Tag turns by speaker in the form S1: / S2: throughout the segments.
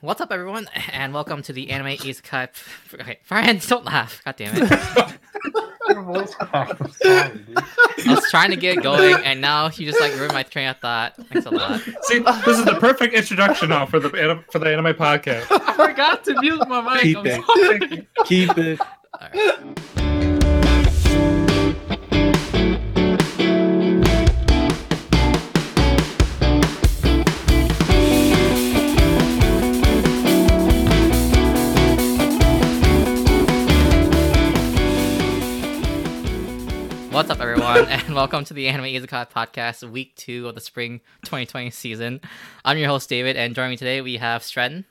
S1: What's up, everyone, and welcome to the Anime Isekai. Okay, friends, don't laugh. God damn it!
S2: Your voice cracked. I'm sorry, dude.
S1: I was trying to get going, and now you just like ruined my train of thought. Thanks a lot.
S3: See, this is the perfect introduction now for the anim- for the anime podcast.
S4: I forgot to mute my mic.
S5: Keep
S4: I'm
S5: it.
S4: sorry.
S5: Keep it.
S1: All right. What's up, everyone, and welcome to the Anime Izakai Podcast, week two of the spring 2020 season. I'm your host, David, and joining me today we have Stratton.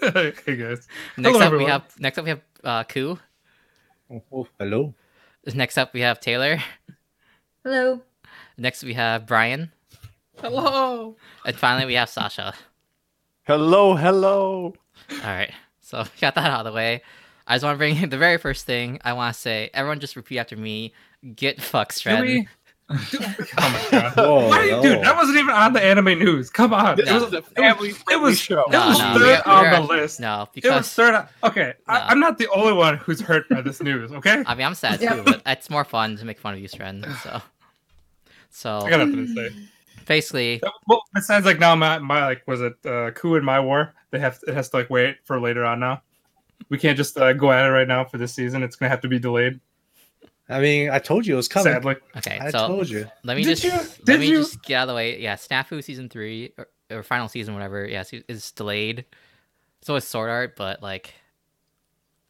S3: hey guys,
S1: Next
S3: Hello,
S1: up, we
S3: everyone.
S1: have next up we have uh, Ku.
S5: Oh, hello.
S1: Next up, we have Taylor.
S6: Hello.
S1: Next, we have Brian.
S4: Hello.
S1: And finally, we have Sasha.
S7: Hello, hello.
S1: All right. So, we got that out of the way. I just want to bring in the very first thing I want to say. Everyone just repeat after me get fucked,
S3: Did
S1: Stratton.
S3: we? oh my god.
S5: Whoa,
S3: Why, dude, that wasn't even on the anime news. Come on,
S1: This
S3: it was,
S1: is
S4: a
S3: it was, it was,
S4: show.
S3: it was
S1: No, no,
S3: third
S1: we-
S3: on
S1: we're-
S3: the list.
S1: No,
S3: It was
S1: because
S3: third. On... Okay, I,
S1: No.
S3: I'm not the only one who's hurt by this news. Okay,
S1: I mean, I'm sad too, but it's more fun to make fun of you, Stratton. So,
S3: I
S1: so
S3: got nothing to say.
S1: basically,
S3: Well, besides, like now, my, my like was it uh, coup in my war? They have it has to like wait for later on now. We can't just uh, go at it right now for this season. It's gonna have to be delayed.
S5: I mean, I told you it was coming.
S3: Sadly,
S1: okay.
S5: I
S1: so,
S5: told you.
S1: Let me
S3: Did
S1: just
S3: you?
S1: let
S3: Did
S1: me
S3: you?
S1: just get out of the way. Yeah, Snafu season three or, or final season, whatever. Yeah, se- is delayed. So it's Sword Art, but like,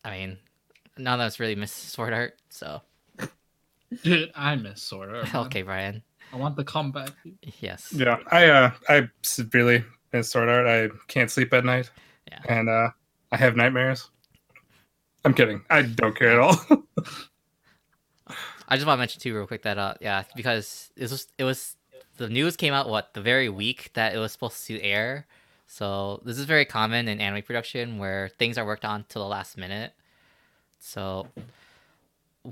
S1: I mean, none of us really miss Sword Art. So
S4: Dude, I miss Sword Art. man.
S1: okay, Brian.
S4: I want the comeback.
S1: Yes.
S3: Yeah, I uh, I severely miss Sword Art. I can't sleep at night,
S1: Yeah.
S3: and uh, I have nightmares. I'm kidding. I don't care at all.
S1: I just want to mention too, real quick, that uh, yeah, because it was it was the news came out what the very week that it was supposed to air. So this is very common in anime production where things are worked on till the last minute. So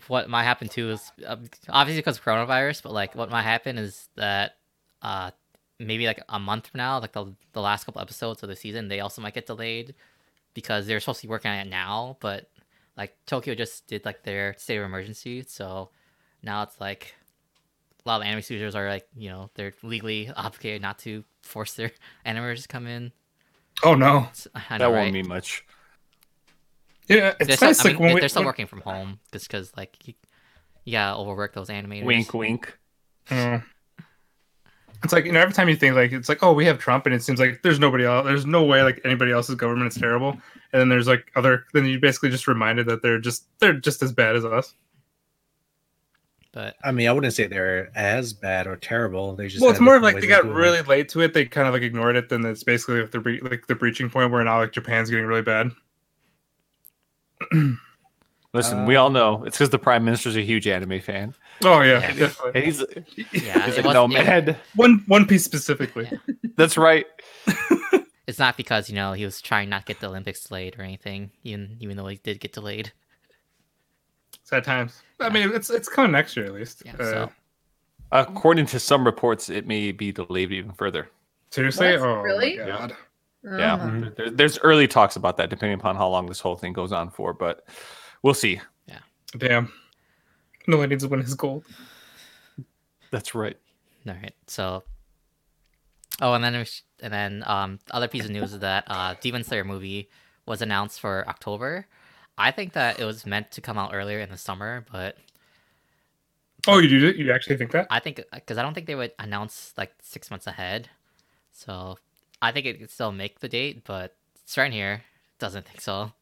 S1: what might happen too is uh, obviously because of coronavirus, but like what might happen is that uh maybe like a month from now, like the the last couple episodes of the season, they also might get delayed because they're supposed to be working on it now, but like Tokyo just did like their state of emergency, so now it's like a lot of anime studios are like you know they're legally obligated not to force their animators to come in.
S3: oh no.
S1: It's- I
S7: that
S1: know,
S7: won't
S1: right?
S7: mean much.
S3: Yeah,
S1: They're
S3: it's
S1: still,
S3: nice.
S1: I
S3: like
S1: mean,
S3: when
S1: they're
S3: we,
S1: still
S3: when-
S1: working from home just because like you, yeah overwork those animators.
S7: Wink, wink.
S3: Mm. It's like you know, every time you think like it's like, oh, we have Trump, and it seems like there's nobody else. There's no way like anybody else's government is terrible, and then there's like other. Then you basically just reminded that they're just they're just as bad as us.
S1: But
S5: I mean, I wouldn't say they're as bad or terrible. They just
S3: well,
S5: have
S3: it's more of like
S5: different ways
S3: they
S5: of
S3: got
S5: doing it.
S3: really late to it. They kind of like ignored it. Then it's basically like the bre- like the breaching point where now like Japan's getting really bad.
S7: Listen,
S1: Uh,
S7: we all know it's because the prime minister's a huge anime fan.
S3: Oh yeah,
S1: Yeah.
S3: definitely.
S7: And he's,
S1: yeah,
S7: he's
S1: Uh, it
S7: like, no
S1: wasn't- it-
S7: man,
S3: One One Piece specifically.
S1: Yeah.
S7: that's right.
S1: it's not because you know he was trying not to get the Olympics delayed or anything, even even though he did get delayed.
S3: Sad times. I mean, it's it's coming next year at least.
S1: Yeah,
S3: Uh,
S1: so
S7: According to some reports, it may be delayed even further.
S3: Seriously?
S6: What?
S3: Oh my
S6: Really?
S3: God.
S7: Yeah,
S6: Uh-huh.
S5: Mhm.
S7: there, there's early talks about that, depending upon how long this whole thing goes on for. But we'll see.
S3: Damn. No one needs to win his gold.
S7: That's right.
S1: all right, so oh, and then there's- and then um, the other piece of news is that uh, Demon Slayer movie was announced for October. I think that it was meant to come out earlier in the summer, but
S3: Oh, you do? You actually think that?
S1: I think because I don't think they would announce like six months ahead. So I think it could still make the date, but Stern here doesn't think so.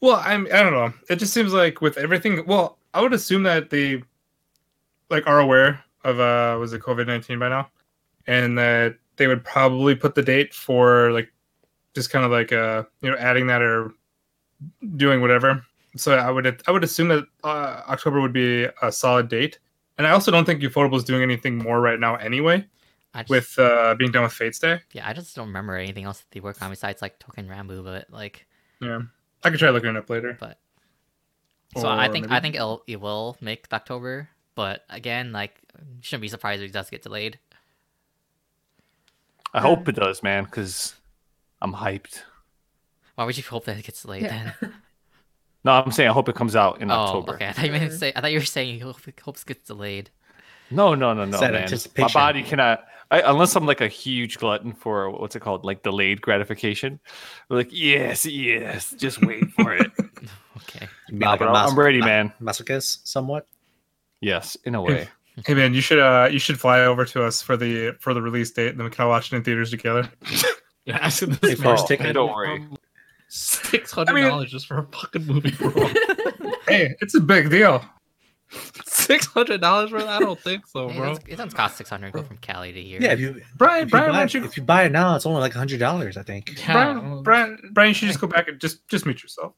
S3: Well, I'm. I don't know. It just seems like with everything. Well, I would assume that they, like, are aware of uh, was it COVID nineteen by now, and that they would probably put the date for like, just kind of like uh, you know, adding that or doing whatever. So I would I would assume that uh, October would be a solid date, and I also don't think Ufotable is doing anything more right now anyway
S1: I just,
S3: with uh, being done with Fates Day.
S1: yeah, I just don't remember anything else that they work on besides like Token Rambu, but like
S3: Yeah, I could try looking it up later.
S1: but so I
S3: Or
S1: think I
S3: maybe-
S1: think it'll it will make the October, but again like shouldn't be surprised if it does get delayed.
S7: I hope it does, man, because I'm hyped.
S1: Why would you hope that it gets late then?
S7: No, I'm saying I hope it comes out in
S1: oh,
S7: October.
S1: okay. I thought you meant to
S4: Sure.
S1: say. I thought you were saying you hope, hopes gets delayed.
S7: No, no, no, no,
S5: It's that
S7: man. My
S5: anticipation.
S7: body cannot, I, unless I'm like a huge glutton for what's it called, like delayed gratification. Like yes, yes, just wait for it.
S1: Okay.
S5: Be
S7: Nah,
S5: like a
S7: bro,
S5: mas-
S7: I'm ready,
S5: ma-
S7: man.
S5: Masochist, somewhat.
S7: Yes, in a way.
S3: Hey man, you should uh you should fly over to us for the for the release date, and then we can all watch it in theaters together.
S4: You're asking
S5: Hey,
S4: this man.
S5: Forrest, take it.
S7: Oh, don't worry.
S4: Six hundred dollars just for a fucking movie roll.
S3: Hey, it's a big deal.
S4: Six hundred dollars for that? I don't think so,
S1: Hey,
S4: Oh, bro.
S1: that's- it doesn't cost six hundred. Go from Cali to here.
S5: Yeah, if you,
S3: Brian,
S5: if
S3: Brian,
S5: you,
S3: why
S5: buy,
S3: don't you
S5: if you buy it now, it's only like hundred dollars, I think.
S4: Yeah, I
S3: Brian,
S4: don't-
S3: Brian, Brian, you should just go back and just just mute yourself.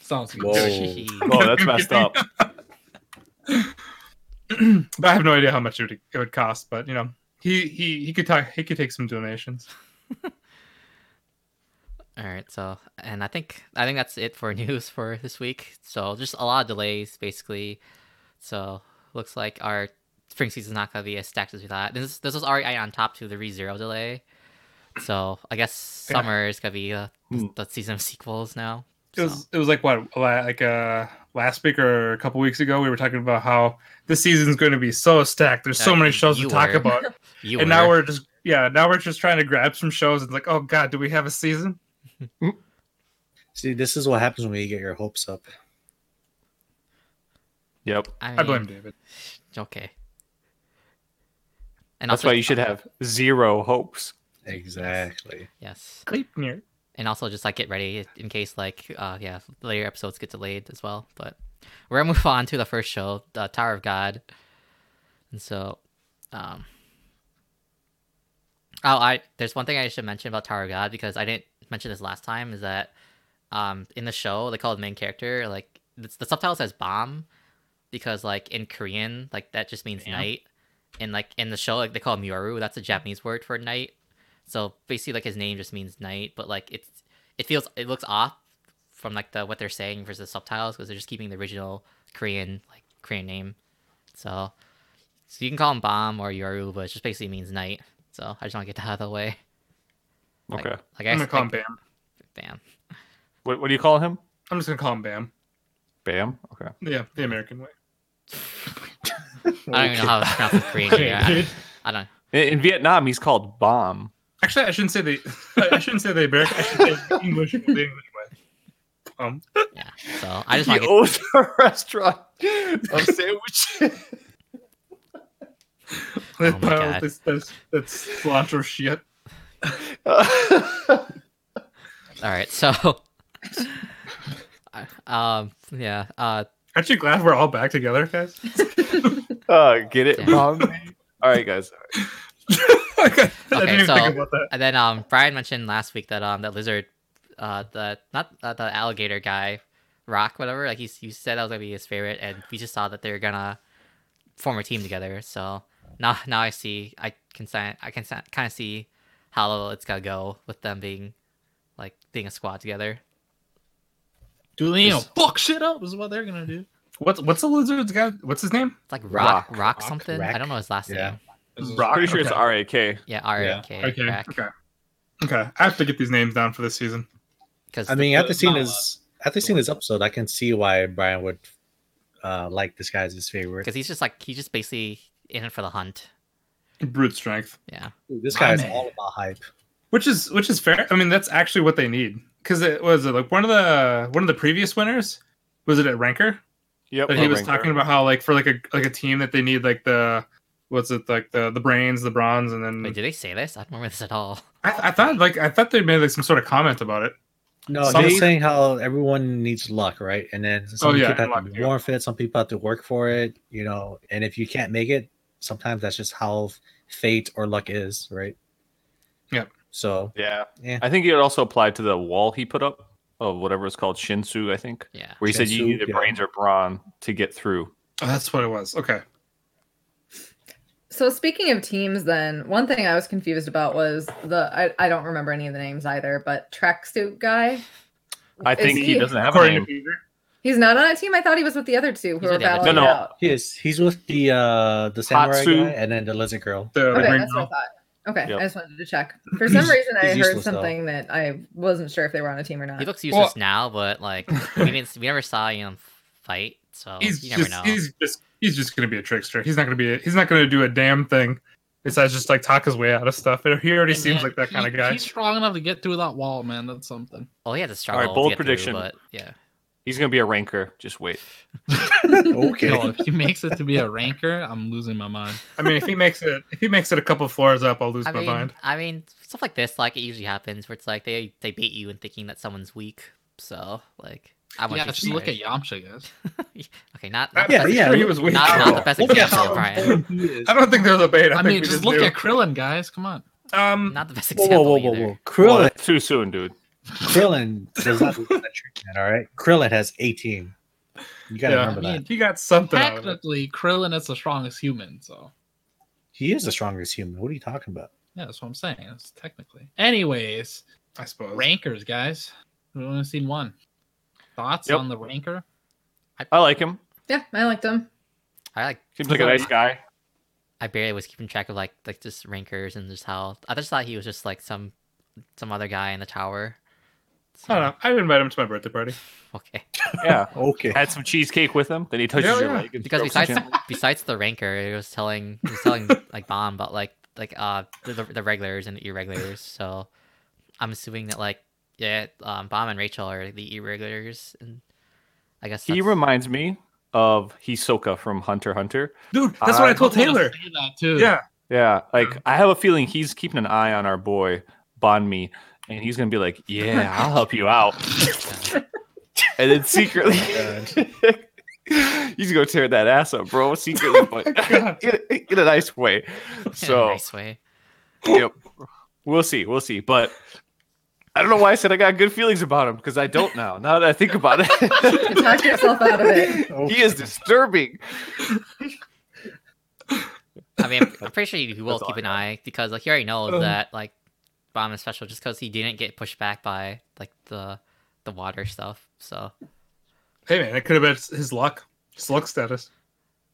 S4: sounds good.
S5: Whoa.
S1: Jeez.
S7: Oh, that's messed up.
S3: but I have no idea how much it would, it would cost. But you know, he he he could talk. He could take some donations.
S1: All right, so and I think I think that's it for news for this week. So just a lot of delays basically. So looks like our spring season's not gonna be as stacked as we thought. This is- this was already on top to the ReZero delay. So I guess
S3: Yeah.
S1: summer is gonna be uh,
S7: Hmm.
S1: the season of sequels now.
S3: It was it was like what la- like uh last week or a couple weeks ago we were talking about how this season's going to be so stacked. There's so
S1: Uh,
S3: many shows to
S1: you
S3: talk
S1: were.
S3: about,
S1: You
S3: and now
S1: were-
S3: we're just yeah now we're just trying to grab some shows and like oh god do we have a season?
S5: See, this is what happens when you get your hopes up.
S7: Yep.
S3: I
S1: mean,
S3: blame David.
S1: Okay. And
S7: That's
S1: also- uh,
S7: why you should have zero hopes.
S5: Exactly.
S1: yes,
S3: Gleipnir.
S1: and also just like get ready in case like uh yeah later episodes get delayed as well but we're gonna move on to the first show the tower of god and so um oh i there's one thing i should mention about tower of god because i didn't mention this last time is that um in the show they call the main character like the, the subtitle says bomb because like in korean like that just means
S4: Damn.
S1: night and like in the show like they call it mioru that's a japanese word for night so basically like his name just means night but like it's it feels it looks off from like the what they're saying versus the subtitles because they're just keeping the original korean like korean name so so you can call him bomb or yoru but it just basically means night so i just want to get that out of the way Like-
S7: Okay.
S1: like
S3: I'm
S1: i
S3: gonna call him
S1: like,
S3: Bam.
S1: bam
S7: What, what do you call him?
S3: I'm just gonna call him Bam.
S7: Bam. Okay.
S3: Yeah, the American way.
S1: i don't even know how to pronounce the korean
S4: Okay,
S1: yeah.
S4: dude.
S1: i don't
S7: In, in Vietnam, he's called bomb.
S3: Actually, I shouldn't say the I shouldn't say the American. I should say the English the English way. Um,
S1: yeah so i just
S7: he
S1: want to
S7: owns a restaurant of sandwiches.
S4: Oh
S1: my
S3: uh,
S1: God.
S3: That's, that's, that's cilantro shit.
S7: Uh,
S1: get all right so um yeah uh
S3: Aren't you glad we're all back together, guys?
S7: uh, get it,
S1: Damn.
S7: bomb. All right, guys.
S3: I didn't
S1: Okay,
S3: even
S1: so-
S3: think about that.
S1: And then um, Brian mentioned last week that um, that lizard, uh, the not uh, the alligator guy, Rock, whatever. Like he's you said that was gonna be his favorite, and we just saw that they're gonna form a team together. So now now I see I can si- I can kind of see how it's gonna go with them being like being a squad together.
S4: Julian, fuck shit up is what they're gonna do.
S3: What's what's the lizard's guy? What's his name?
S1: It's like Rock Rock,
S7: Rock,
S5: Rock,
S1: something. I
S5: Rack?
S1: don't know his last
S5: Yeah.
S1: name.
S7: I'm pretty sure it's
S3: Okay.
S7: R A K.
S1: Yeah, R A K.
S3: Okay. Okay. Okay. I have to get these names down for this season.
S1: Because
S5: I mean, after
S4: It's
S5: seeing
S4: not a
S5: this, after seeing this episode, I can see why Brian would uh, like this guy as his favorite.
S1: because he's just like he's just basically in it for the hunt.
S3: Brute strength,
S1: Yeah.
S5: This
S4: My
S5: guy is
S4: man.
S5: all about hype.
S3: which is which is fair. I mean, that's actually what they need. Because it was it like one of the one of the previous winners was it at Ranker
S7: Yep.
S3: that he
S7: Rob
S3: was
S7: Ranker.
S3: talking about how like for like a like a team that they need like the what's it like the the brains, the bronze, and then
S5: Mm.
S1: Wait, did they say this? I don't remember this at all.
S3: I, I thought like I thought they made like some sort of comment about it.
S5: No,
S7: Some-
S5: they were saying how everyone needs luck, right? And then some
S3: Oh, yeah,
S5: people
S3: and
S5: have to
S3: luck,
S5: be
S3: yeah.
S5: born for it, some people have to work for it, you know. And if you can't make it, sometimes that's just how fate or luck is, right?
S3: Yep.
S5: So
S7: Yeah.
S5: Yeah.
S7: I think it also applied to the wall he put up of whatever it's called, Shinsu, I think,
S1: Yeah.
S7: where he said you
S5: Shinsu,
S7: need a
S5: yeah.
S7: brains or brawn to get through.
S3: Oh, that's what it was. Okay.
S6: So speaking of teams, then one thing I was confused about was the I, I don't remember any of the names either, but tracksuit guy.
S7: I
S6: Is
S7: think he,
S6: he-
S7: doesn't have a
S3: According to
S7: name.
S3: Peter.
S6: He's not on a team. I thought he was with the other two who
S1: He's
S6: were
S1: with the other
S6: battling
S7: two. No,
S6: it
S7: no.
S6: out.
S5: he is he's with the uh the samurai
S7: Hatsu.
S5: guy and then the lizard girl.
S3: The, the
S6: Okay,
S3: green
S6: that's what I
S3: girl.
S6: thought. Okay,
S7: Yep.
S6: I just wanted to check. For some reason, I
S5: He's
S6: heard
S5: useless, though.
S6: something that I wasn't sure if they were on a team or not.
S1: He looks
S3: Well-
S1: useless now, but like we didn't, we never saw him fight, so
S3: he's
S1: you never
S3: just
S1: know.
S3: he's just he's just gonna be a trickster. He's not gonna be a, he's not gonna do a damn thing besides just like talk his way out of stuff. He already
S4: Hey,
S3: seems
S4: man,
S3: like that
S4: he-
S3: kind of guy.
S4: He's strong enough to get through that wall, man. That's something.
S1: Oh, he had to struggle. to
S7: bold
S1: get through,
S7: prediction.
S1: but yeah,
S7: He's gonna be a ranker. Just wait.
S5: Okay.
S4: Yo, if he makes it to be a ranker, I'm losing my mind.
S3: I mean, if he makes it if he makes it a couple floors up, I'll lose
S1: I
S3: my
S1: mean,
S3: mind.
S1: I mean, stuff like this, like it usually happens, where it's like they they bait you in thinking that someone's weak. So like, I'm
S4: yeah, just look at Yamcha, guys.
S1: Okay, not, not
S3: I'm
S5: Yeah,
S1: the best,
S5: yeah.
S3: sure he was weak.
S1: Not,
S3: at
S1: not the
S3: all.
S1: best
S5: Look at
S1: example,
S5: how
S1: Brian.
S5: He is.
S3: I don't think there's a bait. I
S4: I
S3: think
S4: mean,
S3: we
S4: just look
S3: do.
S4: at Krillin, guys. Come on.
S3: um.
S1: Not the best
S5: Whoa,
S1: example
S5: whoa, whoa, whoa,
S1: either.
S5: whoa.
S7: Well,
S5: Krillin,
S7: that's too soon, dude.
S5: Krillin does not believe in that treatment, all right? Krillin has 18. You gotta
S3: Yeah.
S5: remember
S4: I mean-
S5: that.
S3: He got something out of it.
S4: Technically, Krillin is the strongest human, so
S5: He is the strongest human. What are you talking about?
S4: yeah, that's what I'm saying. It's technically. Anyways,
S3: I suppose.
S4: rankers, guys. We've only seen one. Thoughts
S7: Yep.
S4: on the ranker?
S7: I like him.
S6: yeah, I liked him.
S1: I like,
S7: Seems like a nice guy.
S1: I barely was keeping track of like like just rankers and just how I just thought he was just like some some other guy in the tower.
S3: I don't know. I would invite him to my birthday party.
S1: Okay.
S7: Yeah.
S5: Okay.
S7: Had some cheesecake with him. Then he touches
S3: Yeah,
S7: your
S3: yeah.
S7: leg. and
S1: because
S7: strokes him
S1: besides
S7: gently.
S1: besides the ranker, it was telling it was telling like bomb about like like uh the, the, the regulars and the irregulars. So I'm assuming that like yeah, um, bomb and Rachel are the irregulars, and I guess
S7: he
S1: that's-
S7: reminds me of Hisoka from Hunter x Hunter.
S3: Dude, that's what I
S7: I
S3: told
S4: was gonna
S3: Taylor.
S4: say that too.
S3: Yeah.
S7: Yeah, like I have a feeling he's keeping an eye on our boy Bonmi, and he's gonna be like, "Yeah, I'll help you out,"
S1: yeah.
S7: and then secretly, he's gonna tear that ass up, bro, secretly, but
S3: God.
S7: in, in a nice way. So
S1: nice way.
S7: yep, we'll see, we'll see. But I don't know why I said I got good feelings about him because I don't now. Now that I think about
S6: You
S7: it,
S6: talked yourself out of it.
S7: he is disturbing.
S1: I mean, I'm, I'm pretty sure he will
S7: That's all
S1: keep
S7: I
S1: an eye because like he already knows
S3: Um.
S1: that like bomb is special just because he didn't get pushed back by like the the water stuff. So
S3: Hey man, it could have been his luck. His luck status.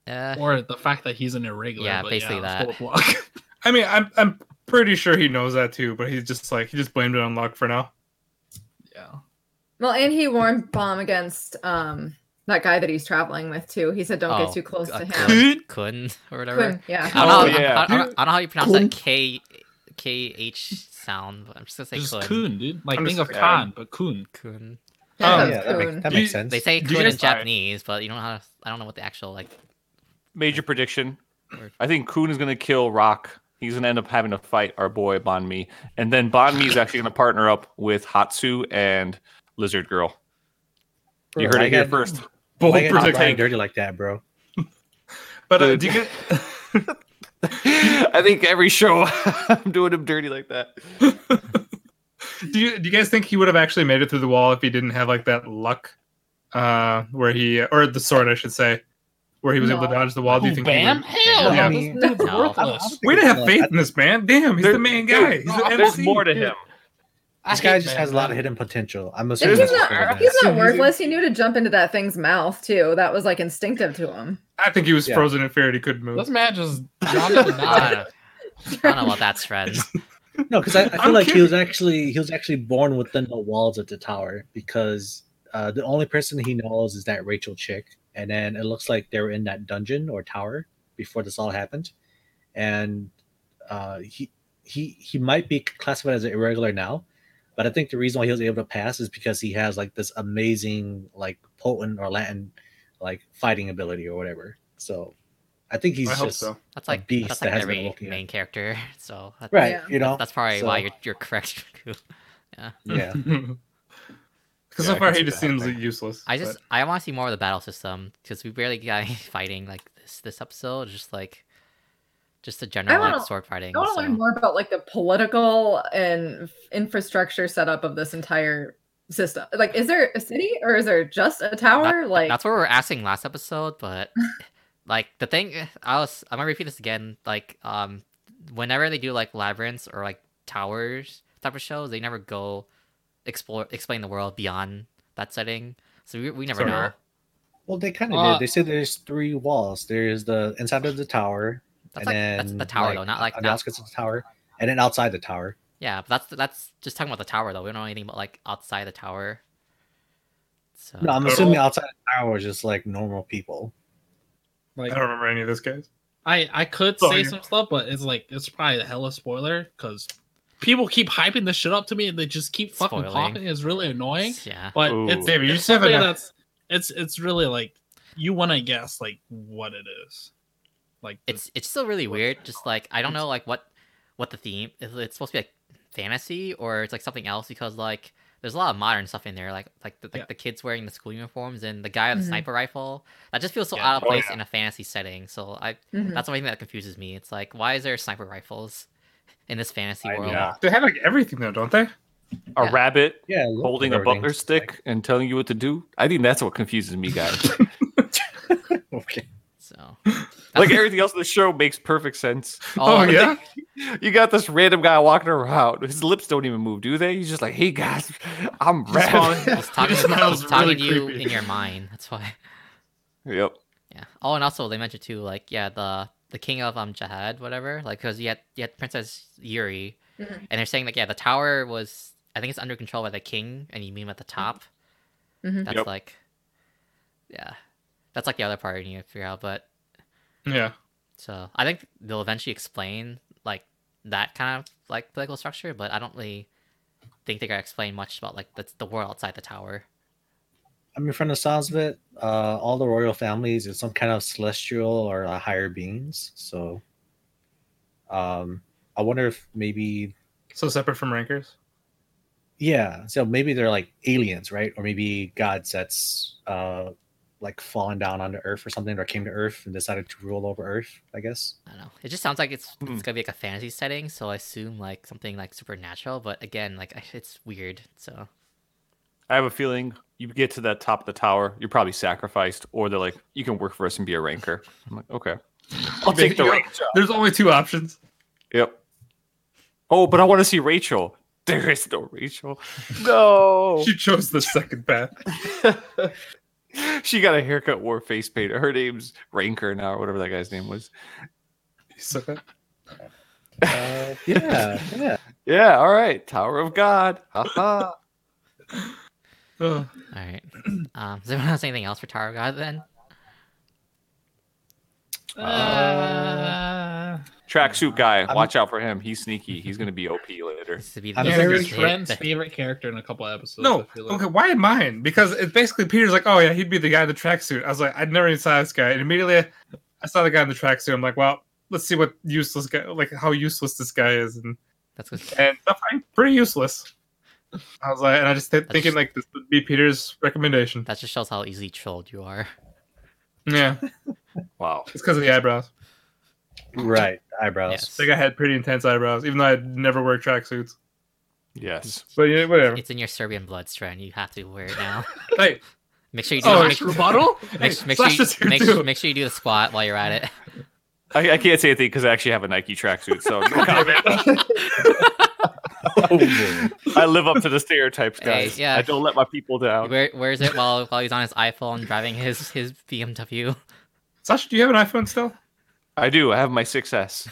S1: uh,
S4: Or the fact that he's an irregular.
S1: Yeah,
S4: but
S1: basically
S4: that's
S1: that.
S4: full of luck.
S3: I mean, I'm I'm pretty sure he knows that too, but he's just like he just blamed it on luck for now.
S4: yeah.
S6: Well, and he warned Bomb against um that guy that he's traveling with too. He said, "Don't
S1: Oh,
S6: get too close
S1: uh,
S6: to him."
S1: Kun, Kun or whatever.
S6: Quinn, yeah.
S1: I don't,
S7: Oh,
S1: know,
S7: yeah.
S1: I, I, don't, I don't know how you pronounce that K K H sound, but I'm just gonna say
S4: Just
S1: kun.
S4: Kun, dude. Like
S3: I'm
S4: think
S3: just-
S4: of Khan, but Kun.
S1: Kun.
S6: Yeah,
S3: Um,
S6: that's
S5: Oh, yeah, that
S6: Kun.
S5: makes, that
S3: You-
S5: makes sense.
S1: They say
S3: Do you
S1: kun in
S3: guys-
S1: Japanese, but you don't know how. to- I don't know what the actual like.
S7: Major prediction.
S1: Word.
S7: I think Kuhn is going to kill Rock. He's going to end up having to fight our boy Bon Mi. And then Bon Mi is actually going to partner up with Hatsu and Lizard Girl. You heard
S5: Why
S7: it here
S5: got-
S7: first.
S3: Bold
S5: why got Brian
S3: prediction.
S5: dirty like that, bro?
S3: But uh,
S7: Dude.
S3: do you get
S7: I think every show I'm doing him dirty like that.
S3: do you do you guys think he would have actually made it through the wall if he didn't have like that luck, uh, where he or the sword I should say, where he was able
S6: No.
S3: to dodge the wall? Do you
S4: Ooh,
S3: think? he
S4: Oh, Bam?
S3: would-
S4: Hell,
S3: Yeah.
S4: this
S5: Yeah.
S4: dude's
S1: No.
S4: worthless.
S3: Way to have faith in this man! Damn, he's
S7: There-
S3: the main guy. He's the
S7: There's
S3: MC.
S7: more to him.
S4: I
S5: This guy
S4: hate
S5: just
S4: Bam
S5: has a lot of
S4: Bam.
S5: hidden potential. I'm
S6: And
S5: assuming
S6: he's
S5: that's
S6: not,
S5: what it
S6: he's
S5: is.
S6: not worthless. He knew to jump into that thing's mouth too. That was like instinctive to him.
S3: I think he was
S5: Yeah.
S3: frozen in fear. and He couldn't
S4: This
S3: move.
S4: man just dropped the
S1: I don't
S4: knife.
S1: know, I don't know about that friend.
S5: No, because I, I
S3: I'm
S5: feel like
S3: kidding.
S5: he was actually he was actually born within the walls of the tower because uh, the only person he knows is that Rachel chick, and then it looks like they were in that dungeon or tower before this all happened, and uh, he he he might be classified as an irregular now, but I think the reason why he was able to pass is because he has like this amazing like potent or Latin like fighting ability or whatever. So I think he's
S3: I hope
S5: just
S3: so.
S1: That's like
S5: beast
S1: that's
S5: that
S1: like
S5: has been
S1: every
S5: looking at.
S1: main character. So that,
S5: right.
S6: Yeah.
S5: You know
S1: that's probably why
S5: So-
S1: you're you're correct. Kun.
S5: yeah.
S3: Because
S7: Yeah, I
S3: so far
S7: can
S3: he
S7: see
S3: just
S7: that
S3: seems
S7: happening.
S3: useless.
S1: I just I want to see more of the battle system because we barely got any fighting like this this episode. Just like just the general like,
S6: wanna-
S1: sword fighting.
S6: I want to
S1: so-
S6: learn more about like the political and infrastructure setup of this entire system. Like, is there a city or is there just a tower?
S1: That-
S6: like,
S1: that's what we were asking last episode, but like the thing I was I'm gonna repeat this again. Like um whenever they do like labyrinths or like towers type of shows, they never go explore explain the world beyond that setting. So we, we never
S3: Sorry.
S1: know.
S5: Well, they kind of
S4: Uh,
S5: did. They said there's three walls. There's the inside of the tower,
S1: That's
S5: and
S1: like
S5: then
S1: that's the tower
S5: like,
S1: though, not like
S5: on the
S1: not,
S5: outskirts of the tower, and then outside the tower.
S1: Yeah, but that's that's just talking about the tower though. We don't know anything about like outside the tower. So
S5: No, I'm assuming outside the tower is just like normal people.
S3: I
S4: Like
S3: don't remember any of this, guys.
S4: I, I could
S3: Oh,
S4: say
S3: yeah.
S4: some stuff, but it's like it's probably a hella spoiler because people keep hyping this shit up to me and they just keep fucking
S1: Spoiling.
S4: popping. It's really annoying.
S1: yeah.
S4: But
S7: Ooh.
S4: it's,
S3: David, you
S4: it's
S3: just have
S4: something
S3: enough-
S4: that's it's it's really like you want to guess like what it is. Like the-
S1: It's it's still really
S4: What's
S1: weird. Just like I don't know like what what the theme is. It's supposed to be like fantasy or it's like something else because like there's a lot of modern stuff in there. Like like the, like
S4: Yeah.
S1: the kids wearing the school uniforms and the guy with the
S6: Mhm.
S1: sniper rifle. That just feels so
S4: Yeah.
S1: out of
S3: Oh,
S1: place in a fantasy setting. So I
S8: Hmm.
S6: Mhm.
S1: that's the only thing that confuses me. It's like why is there sniper rifles in this fantasy
S5: I-
S1: world?
S7: yeah.
S3: They have like everything though, don't they?
S7: A
S1: Yeah.
S7: rabbit
S5: Yeah, look
S7: holding
S5: at
S7: a butler
S5: everything.
S7: stick and telling you what to do. I think that's what confuses me, guys.
S5: Okay.
S1: So
S7: like everything else in the show makes perfect sense.
S3: Oh,
S1: all-
S3: yeah.
S7: You got this random guy walking around. His lips don't even move, do they? He's just like, "Hey guys, I'm rabbit."
S1: I was talking,
S4: It
S1: I was
S4: smells
S1: talking
S4: really
S1: to you
S4: creepy.
S1: in your mind. That's why.
S7: yep.
S1: Yeah. Oh, and also they mentioned too, like yeah, the the king of um Jihad, whatever. Like because you had you had Princess Yuri,
S6: Mhm.
S1: and they're saying like yeah, the tower was I think it's under control by the king, and you meet him at the top.
S6: Mhm.
S1: That's
S7: Yep.
S1: like, yeah, that's like the other part you need to figure out. But
S3: Yeah.
S1: so I think they'll eventually explain like that kind of like political structure, but I don't really think they're gonna explain much about like the, the world outside the tower.
S5: I mean, from the sounds of it, uh, all the royal families is some kind of celestial or uh, higher beings. So, um, I wonder if maybe,
S3: So separate from rankers.
S5: yeah, so maybe they're like aliens, right? Or maybe gods that's uh, like fallen down onto Earth or something, or came to Earth and decided to rule over Earth. I guess.
S1: I don't know. It just sounds like it's
S7: Hmm.
S1: it's gonna be like a fantasy setting, so I assume like something like supernatural. But again, like I- it's weird. So
S7: I have a feeling you get to that top of the tower, you're probably sacrificed, or they're like, "You can work for us and be a ranker." I'm like, "Okay, I'll take the
S3: Yeah.
S7: rank job."
S3: There's only two options.
S7: Yep. Oh, but I want to see Rachel. There is no Rachel. No.
S3: She chose the second path.
S7: she got a haircut, wore face paint. Her name's Ranker now, or whatever that guy's name was.
S3: So,
S5: Uh, yeah, yeah.
S7: Yeah, all right. Tower of God. Haha.
S3: uh,
S1: all right. Um, does anyone have anything else for Tower of God then?
S4: uh,
S7: Tracksuit guy.
S5: I'm-
S7: Watch out for him. He's sneaky. He's going to be OP later.
S1: This would be
S5: I'm
S1: the-
S5: very
S1: the-
S4: Gary's
S1: the-
S4: friend's
S1: the-
S4: favorite character in a couple of episodes.
S3: no.
S4: I feel like.
S3: Okay. Why mine? Because it's basically Peter's like, oh yeah, he'd be the guy in the tracksuit. I was like, I never even saw this guy, and immediately I saw the guy in the tracksuit. I'm like, well, let's see what useless guy, like how useless this guy is, and
S1: That's good.
S3: and I find pretty useless. I was like, and I just kept
S1: That's-
S3: thinking like this would be Peter's recommendation.
S1: That just shows how easily trolled you are.
S3: Yeah,
S7: Wow.
S3: it's because of the eyebrows.
S5: Right, eyebrows.
S1: Yes.
S3: Like I had pretty intense eyebrows, even though I never wear tracksuits.
S7: Yes.
S3: But yeah, whatever.
S1: It's in your Serbian blood strand. You have to wear it now.
S3: Hey,
S1: Make sure you do.
S3: Oh,
S1: make,
S3: it's-
S4: rebuttal?
S1: make, make, sure
S3: Slash
S1: you,
S3: is here
S1: make,
S3: too.
S1: make sure you do the squat while you're at it.
S7: I, I can't say anything because I actually have a Nike tracksuit, so no comment.
S5: Oh, boy.
S7: I live up to the stereotypes,
S1: Hey,
S7: guys.
S1: yeah.
S7: I don't let my people down.
S1: Where, where's it while while he's on his iPhone driving his his BMW?
S3: Sasha, do you have an iPhone still?
S7: I do. I have my 6S.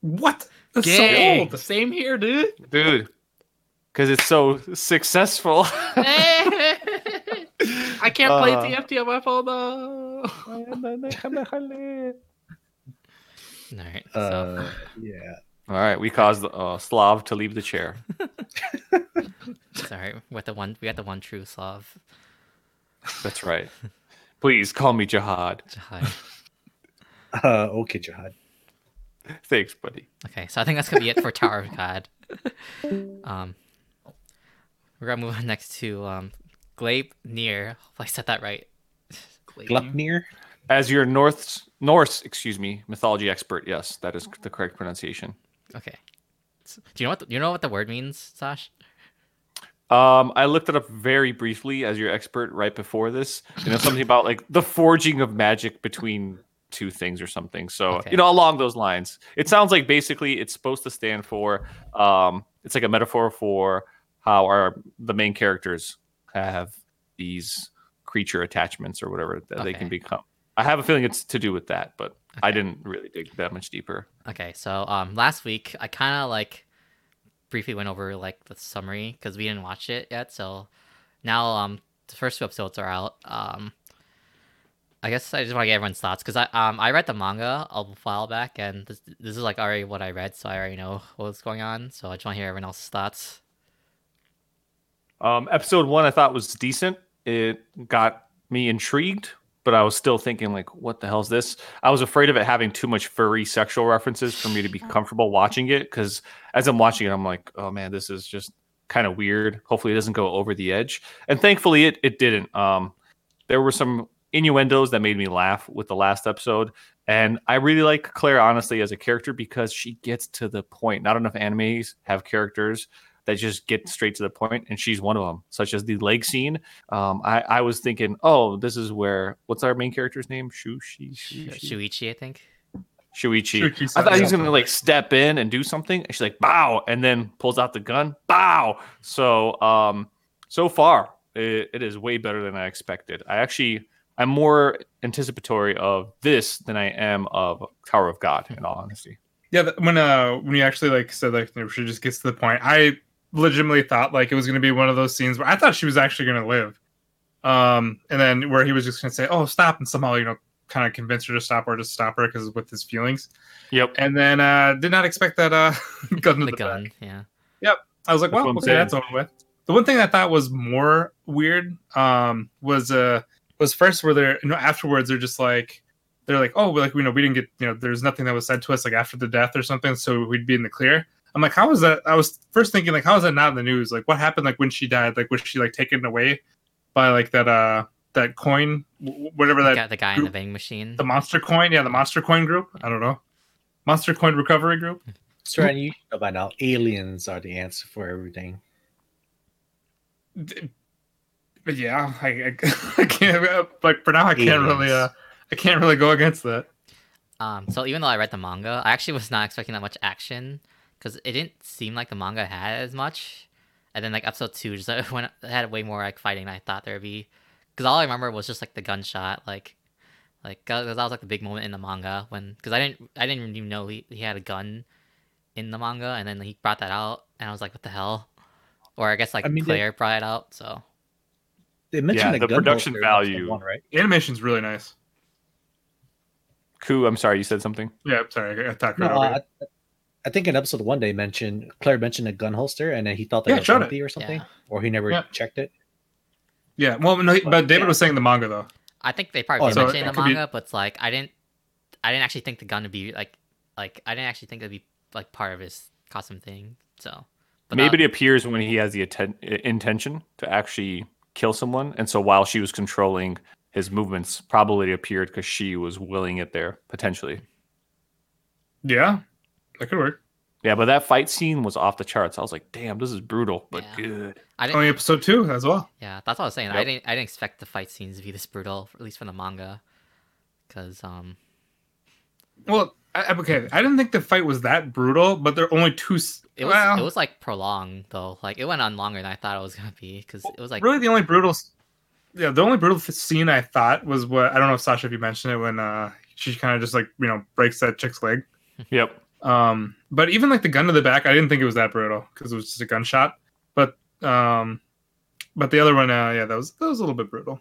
S3: What? That's
S4: Dang,
S3: so old.
S4: Same here, dude.
S7: Dude. Because it's so successful.
S4: I can't play
S7: Uh,
S4: TFT on my phone though.
S1: All right. so
S5: Uh, yeah.
S7: All right, we caused uh, Slav to leave the chair.
S1: sorry. With the one we got the one true Slav.
S7: That's right. Please call me Jihad.
S1: Jihad.
S5: Uh, okay, Jihad.
S7: Thanks, buddy.
S1: Okay, so I think that's gonna be it for Tower of God. Um, we're gonna move on next to um, Glabe Near. Hope I said that right. Mm-hmm.
S5: Glupnir.
S7: As your North Norse, excuse me, mythology expert, yes, that is the correct pronunciation.
S1: Okay. S- do you know what the, you know what the word means, Sash?
S7: Um, I looked it up very briefly as your expert right before this. You know something about like the forging of magic between two things or something. So
S1: Okay.
S7: you know along those lines. It sounds like basically it's supposed to stand for. Um, it's like a metaphor for how our the main characters have these creature attachments or whatever that they
S1: Okay.
S7: can become. I have a feeling it's to do with that, but I didn't really dig that much deeper.
S1: Okay, so um, last week I kind of like briefly went over like the summary because we didn't watch it yet. So now um, the first two episodes are out. Um, I guess I just want to get everyone's thoughts because I um I read the manga a while back and this this is like already what I read, so I already know what's going on. So I just want to hear everyone else's thoughts.
S7: Um, episode one I thought was decent. It got me intrigued, but I was still thinking like, what the hell's this? I was afraid of it having too much furry sexual references for me to be comfortable watching it because as I'm watching it, I'm like, oh man, this is just kind of weird. Hopefully, it doesn't go over the edge, and thankfully, it it didn't. Um, there were some innuendos that made me laugh with the last episode. And I really like Claire, honestly, as a character because she gets to the point. Not enough animes have characters that just get straight to the point, and she's one of them, such as the leg scene. Um, I, I was thinking, oh, this is where, what's our main character's name? Shushi,
S1: Shu-
S7: Shuichi.
S1: Shuichi, I think.
S7: Shuichi.
S3: Shuichi
S7: I thought he was
S3: Saito.
S7: going to like step in and do something. And she's like, bow, and then pulls out the gun, bow. So, um, so far, it, it is way better than I expected. I actually I'm more anticipatory of this than I am of Tower of God, in all honesty.
S3: Yeah, th- when uh when you actually like said like you know, she just gets to the point, I legitimately thought like it was gonna be one of those scenes where I thought she was actually gonna live, um, and then where he was just gonna say, "Oh, stop," and somehow you know kind of convince her to stop or just stop her because with his feelings,
S7: Yep.
S3: and then uh did not expect that uh gun to
S1: The
S3: the, back.
S1: gun, yeah.
S3: I was like,
S7: That's
S3: well,
S7: what I'm
S3: okay,
S7: saying.
S3: that's over with. The one thing I thought was more weird um, was uh, was first where they're you know afterwards they're just like they're like oh we're like we know we didn't get you know there's nothing that was said to us like after the death or something so we'd be in the clear. I'm like how was that? I was first thinking like how is that not in the news? Like what happened like when she died? Like was she like taken away by like that uh that coin wh- whatever
S1: The
S3: that
S1: guy, the guy in the
S3: group-
S1: vending machine.
S3: the monster coin yeah the monster coin group I don't know monster coin recovery group
S5: Sir, and you know by now, aliens are the answer for everything.
S3: D- but yeah, I, I, I can't uh, like for now. I can't really,
S5: Aliens.
S3: uh, I can't really go against that.
S1: Um, so even though I read the manga, I actually was not expecting that much action because it didn't seem like the manga had as much. And then like episode two just like, went it had way more like fighting than I thought there'd be. Because all I remember was just like the gunshot, like, like because that was like the big moment in the manga when because I didn't I didn't even know he, he had a gun in the manga, and then he brought that out, and I was like, what the hell? Or I guess like
S5: I mean, they-
S1: Claire brought it out, so
S5: They mentioned
S7: Yeah,
S5: a
S7: the
S5: gun
S7: production
S5: holster in episode
S7: value.
S5: one, right?
S3: Animation's really nice.
S7: Koo, I'm sorry, you said something.
S3: Yeah, I'm sorry, I, I talked
S5: No,
S3: right over. you.
S5: uh, I, I think in episode one they mentioned Claire mentioned a gun holster, and then he thought that
S3: Yeah,
S5: it was
S3: showed it.
S5: empty or something,
S1: Yeah.
S5: or he never
S3: Yeah.
S5: checked it.
S3: Yeah, well, no, he- but David
S5: Yeah.
S3: was saying the manga though.
S1: I think they probably
S5: Oh,
S1: did
S5: so
S1: mention it in
S3: it
S1: the
S3: could be-
S1: manga, but it's like I didn't, I didn't actually think the gun would be like, like I didn't actually think it'd be like part of his costume thing. So, but
S7: Maybe
S1: that-
S7: it appears when he has the atten- i- intention to actually kill someone, and so while she was controlling his movements, probably it appeared because she was willing it there potentially.
S3: Yeah, that could work.
S7: Yeah, but that fight scene was off the charts. I was like, damn, this is brutal, but
S1: Yeah.
S7: good.
S1: I didn't.
S3: Only episode two as well.
S1: Yeah, that's what I was saying. I
S7: Yep.
S1: didn't, I didn't expect the fight scenes to be this brutal, at least from the manga, because um,
S3: Well, I, I- okay, I didn't think the fight was that brutal, but there are only two. s-
S1: it was
S3: well,
S1: it was like prolonged though. Like it went on longer than I thought it was gonna be, because it was like
S3: really the only brutal. s- Yeah, the only brutal f- scene I thought was what I don't know if Sasha if you mentioned it when uh, she kind of just like you know breaks that chick's leg.
S7: Yep.
S3: Um, but even like the gun to the back, I didn't think it was that brutal because it was just a gunshot. But um, but the other one, uh, yeah, that was that was a little bit brutal.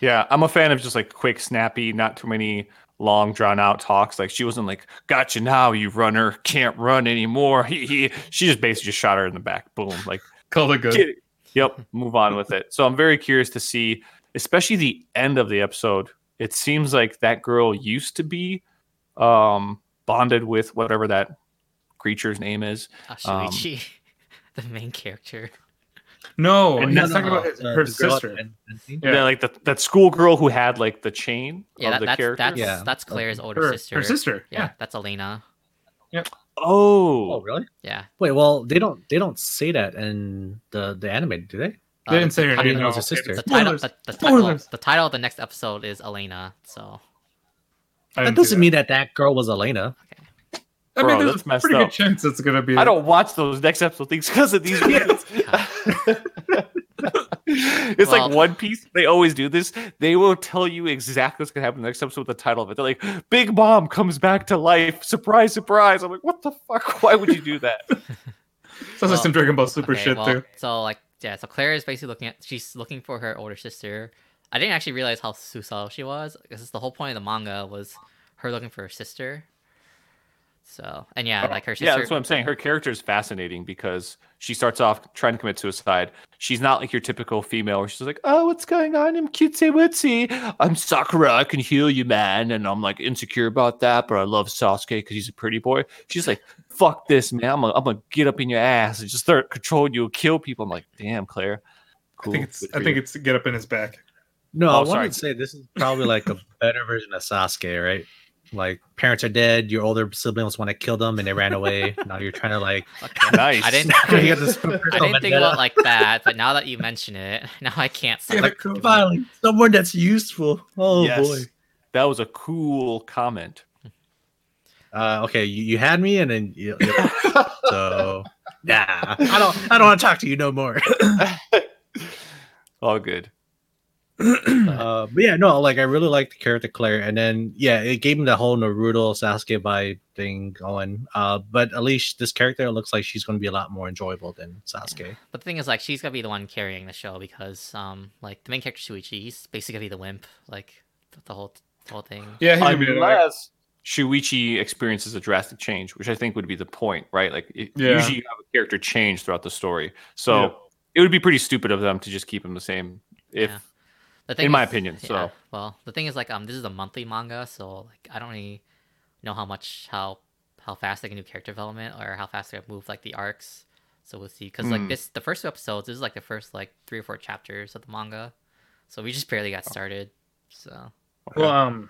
S7: Yeah, I'm a fan of just like quick, snappy, not too many long, drawn out talks. Like she wasn't like, "Gotcha now, you runner, can't run anymore." He, he. She just basically just shot her in the back. Boom. Like,
S3: Called it good.
S7: Get it. yep, move on with it. So I'm very curious to see, especially the end of the episode. It seems like that girl used to be um, bonded with whatever that creature's name is.
S1: uh, Shuichi,
S3: Um,
S1: the main character.
S5: Oh,
S3: No,
S7: And
S3: he's
S7: no, no,
S3: talking
S7: no,
S3: about his-
S5: the-
S3: her
S5: the girl at
S3: sister.
S5: the end- end scene.
S3: Yeah.
S7: Yeah, like the, that schoolgirl who had like the chain
S1: Yeah,
S7: of
S1: that,
S7: the
S1: that's
S7: character.
S1: that's
S5: Yeah.
S1: that's Claire's older
S3: Her,
S1: sister.
S3: her sister.
S1: Yeah,
S3: Yeah.
S1: that's Elena.
S5: Oh,
S7: Oh,
S5: really?
S1: Yeah,
S5: Wait, well, they don't they don't say that in the the anime, do they?
S3: They
S1: Uh,
S3: didn't say her
S5: How do you
S3: name. no.
S5: know it's a sister?
S1: the title,
S3: Spoilers.
S1: the, the, title,
S3: Spoilers.
S1: the title of the next episode is Elena. So
S3: I
S5: That
S3: didn't see
S5: doesn't mean that that girl was Elena.
S3: I
S7: Bro,
S3: mean, there's
S7: that's
S3: a
S7: messed
S3: pretty
S7: up.
S3: good chance it's gonna be.
S1: uh,
S7: I don't watch those next episode things because of these reasons. It's
S1: Well-
S7: like One Piece. They always do this. They will tell you exactly what's gonna happen in the next episode with the title of it. They're like, "Big Mom comes back to life." Surprise, surprise! I'm like, what the fuck? Why would you do that?
S3: Sounds
S1: Well,
S3: like some Dragon Ball Super
S1: Okay,
S3: shit
S1: well,
S3: too.
S1: So like yeah, so Claire is basically looking at she's looking for her older sister. I didn't actually realize how suicidal she was because the whole point of the manga was her looking for her sister. So and yeah, like her
S7: Oh, Yeah,
S1: sister.
S7: that's what I'm saying. Her character is fascinating because she starts off trying to commit suicide. She's not like your typical female where she's like, Oh, what's going on? I'm cutesy wootsy. I'm Sakura. I can heal you, man. And I'm like insecure about that, but I love Sasuke because he's a pretty boy. She's like, Fuck this, man. I'm gonna, I'm gonna get up in your ass and just start controlling you and kill people. I'm like, Damn, Claire. Cool.
S3: I think it's
S7: Good
S3: I
S7: for
S3: think
S7: you."
S3: it's get up in his back.
S5: No,
S7: Oh,
S5: I
S7: sorry.
S5: wanted to say this is probably like a better version of Sasuke, right? Like parents are dead, your older siblings want to kill them, and they ran away. now you're trying to like
S1: okay.
S7: nice.
S1: I didn't.
S5: you got this
S1: I
S5: personal
S1: didn't think
S5: vendetta.
S1: about it like that, but now that you mention it, now I can't stop.
S3: Yeah,
S1: thinking about
S5: finally someone that's useful. Oh
S7: Yes.
S5: boy.
S7: That was a cool comment.
S5: Uh, okay, you, you had me, and then you, you- so nah, I don't I don't want to talk to you no more.
S7: All good.
S5: Uh, but yeah, no, like I really liked the character Claire, and then yeah, it gave him the whole Naruto Sasuke by thing going. Uh, but at least this character looks like she's going to be a lot more enjoyable than Sasuke.
S1: But the thing is, like, she's gonna be the one carrying the show because, um, like, the main character Shuichi, he's basically gonna be the wimp, like, th- the whole, the whole thing.
S3: Yeah, he could be in there.
S7: unless Shuichi experiences a drastic change, which I think would be the point, right? Like it,
S3: Yeah.
S7: usually you have a character change throughout the story, so
S3: Yeah.
S7: it would be pretty stupid of them to just keep him the same. If
S1: Yeah. The thing
S7: in my opinion, so.
S1: well, the thing is, like, um, this is a monthly manga, so like, I don't really know how much how how fast they can do character development or how fast they can move like the arcs. So we'll see, because
S7: Hmm.
S1: like this, the first two episodes, this is like the first like three or four chapters of the manga, so we just barely got
S7: Oh.
S1: started. So
S3: Well, um,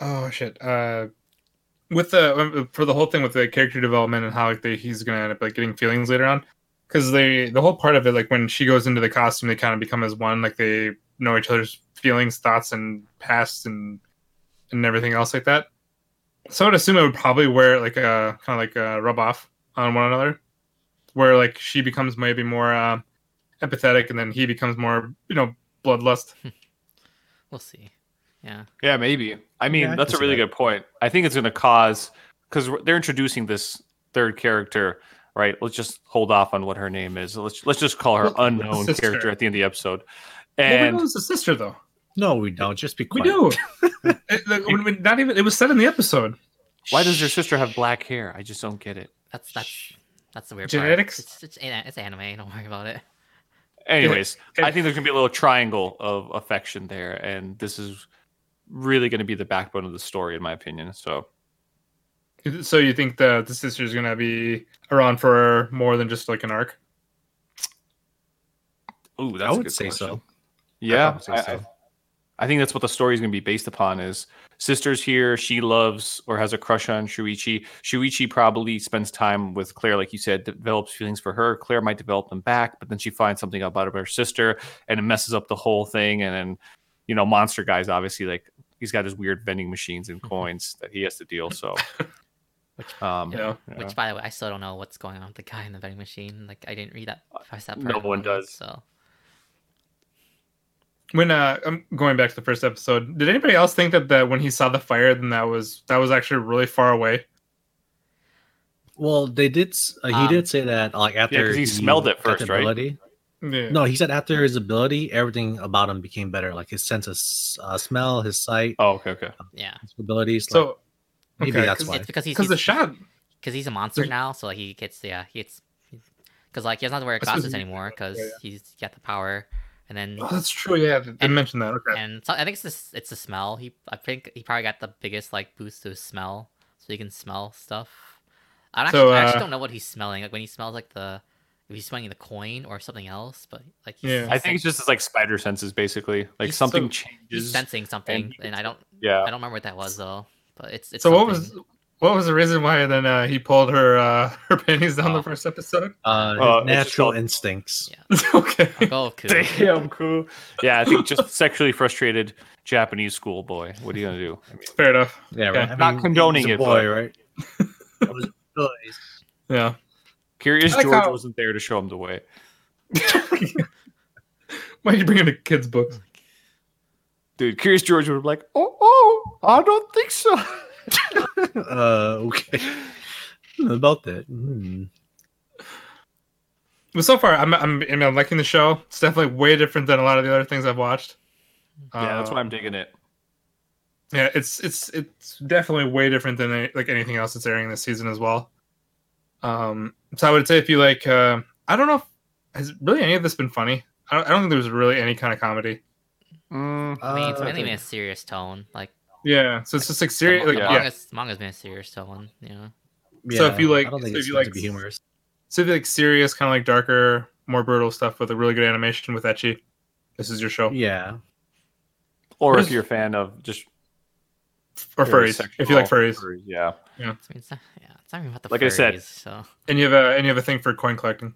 S3: oh shit. Uh, with the um, for the whole thing with the character development and how like they, he's gonna end up like getting feelings later on, because they the whole part of it like when she goes into the costume, they kind of become as one. Like they know each other's feelings, thoughts, and past and and everything else like that. So I would assume it would probably wear like a kind of like a rub off on one another, where like she becomes maybe more uh, empathetic, and then he becomes more you know bloodlust.
S1: we'll see. Yeah,
S7: yeah, maybe. I mean,
S5: Yeah, I
S7: that's
S5: can
S7: a
S5: see
S7: really
S5: that.
S7: good point. I think it's going to cause because they're introducing this third character, right? Let's just hold off on what her name is. Let's let's just call her
S3: Well,
S7: unknown
S3: sister.
S7: character at the end of the episode.
S3: well, we
S7: And
S3: know it's a sister though.
S5: No, we don't. Just be
S3: We
S5: quiet.
S3: do. It- like, when we- not even. It was said in the episode.
S7: why does your sister have black hair? I just don't get it.
S1: that's that's that's the weird
S3: Genetics?
S1: Part. It's, it's an- it's anime. Don't worry about it.
S7: Anyways,
S3: Yeah.
S7: I think there's gonna be a little triangle of affection there, and this is really gonna be the backbone of the story, in my opinion. So
S3: So you think the the sister's gonna be around for more than just like an arc?
S7: ooh, that's
S5: I
S7: a
S5: would
S7: good
S5: say
S7: question.
S5: so.
S7: Yeah,
S5: would say
S7: I,
S5: so.
S7: I- I think that's what the story is gonna be based upon. Is sisters here? She loves or has a crush on Shuichi. Shuichi probably spends time with Claire, like you said, develops feelings for her. Claire might develop them back, but then she finds something about her sister, and it messes up the whole thing. And then, you know, monster guys obviously like he's got his weird vending machines
S5: Mm-hmm.
S7: and coins that he has to deal. So.
S1: Which
S7: Um,
S3: Yeah.
S7: yeah.
S1: Which, by the way, I still don't know what's going on with the guy in the vending machine. Like, I didn't read that past that part.
S7: no
S1: of the
S7: one
S1: manga,
S7: does.
S1: So,
S3: When uh, I'm going back to the first episode, did anybody else think that the when he saw the fire, then that was that was actually really far away?
S5: Well, they did. s- Uh, he
S1: Um,
S5: did say that like after
S7: 'cause he smelled it
S5: got
S7: first,
S5: the
S7: right?
S5: ability-
S3: Yeah.
S5: No, he said after his ability, everything about him became better. Like his sense of s- uh, smell, his sight,
S7: Oh, okay, okay.
S1: yeah.
S5: his abilities. like,
S3: So
S5: maybe
S3: okay,
S5: that's why.
S1: It's because he's
S3: because the shot.
S1: because he's a monster
S3: There's-
S1: now, so like, he gets yeah, he gets because like he doesn't have to wear
S3: I suppose
S1: glasses
S3: he-
S1: anymore because
S3: yeah, yeah.
S1: he's got the power, and then
S3: Oh, that's true. Yeah, they they
S1: And-
S3: mentioned that. Okay.
S1: and so, I think it's this it's the smell. He I think he probably got the biggest like boost to his smell, so he can smell stuff. I don't actually,
S3: So,
S1: I actually
S3: uh,
S1: don't know what he's smelling. Like when he smells like the if he's smelling the coin or something else, but like he's,
S3: Yeah.
S1: he's
S7: I think it's
S1: sen-
S7: just his, like spider senses, basically. Like
S1: He's
S7: something
S3: so-
S1: he's
S7: changes.
S1: sensing something,
S7: he
S1: and, I don't I
S7: yeah.
S1: don't remember what that was though. But it's, it's
S3: so what
S1: something.
S3: was what was the reason why then uh, he pulled her uh, her panties down
S1: Oh.
S3: the first episode?
S5: uh, his
S7: Uh, it's just
S5: natural
S7: called-
S5: instincts.
S1: Yeah.
S3: okay.
S1: Go, Ku.
S7: Damn cool. Yeah, I think just sexually frustrated Japanese schoolboy. What are you gonna do? I mean,
S3: Fair enough.
S5: Yeah,
S3: Yeah,
S5: right. I
S7: not
S5: mean,
S7: condoning
S5: he's a
S7: it,
S5: boy,
S7: but-
S5: right? It was boys.
S3: Yeah.
S7: Curious
S3: I like
S7: George
S3: how-
S7: wasn't there to show him the way.
S3: Why'd you bring in the kids' books?
S7: Dude, Curious George would be like, oh, oh, I don't think so.
S5: uh, okay. Hmm, About that. Hmm.
S3: But so far, I'm, I'm, I mean, I'm liking the show. It's definitely way different than a lot of the other things I've watched.
S7: yeah, that's
S3: Uh,
S7: why I'm digging it.
S3: Yeah, it's it's it's definitely way different than any- like anything else that's airing this season as well. Um, so I would say if you like, uh, I don't know, if, has really any of this been funny? I don't, I don't think there's really any kind of comedy.
S7: Mm,
S1: I mean, it's
S5: Uh,
S1: mainly been a serious tone. Like,
S3: Yeah, so it's just like serious.
S1: the,
S3: Like,
S1: ma-
S3: yeah.
S1: manga's, manga's been a serious tone. You know,
S3: So if you like-
S5: I don't think
S3: so if
S5: it's
S3: you
S5: meant
S3: like-
S5: to be humorous.
S3: So if you like serious, kind of like darker, more brutal stuff with a really good animation with etchy, this is your show.
S5: Yeah.
S7: or
S3: what
S7: if
S3: is-
S7: you're a fan of just
S3: Or furries, if you like furries,
S7: yeah.
S1: I mean, it's not, yeah, it's not even about the
S7: Like
S1: furries,
S7: I said-
S1: So
S3: and you have a and you have a thing for coin collecting.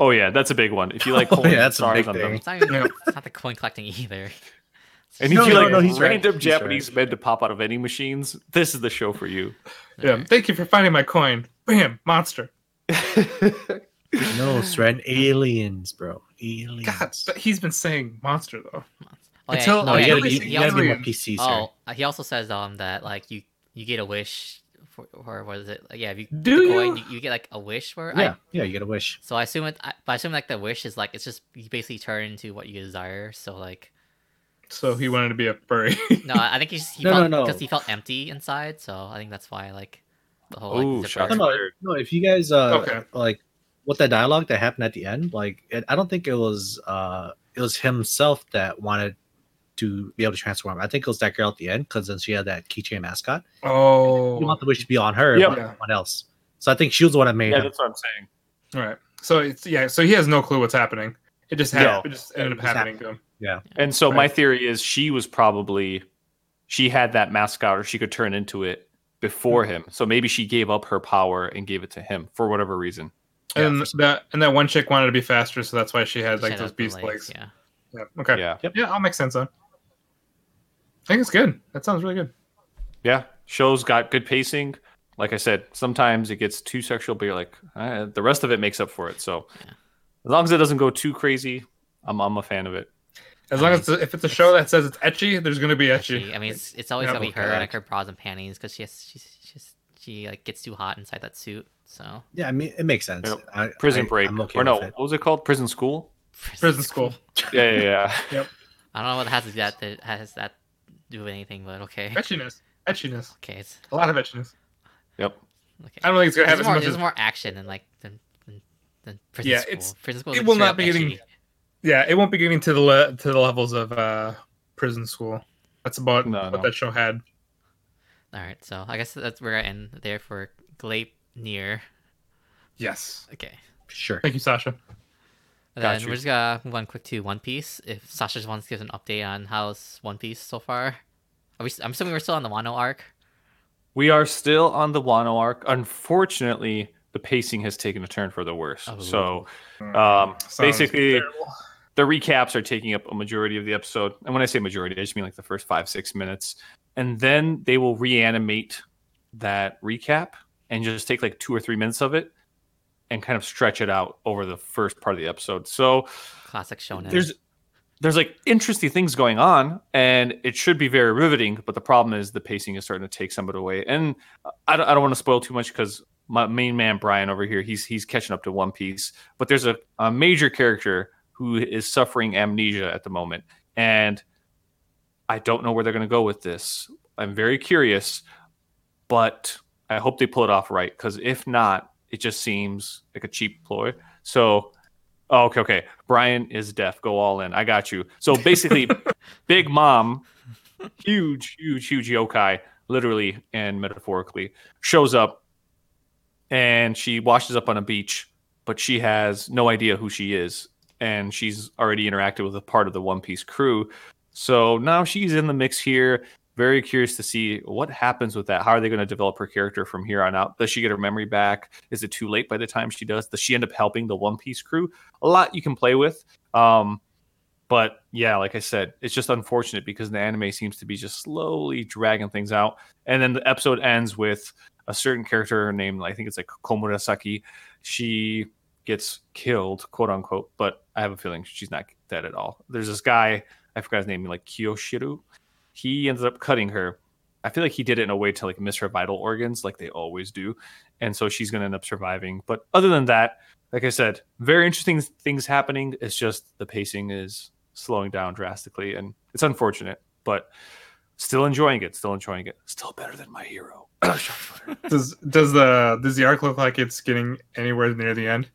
S7: Oh yeah, that's a big one. If you like,
S5: Oh,
S7: pulling
S5: yeah, that's a
S7: stars
S5: big
S7: on them.
S5: thing.
S1: it's not even
S3: Yeah.
S1: it's not the coin collecting either.
S7: And if
S5: No,
S7: you
S5: no,
S7: like
S5: no, he's right.
S7: random
S5: He's
S7: Japanese men to pop out of any machines, this is the show for you.
S3: Yeah, thank you for finding my coin. Bam, monster.
S5: No, Sren, aliens, bro. Aliens.
S3: God, but he's been saying monster though.
S1: Oh, yeah,
S3: Until-
S1: no,
S5: Oh, you
S1: yeah,
S5: gotta
S1: he-
S3: everything
S5: be,
S1: he
S5: you gotta be more
S3: alien.
S5: PC, sir.
S1: Oh, uh, he also says um that like you you get a wish for or what is it? Like, Yeah, if you
S3: Do
S1: the coin,
S3: you?
S1: you get like a wish for. I,
S5: yeah, yeah, you get a wish.
S1: so I assume it. I, but I assume like the wish is like it's just you basically turn into what you desire. So like
S3: So he wanted to be a furry.
S1: no, I I think he's he
S5: No,
S1: felt
S5: no, no.
S1: he felt empty inside. So I think that's why like the whole
S7: Ooh,
S1: like, zipper-
S5: No,
S7: shocker.
S5: no, no. If you guys, uh,
S3: Okay.
S5: like, what that dialogue that happened at the end, like, it, I don't think it was, uh, it was himself that wanted to be able to transform. I think it was that girl at the end because then she had that keychain mascot.
S3: oh,
S5: You want the wish to be on her,
S7: Yep.
S5: but not someone else. So I think she was the one that made
S7: Yeah,
S5: him.
S7: that's what I'm saying.
S3: All right. So it's yeah. So he has no clue what's happening. It just
S7: No.
S3: happened. It just ended
S5: It
S3: up
S5: just
S3: happening to him.
S7: And so my
S3: Right.
S7: theory is she was probably she had that mascot or she could turn into it before
S5: Hmm.
S7: him. So maybe she gave up her power and gave it to him for whatever reason.
S5: Yeah,
S3: and
S5: for
S3: that and that one chick wanted to be faster, so that's why she had
S1: she
S3: like
S1: had
S3: those
S1: open
S3: beast legs.
S1: Yeah.
S3: Yeah. Okay.
S7: Yeah.
S3: Yeah. I'll make sense on. I think it's good. That sounds really good.
S7: Yeah. Show's got good pacing. Like I said, sometimes it gets too sexual, but you're like, eh, the rest of it makes up for it. So
S1: Yeah.
S7: as long as it doesn't go too crazy, I'm, I'm a fan of it.
S3: As long as it's- if it's a show that says it's etchy, there's gonna be etchy.
S1: She, I mean, it's, it's always
S3: Yeah,
S1: gonna be her,
S7: okay.
S1: like her bras and panties, because she has, she's she's she like gets too hot inside that suit. So
S5: Yeah, I mean, it makes sense.
S7: Yep.
S5: I,
S7: Prison
S5: I-
S7: Break.
S5: I'm okay
S7: or no,
S5: with it.
S7: what was it called? Prison School?
S3: Prison school.
S7: Yeah, yeah, yeah.
S1: I don't know what has to do that that has that to do with anything, but okay,
S3: Etchiness. Etchiness.
S1: okay, it's
S3: A lot of etchiness.
S7: yep.
S1: okay.
S3: I don't think it's gonna have
S1: There's
S3: as
S1: more,
S3: much
S1: there's
S3: as
S1: more action than like than than, than prison
S3: Yeah,
S1: school.
S3: it's-
S1: prison school. is
S3: it will
S1: straight
S3: not
S1: up
S3: be getting-
S1: etchy.
S3: yeah. It won't be getting to the le- to the levels of uh, prison school. That's about
S7: No,
S3: what
S7: no.
S3: that show had.
S1: All right, so I guess that's where I end there for Glape near.
S3: Yes.
S1: Okay,
S5: Sure.
S3: Thank you, Sasha.
S1: and
S7: Got
S1: then
S7: you.
S1: we're just gonna move on quick to One Piece. If Sasha just wants to give us an update on how's One Piece so far, are we? I'm assuming we're still on the Wano arc.
S7: We are still on the Wano arc. Unfortunately, the pacing has taken a turn for the worse.
S1: Oh.
S7: So um,
S3: Sounds
S7: basically,
S3: terrible.
S7: the recaps are taking up a majority of the episode. And when I say majority, I just mean like the first five, six minutes. And then they will reanimate that recap and just take like two or three minutes of it and kind of stretch it out over the first part of the episode. So
S1: Classic Shonen.
S7: there's there's like interesting things going on and it should be very riveting but the problem is the pacing is starting to take some of it away and i don't, I don't want to spoil too much because my main man brian over here he's he's catching up to one piece but there's a, a major character who is suffering amnesia at the moment and i don't know where they're going to go with this i'm very curious but i hope they pull it off right because if not it just seems like a cheap ploy so Oh, okay, okay. Brian is deaf. Go all in. I got you. So basically, Big Mom, huge, huge, huge yokai, literally and metaphorically, shows up and she washes up on a beach, but she has no idea who she is. And she's already interacted with a part of the One Piece crew. So now she's in the mix here. Very curious to see what happens with that. How are they going to develop her character from here on out? Does she get her memory back? Is it too late by the time she does? Does she end up helping the One Piece crew? A lot you can play with. Um, but yeah, like I said, it's just unfortunate because the anime seems to be just slowly dragging things out. And then the episode ends with a certain character named, I think it's like Komurasaki. She gets killed, quote unquote. But I have a feeling she's not dead at all. There's this guy, I forgot his name, like Kyoshiru. He ended up cutting her. I feel like he did it in a way to like miss her vital organs, like they always do, and so she's gonna end up surviving. But other than that, like I said, very interesting things happening. It's just the pacing is slowing down drastically, and it's unfortunate, but still enjoying it. Still enjoying it. Still better than my hero. Shots fired.
S3: Does does the does the arc look like it's getting anywhere near the end?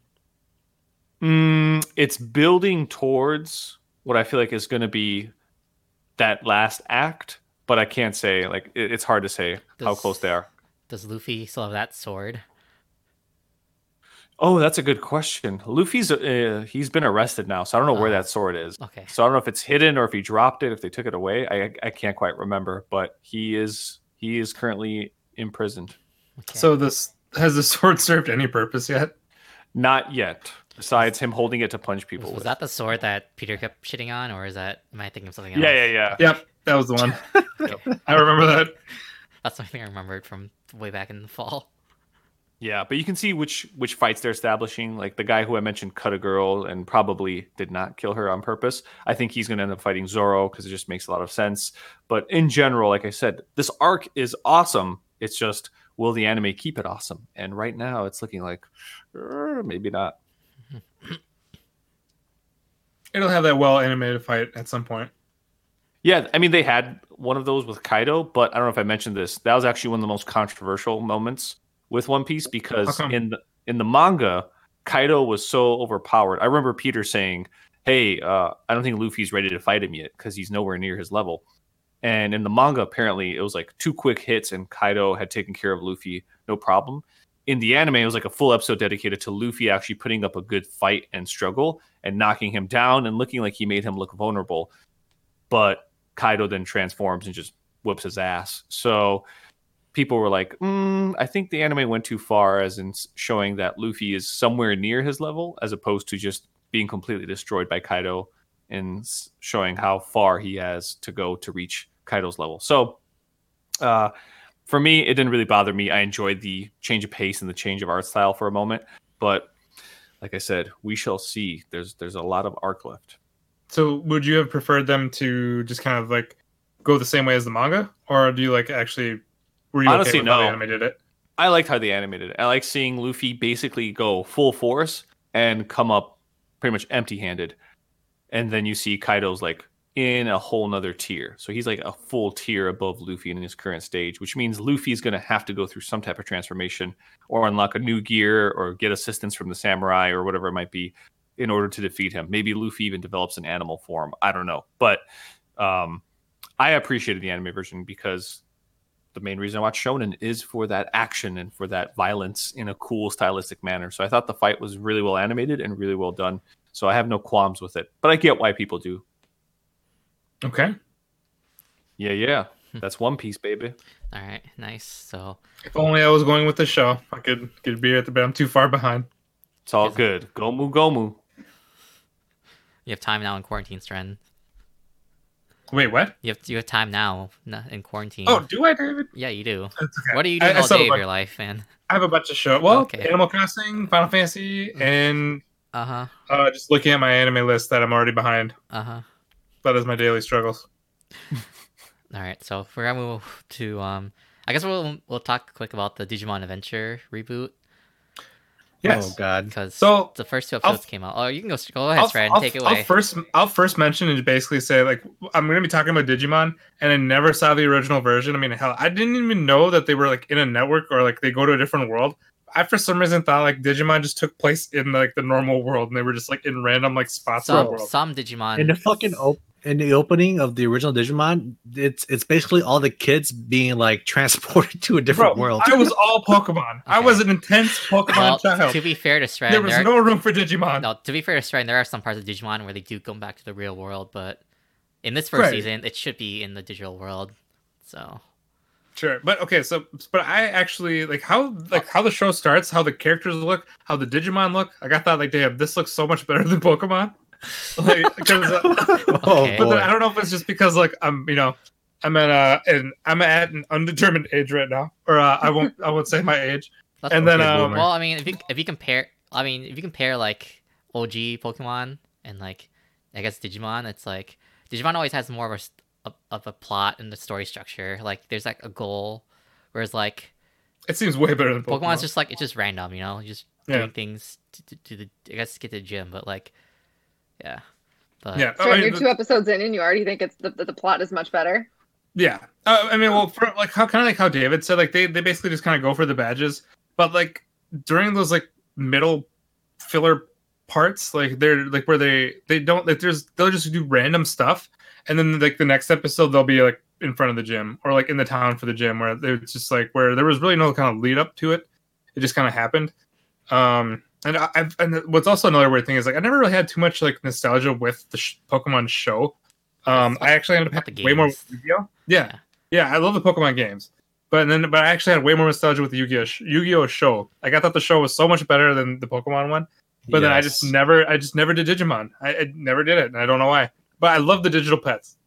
S7: Mm, it's building towards what I feel like is going to be that last act, but I can't say like it, it's hard to say how
S1: Does-
S7: close they are.
S1: Does Luffy still have that sword?
S7: Oh, that's a good question. Luffy's uh, he's been arrested now, so I don't know where that sword is.
S1: Okay.
S7: So I don't know if it's hidden or if he dropped it, if they took it away. I I can't quite remember, but he is he is currently imprisoned.
S1: okay.
S3: So this has the sword served any purpose yet?
S7: Not yet. Besides him holding it to punch
S1: was,
S7: people.
S1: was
S7: with.
S1: that the sword that Peter kept shitting on, or is that am I thinking of something else?
S7: yeah, yeah, yeah.
S3: Yep, that was the one. I remember that.
S1: That's something I remembered from way back in the fall.
S7: Yeah, but you can see which which fights they're establishing. Like the guy who I mentioned cut a girl and probably did not kill her on purpose. I think he's going to end up fighting Zoro because it just makes a lot of sense. But in general, like I said, this arc is awesome. It's just will the anime keep it awesome? And right now, it's looking like "Er, maybe not.
S3: It'll have that well animated fight at some point.
S7: Yeah, I mean they had one of those with Kaido, but I don't know if I mentioned this. That was actually one of the most controversial moments with One Piece
S3: How
S7: because
S3: come?
S7: in the in the manga, Kaido was so overpowered. I remember Peter saying, "Hey, uh, I don't think Luffy's ready to fight him yet because he's nowhere near his level." And in the manga, apparently, it was like two quick hits, and Kaido had taken care of Luffy, no problem. In the anime, it was like a full episode dedicated to Luffy actually putting up a good fight and struggle and knocking him down and looking like he made him look vulnerable. But Kaido then transforms and just whoops his ass. So people were like, mm, I think the anime went too far as in s- showing that Luffy is somewhere near his level as opposed to just being completely destroyed by Kaido and s- showing how far he has to go to reach Kaido's level. So uh, for me, it didn't really bother me. I enjoyed the change of pace and the change of art style for a moment, but like I said, we shall see. There's there's a lot of arc left.
S3: So would you have preferred them to just kind of like go the same way as the manga, or do you like actually? Were you okay
S7: Honestly,
S3: with how they
S7: no.
S3: animated it?
S7: I liked how they animated it. I like seeing Luffy basically go full force and come up pretty much empty handed. And then you see Kaido's like in a whole nother tier. So he's like a full tier above Luffy in his current stage, which means Luffy's going to have to go through some type of transformation or unlock a new gear or get assistance from the samurai or whatever it might be in order to defeat him. Maybe Luffy even develops an animal form. I don't know. But um, I appreciated the anime version because the main reason I watch Shonen is for that action and for that violence in a cool stylistic manner. So I thought the fight was really well animated and really well done. So I have no qualms with it. But I get why people do.
S3: Okay.
S7: Yeah, yeah. That's One Piece, baby.
S1: All right, nice. So
S3: If only I was going with the show, I could could be at the. But I'm too far behind.
S7: It's all good. Gomu Gomu.
S1: you have time now in quarantine, Stren.
S3: Wait, what?
S1: You have you have time now n- in quarantine.
S3: Oh, do I, David?
S1: yeah, you do.
S3: That's okay.
S1: What are you
S3: I-
S1: doing
S3: I
S1: all
S3: still
S1: day
S3: have
S1: of
S3: a-
S1: your life, man?
S3: I have a bunch of show. Well,
S1: Okay.
S3: Animal Crossing, Final Fantasy, and
S1: Uh huh.
S3: uh, just looking at my anime list that I'm already behind.
S1: Uh huh.
S3: That is my daily struggles.
S1: All right, so we're gonna move to um. I guess we'll we'll talk quick about the Digimon Adventure reboot
S3: Yes.
S5: Oh God.
S1: because
S3: So,
S1: the first two
S3: I'll-
S1: episodes came out. Oh, you can go go ahead, Fred,
S3: I'll,
S1: take it
S3: I'll
S1: away.
S3: first I'll first mention and basically say like I'm gonna be talking about Digimon and I never saw the original version. I mean hell, I didn't even know that they were like in a network or like they go to a different world. I for some reason thought like Digimon just took place in like the normal world and they were just like in random like spots of the
S1: some
S3: world.
S1: some Digimon
S5: In the fucking op- in the opening of the original Digimon, it's it's basically all the kids being like transported to a different world.
S3: I was all Pokemon. I
S1: Okay.
S3: was an intense
S1: Well,
S3: Pokemon child.
S1: to be fair to Stren,
S3: There was
S1: are-
S3: no room for Digimon.
S1: No, to be fair to Stratton, there are some parts of Digimon where they do come back to the real world, but in this first
S3: Right.
S1: season, it should be in the digital world. So
S3: Sure, but okay, so but I actually like how like how the show starts, how the characters look, how the Digimon look. Like I thought, like damn, this looks so much better than Pokemon. Like, 'cause, uh,
S5: Oh
S1: Okay.
S3: but then I
S5: boy.
S3: don't know if it's just because like I'm you know I'm at uh and I'm at an undetermined age right now, or uh, I won't I won't say my age.
S1: that's
S3: And then
S5: Okay,
S3: um
S5: boomer.
S1: well, I mean, if you if you compare I mean, if you compare like OG Pokemon and like I guess Digimon, it's like Digimon always has more of a s- of- of a plot and the story structure. Like there's like a goal, whereas like
S3: It seems way better than Pokemon.
S1: Pokemon's just like it's just random, you know, You're just
S3: Yeah.
S1: doing things to, to, to the I guess to get to the gym, but like, yeah, but
S3: yeah. Oh,
S8: Sorry,
S3: I mean,
S8: you're two episodes in and you already think it's the, the, the plot is much better.
S3: Yeah, uh, I mean, well, for like how kind of like how David said, like they they basically just kind of go for the badges, but like during those like middle filler parts, like they're like where they they don't like there's they'll just do random stuff, and then like the next episode they'll be like in front of the gym or like in the town for the gym where they- it's just like where there was really no kind of lead up to it, it just kind of happened. Um, and I, I've and what's also another weird thing is like I never really had too much like nostalgia with the sh- Pokemon show. Um, I actually ended up
S1: About the
S3: having way more
S1: games.
S3: with Yu-Gi-Oh. Yeah, yeah, I love the Pokemon games, but then but I actually had way more nostalgia with the Yu-Gi-Oh sh- Yu-Gi-Oh show. Like I thought the show was so much better than the Pokemon one, but then I just
S5: Yes.
S3: never I just never did Digimon. I, I never did it, and I don't know why. But I love the digital pets.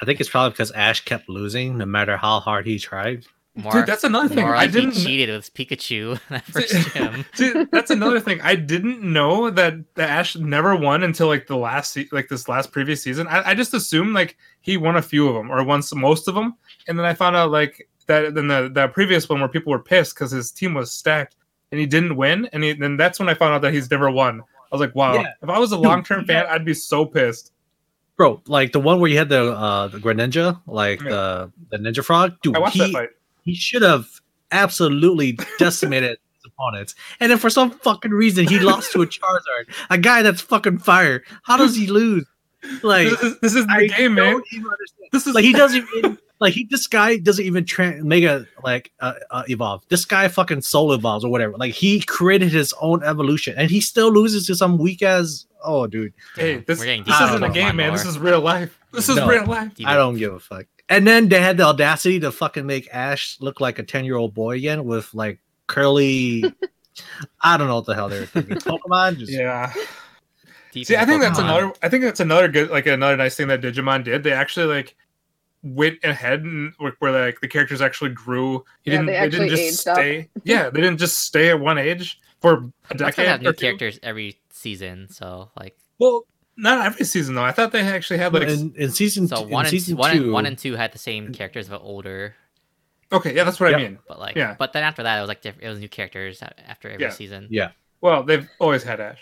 S5: I think it's probably because Ash kept losing no matter how hard he tried.
S1: more
S3: Dude, that's another thing.
S1: more
S3: I
S1: like he
S3: didn't
S1: cheated with Pikachu in that first gym.
S3: Dude, that's another thing. I didn't know that the Ash never won until like the last se- like this last previous season. I, I just assumed like he won a few of them or won some, most of them, and then I found out like that then the the previous one where people were pissed because his team was stacked and he didn't win, and he, then that's when I found out that he's never won. I was like, wow.
S5: Yeah.
S3: If I was a long term fan, I'd be so pissed.
S5: Bro, like the one where you had the uh the Greninja, like
S3: Yeah.
S5: the the Ninja Frog, dude,
S3: I watched that
S5: he,
S3: fight.
S5: he should have absolutely decimated his opponents. And then for some fucking reason he lost to a Charizard, a guy that's fucking fire. How does he lose? Like
S3: this is, this is the
S5: I
S3: game, man.
S5: don't even understand.
S3: This is
S5: Like he doesn't even like he this guy doesn't even tra- make a like uh, uh, evolve. This guy fucking soul evolves or whatever. Like he created his own evolution and he still loses to some weak ass. Oh, dude,
S3: hey, this,
S1: We're getting
S3: this
S5: deep
S3: isn't a
S5: into
S3: game,
S1: Pokemon
S3: man.
S1: lore.
S3: This is real life. This is
S5: No.
S3: real life.
S5: I don't give a fuck. And then they had the audacity to fucking make Ash look like a ten year old boy again with like curly. I don't know what the hell they were thinking. Pokemon, just,
S3: Yeah.
S1: Deep
S3: See,
S1: into
S3: I think that's
S1: Pokemon.
S3: another. I think that's another good, like another nice thing that Digimon did. They actually like went ahead and like, where like the characters actually grew. You
S8: Yeah,
S3: didn't,
S8: they
S3: didn't
S8: actually
S3: just
S8: aged up.
S3: stay. Yeah, they didn't just stay at one age for a
S1: That's why they have
S3: decade.
S1: new
S3: Or two.
S1: characters every season, so like
S3: Well, not every season though. I thought they actually had like.
S5: in, in season
S1: so
S5: two,
S1: one
S5: in
S1: and
S5: season
S1: one
S5: two,
S1: and one and two had the same characters but older,
S3: okay, yeah, that's what
S5: Yep.
S3: I mean.
S1: but like
S3: Yeah.
S1: but then after that it was like different. It was new characters a- after every
S3: Yeah.
S1: season.
S5: Yeah.
S3: Well, they've always had Ash.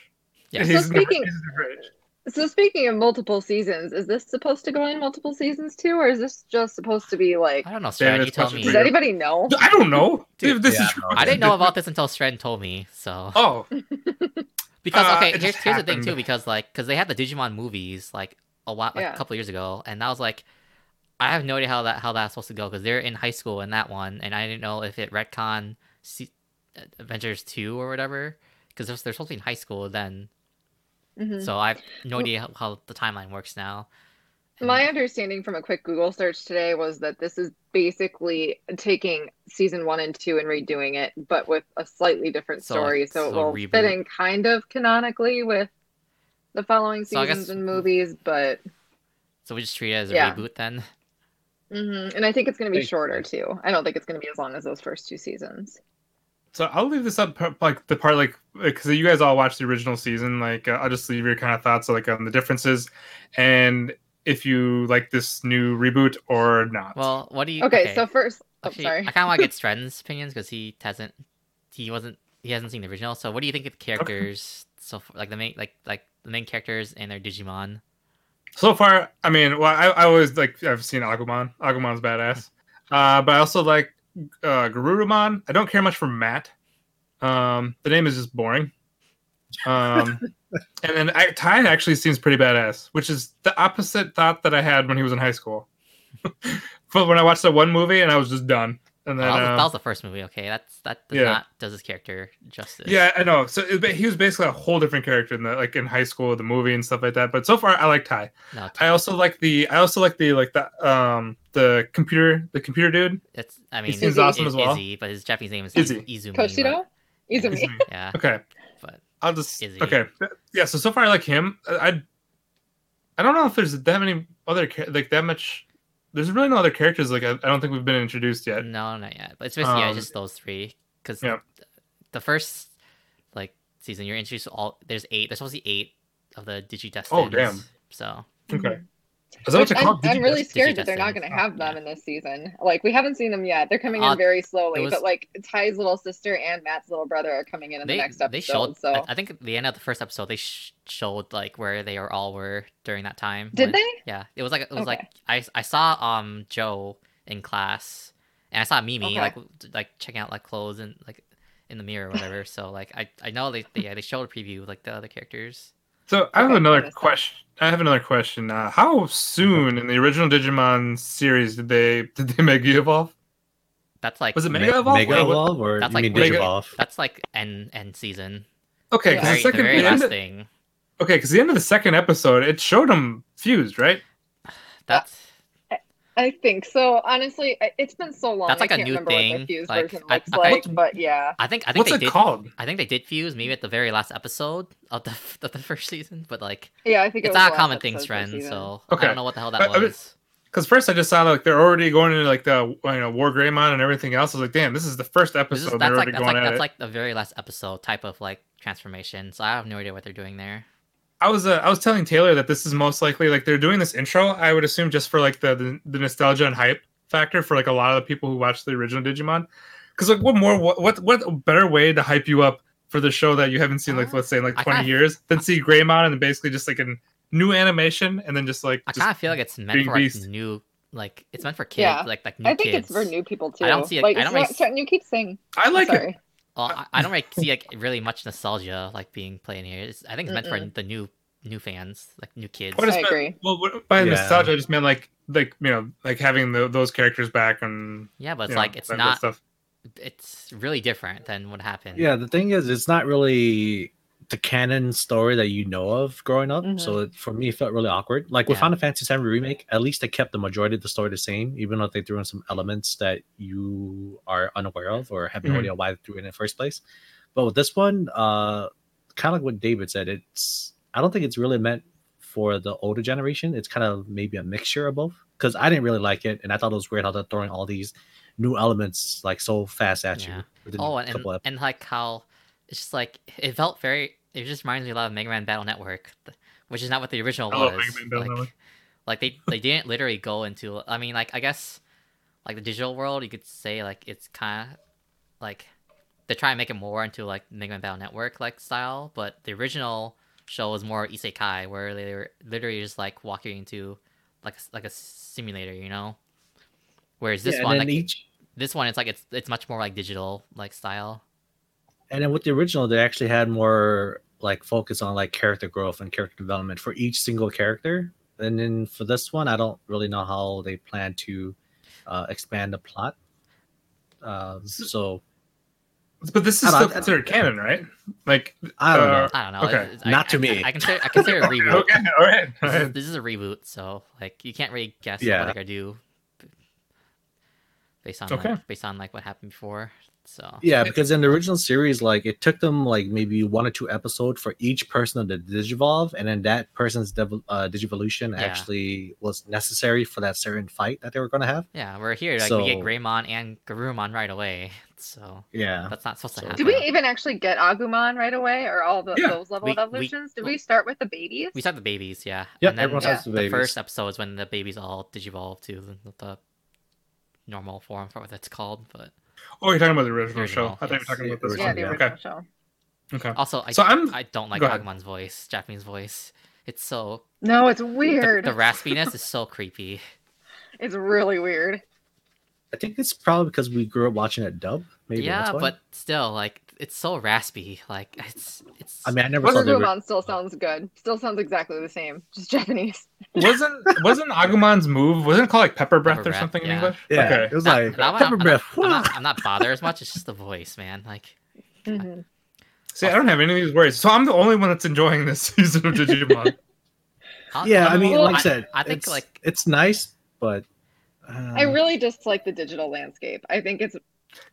S1: Yeah.
S8: So speaking-
S3: he's a different age.
S8: So speaking of multiple seasons, is this supposed to go on multiple seasons too, or is this just supposed to be like?
S1: I don't know, Stren.
S3: Damn,
S1: You
S3: it's
S1: tell
S3: much
S1: me.
S8: Does
S3: bigger.
S8: anybody know?
S3: I don't know.
S1: Dude,
S3: Dude, this
S5: yeah,
S3: is. your-
S1: I didn't know about this until Stren told me. So
S3: Oh,
S1: because
S3: Uh,
S1: okay,
S3: it
S1: here's,
S3: just
S1: here's the thing too.
S3: happened.
S1: Because like, because they had the Digimon movies like a lot, like
S8: Yeah.
S1: a couple years ago, and that was like, I have no idea how that how that's supposed to go because they're in high school in that one, and I didn't know if it retcon se- Avengers two or whatever because if they're supposed to be in high school then.
S6: Mm-hmm.
S8: Mhm.
S1: So I have no
S8: Well-
S1: idea how, how the timeline works now. And
S8: My understanding from a quick Google search today was that this is basically taking season one and two and redoing it, but with a slightly different
S1: So, like,
S8: story. So it
S1: so
S8: will fit
S1: reboot.
S8: in kind of canonically with the following
S1: So I
S8: seasons
S1: guess-
S8: and movies, but
S1: so we just treat it as a
S8: Yeah.
S1: reboot then.
S8: mhm. and I think it's going to be
S5: Basically.
S8: shorter too. I don't think it's going to be as long as those first two seasons.
S3: So I'll leave this up per- like the part like because you guys all watched the original season. Like uh, I'll just leave your kind of thoughts like on the differences and if you like this new reboot or not.
S1: Well, what do you?
S8: Okay, so first, oh,
S1: Actually,
S8: sorry.
S1: I kind of want to get Stren's opinions because he hasn't, he wasn't, he hasn't seen the original. So, what do you think of the characters so far? Like the main, like like the main characters and their Digimon.
S3: so far, I mean, well, I, I always like I've seen Agumon. Agumon's badass, uh, but I also like uh, Garurumon. I don't care much for Matt. Um, the name is just boring. Um, and then I, Ty actually seems pretty badass, which is the opposite thought that I had when he was in high school. But when I watched that one movie and I was just done. And then
S1: that, was,
S3: um,
S1: that was the first movie. Okay, that's that does
S3: yeah.
S1: not does his character justice.
S3: Yeah, I know. So it, but he was basically a whole different character in the like in high school, the movie and stuff like that. But so far, I like Ty.
S1: no,
S3: I also like the I also like the like the um the computer the computer dude.
S1: it's I mean,
S3: seems
S1: I-
S3: awesome as well.
S1: Izzy, but his Japanese name is
S3: Izzy.
S1: Izzy. Izumi. but-
S8: Koshido? Izumi.
S1: yeah,
S3: Okay,
S1: but
S3: I'll just
S1: Izzy.
S3: okay. Yeah, so so far I like him. I I- I don't know if there's that many other cha- like that much. There's really no other characters like I, I don't think we've been introduced
S1: Mm.
S3: yet.
S1: no, not yet. But it's basically yeah,
S3: Um,
S1: just those three because
S3: yeah.
S1: the first like season. You're introduced to all. There's eight. There's supposed to be eight of the Digi Destinies.
S3: Oh, damn.
S1: So
S3: Okay. Is that what
S8: Which
S3: you call
S8: I'm,
S3: it?
S8: I'm really
S1: Digitest-
S8: scared that they're not
S1: Digitesting.
S8: going to have them in this season. Like we haven't seen them yet. They're coming
S1: Uh,
S8: in very slowly,
S1: it was-
S8: but like Ty's little sister and Matt's little brother are coming in in
S1: they
S8: the next
S1: they
S8: episode.
S1: showed.
S8: so
S1: I, I think at the end of the first episode, they sh- showed like where they were all were during that time.
S8: did
S1: when-
S8: they?
S1: Yeah, it was like it was
S8: Okay.
S1: like I I saw um Joe in class, and I saw Mimi
S8: Okay.
S1: like w- like checking out like clothes and like in the mirror or whatever. so like I I know they, they yeah they showed a preview of, like the other characters.
S3: So I have
S8: Okay, I
S3: another
S8: missed that.
S3: question. I have another question. Uh, how soon in the original Digimon series did they did they make you evolve?
S1: That's like
S3: Was it
S5: Me-
S3: Mega Evolve?
S5: Mega
S3: Wait, what-
S5: Evolve or
S1: That's
S5: you
S1: like
S5: mean
S3: Mega-
S5: Digivolve?
S1: that's like end end season.
S3: Okay,
S8: Yeah.
S1: Very,
S3: because
S1: the
S3: the second
S1: very
S3: the
S1: last
S3: end,
S1: thing.
S3: okay, because the end of the second episode, it showed them fused, right?
S1: That's
S8: I think so. Honestly, I- it's been so long.
S1: That's like
S8: I
S1: a
S8: can't
S1: new
S8: remember what
S1: thing,
S8: the fused
S1: like,
S8: version
S1: I-
S8: looks
S1: I-
S8: like, but yeah.
S1: I think I think
S3: What's
S1: they
S3: it
S1: did.
S3: called?
S1: I think they did fuse maybe at the very last episode of the of the first season, but like
S8: Yeah, I think
S1: it's
S8: it was the
S1: not a
S8: last
S1: common
S8: episode
S1: thing,
S8: this
S1: friend.
S8: season.
S1: So I
S3: Okay.
S1: don't know what the hell
S3: I-
S1: that
S3: I mean-
S1: was.
S3: Because first I just saw like they're already going into like the you know War Greymon and everything else. I was like, damn, this is the first
S1: This
S3: episode.
S1: is-
S3: they're
S1: that's
S3: already
S1: like that's
S3: going
S1: like
S3: at
S1: that's
S3: it.
S1: like the very last episode type of like transformation. So I have no idea what they're doing there.
S3: I was uh, I was telling Taylor that this is most likely like they're doing this intro. I would assume just for like the the, the nostalgia and hype factor for like a lot of the people who watched the original Digimon. Because like what more what, what what better way to hype you up for the show that you haven't seen like
S1: Uh,
S3: let's say in like
S1: I
S3: twenty
S1: kinda-
S3: years than see Greymon and basically just like a new animation and then just like
S1: I
S3: just,
S1: kind of feel like it's meant
S3: being
S1: for like,
S3: beast.
S1: new, like it's meant for kids,
S8: Yeah.
S1: like like new
S8: I think
S1: kids.
S8: it's for new people too.
S1: I don't see it-
S8: Like,
S1: I
S8: it's
S1: don't really
S8: not-
S1: s-
S8: Trenton, you keep saying.
S3: I like it.
S8: sorry.
S1: Well, I, I don't really see like really much nostalgia like being played here. It's, I think it's meant for
S8: Mm-mm.
S1: the new new fans, like new kids.
S3: What is-
S8: I
S3: that?
S8: agree.
S3: Well, what, by
S5: Yeah.
S3: nostalgia, I just meant like like you know like having the, those characters back and
S1: yeah, but it's
S3: you know,
S1: like it's
S3: that- that
S1: not.
S3: stuff.
S1: It's really different than what happened.
S5: Yeah, the thing is, it's not really the canon story that you know of growing up. So it, for me, it felt really awkward. Like with
S1: Mm-hmm. Yeah.
S5: Final Fantasy VII Remake, at least they kept the majority of the story the same, even though they threw in some elements that you are unaware of or have no
S1: Mm-hmm.
S3: Mhm.
S5: idea why they threw in in the first place. But with this one, uh, kind of like what David said, it's I don't think it's really meant for the older generation. It's kind of maybe a mixture of both. Because I didn't really like it, and I thought it was weird how they're throwing all these new elements like so fast at
S1: Yeah.
S5: you. within
S1: Oh,
S5: a
S1: and,
S5: couple
S1: and, and like how it's just like it felt very. It just reminds me a lot of Mega Man Battle Network, th- which is not what the original
S3: I
S1: was.
S3: love Mega Man Battle
S1: like,
S3: Network.
S1: like they they didn't literally go into. I mean, like I guess, like the digital world, you could say like it's kind of like they try and make it more into like Mega Man Battle Network like style, but the original show was more isekai, where they were literally just like walking into like a s- like a simulator, you know. Whereas this
S5: Yeah, and
S1: one,
S5: then
S1: like
S5: each
S1: this one, it's like it's it's much more like digital like style.
S5: and then with the original they actually had more like focus on like character growth and character development for each single character and then for this one i don't really know how they plan to uh, expand the plot uh, so
S3: But this is
S5: I don't-
S3: still considered canon, right? Like
S5: i don't know
S3: Uh,
S1: I don't know.
S3: Okay.
S1: it's- it's- I-
S5: Not to
S1: I-
S5: me.
S1: I, I consider I consider it a reboot.
S3: okay, all right, all
S1: This,
S3: right.
S1: is, this is a reboot, so like you can't really guess
S5: Yeah.
S1: what they're gonna do based on
S3: Okay.
S1: like, based on like what happened before. So
S5: yeah because in the original series like it took them like maybe one or two episodes for each person of the digivolve and then that person's dev- uh, digivolution
S1: Yeah.
S5: actually was necessary for that certain fight that they were going to have
S1: yeah, we're here. Like we get
S5: So-
S1: Greymon and Garurumon right away. So
S5: yeah
S1: that's not supposed to
S5: So-
S1: happen.
S8: Did we even actually get Agumon right away, or all the,
S3: Yeah,
S8: those level
S1: we- we-
S8: evolutions? Did we start with the babies?
S1: We saw the babies, yeah.
S5: Yep,
S1: and then
S5: everyone
S1: the,
S5: has the
S1: the
S5: babies.
S1: first episode is when the babies all digivolve to the, the normal form, for what that's called. But
S3: Oh, you're talking about the original show.
S1: Original,
S3: I thought you were
S1: yes.
S3: talking about this
S5: Yeah,
S8: yeah,
S3: one.
S8: the
S5: yeah.
S8: original
S3: Okay.
S8: show.
S3: Okay.
S1: also, I
S3: So I'm-
S1: I don't like
S3: Go ahead.
S1: Agumon's voice, Japanese voice. It's so
S8: No, it's
S1: the-
S8: weird.
S1: the raspiness is so creepy.
S8: It's really weird.
S5: I think it's probably because we grew up watching it dub. Maybe.
S1: yeah,
S5: that's why.
S1: but still, like it's so raspy. Like it's it's.
S5: I mean, I never saw the. ori-
S8: Agumon still sounds good. Still sounds exactly the same, just Japanese.
S3: wasn't wasn't Agumon's move wasn't it called like pepper breath
S1: Pepper
S3: or
S1: breath,
S3: something
S1: yeah.
S3: in English?
S5: Yeah, it
S3: Okay.
S5: was
S1: Not-
S5: like
S1: not-
S5: pepper
S1: I'm not-
S5: breath.
S1: I'm not, I'm not bothered as much. It's just the voice, man. Like Mm-hmm.
S8: Mhm.
S3: See, I don't have any of these words, so I'm the only one that's enjoying this season of Digimon.
S1: I'll-
S5: yeah,
S1: I'm
S5: I mean,
S1: all-
S5: like I said,
S1: I think like
S5: it's nice, but uh,
S8: I really dislike the digital landscape. I think it's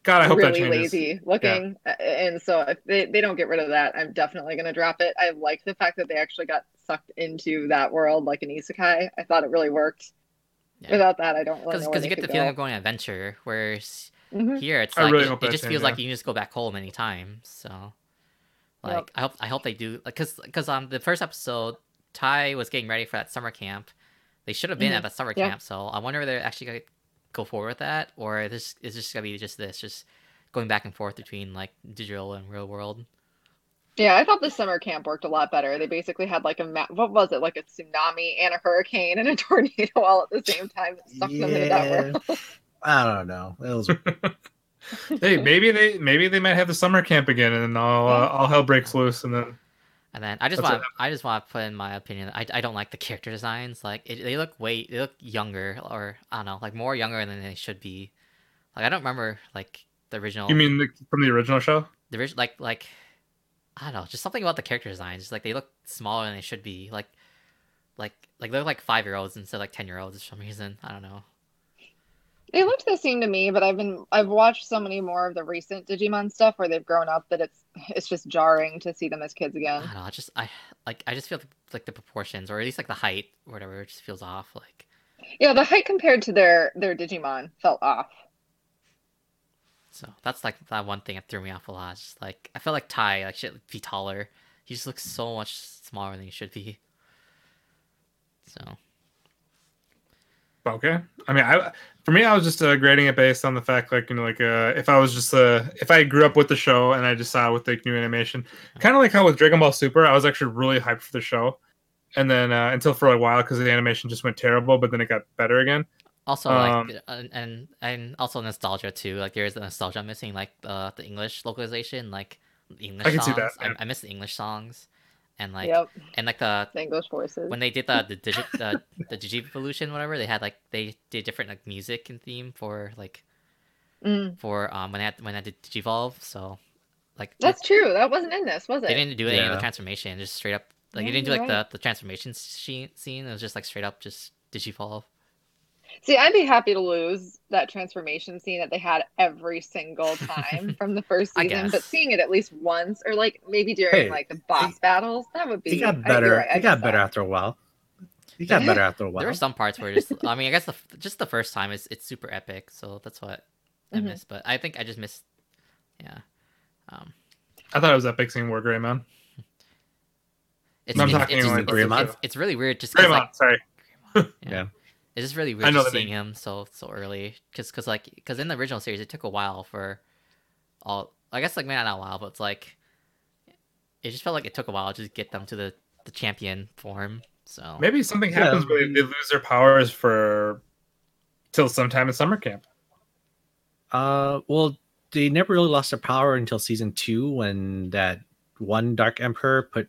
S3: God, I hope that
S8: really
S3: changes.
S8: lazy looking, uh, and so if they, they don't get rid of that, I'm definitely going to drop it. I like the fact that they actually got sucked into that world like an isekai. I thought it really worked.
S1: Yeah.
S8: Without that, I don't really
S1: because
S8: know where
S1: you
S8: they
S1: get the
S8: could
S1: feeling
S8: go.
S1: of going on adventure, whereas
S8: Mhm.
S1: here it's
S3: I
S1: like
S3: really
S1: it,
S3: hope
S1: it
S3: that
S1: just
S3: changes,
S1: feels like
S3: yeah.
S1: you can just go back home anytime. So Like I hope I hope they do because because on um, the first episode, Ty was getting ready for that summer camp. They should have been at that summer
S8: Yeah.
S1: camp. So I wonder if they're actually gonna go forward with that or if this is just gonna be just this just going back and forth between like digital and real world.
S8: Yeah, I thought the summer camp worked a lot better. They basically had like a ma- what was it like a tsunami and a hurricane and a tornado all at the same time. That sucked them into that world.
S5: uh, I don't know. It was
S3: hey, maybe they maybe they might have the summer camp again, and then all uh, all hell breaks loose, and then
S1: And then I just
S3: That's
S1: want I just want to put in my opinion. I, I don't like the character designs. Like it, they look way they look younger or I don't know like more younger than they should be. Like I don't remember like the original.
S3: you mean the, from the original show?
S1: the orig- like like I don't know, just something about the character designs. Just like they look smaller than they should be. Like like like they're like five year olds instead of like ten year olds for some reason. I don't know.
S8: They looked the same to me, but I've been I've watched so many more of the recent Digimon stuff where they've grown up that it's it's just jarring to see them as kids
S1: I
S8: again.
S1: don't know. I just I like I just feel like the proportions or at least like the height or whatever it just feels off. Like
S8: Yeah, the height compared to their their Digimon felt off.
S1: So that's like that one thing that threw me off a lot. Just like I felt like Ty like should be taller. He just looks so much smaller than he should be. So
S3: Okay. I mean, I for me, I was just uh, grading it based on the fact, like you know, like uh, if I was just uh, if I grew up with the show and I just saw it with the new animation, kind of like how with Dragon Ball Super, I was actually really hyped for the show, and then uh, until for a while because the animation just went terrible, but then it got better again.
S1: also
S3: Um,
S1: like and, and and also nostalgia too. Like there is the nostalgia I'm missing. Like uh, the English localization, like the English
S3: can see
S1: songs.
S3: that, yeah.
S1: I, I miss the English songs, and like
S8: yep,
S1: and like the
S8: the English voices.
S1: when they did the the digit the, the digivolution whatever they had like they did different like music and theme for like
S8: Mm,
S1: for um when I had, when I did digivolve. So like
S8: that's true. That wasn't in this, was
S1: They
S8: it?
S1: didn't do any of the
S5: Yeah.
S1: transformation. Just straight up, like
S8: Yeah,
S1: they didn't do like
S8: you're
S1: the, the transformation scene. Scene. It was just like straight up, just digivolve.
S8: See, I'd be happy to lose that transformation scene that they had every single time from the first
S1: I
S8: season, but
S1: guess.
S8: seeing it at least once or like maybe during
S5: Hey,
S8: like the boss
S5: it-
S8: battles, that would be.
S5: He got
S8: I- you're
S5: better.
S8: right, I
S5: he got
S8: guess
S5: better
S8: so.
S5: after a while. He got better after a while.
S1: There were some parts where just, I mean, I guess the f- just the first time is it's super epic. So that's what I
S8: Mhm.
S3: Mm-hmm.
S1: missed. But I think I just missed. Yeah. Um,
S3: I thought it was epic seeing War Greymon.
S1: it's,
S3: No, I'm
S1: it's,
S3: talking
S1: it's,
S3: like
S1: it's,
S5: Greymon.
S1: it's- it's really weird just 'cause,
S3: Greymon,
S1: like
S3: sorry.
S1: yeah.
S5: Yeah.
S1: It's just really weird
S3: know
S1: just
S3: the
S1: seeing him so so early because cause like because in the original series it took a while for all I guess like maybe not a while but it's like it just felt like it took a while to just get them to the the champion form so
S3: Maybe something
S5: Yeah.
S3: happens where they lose their powers for till sometime in summer camp.
S5: Uh, well, they never really lost their power until season two when that one Dark Emperor put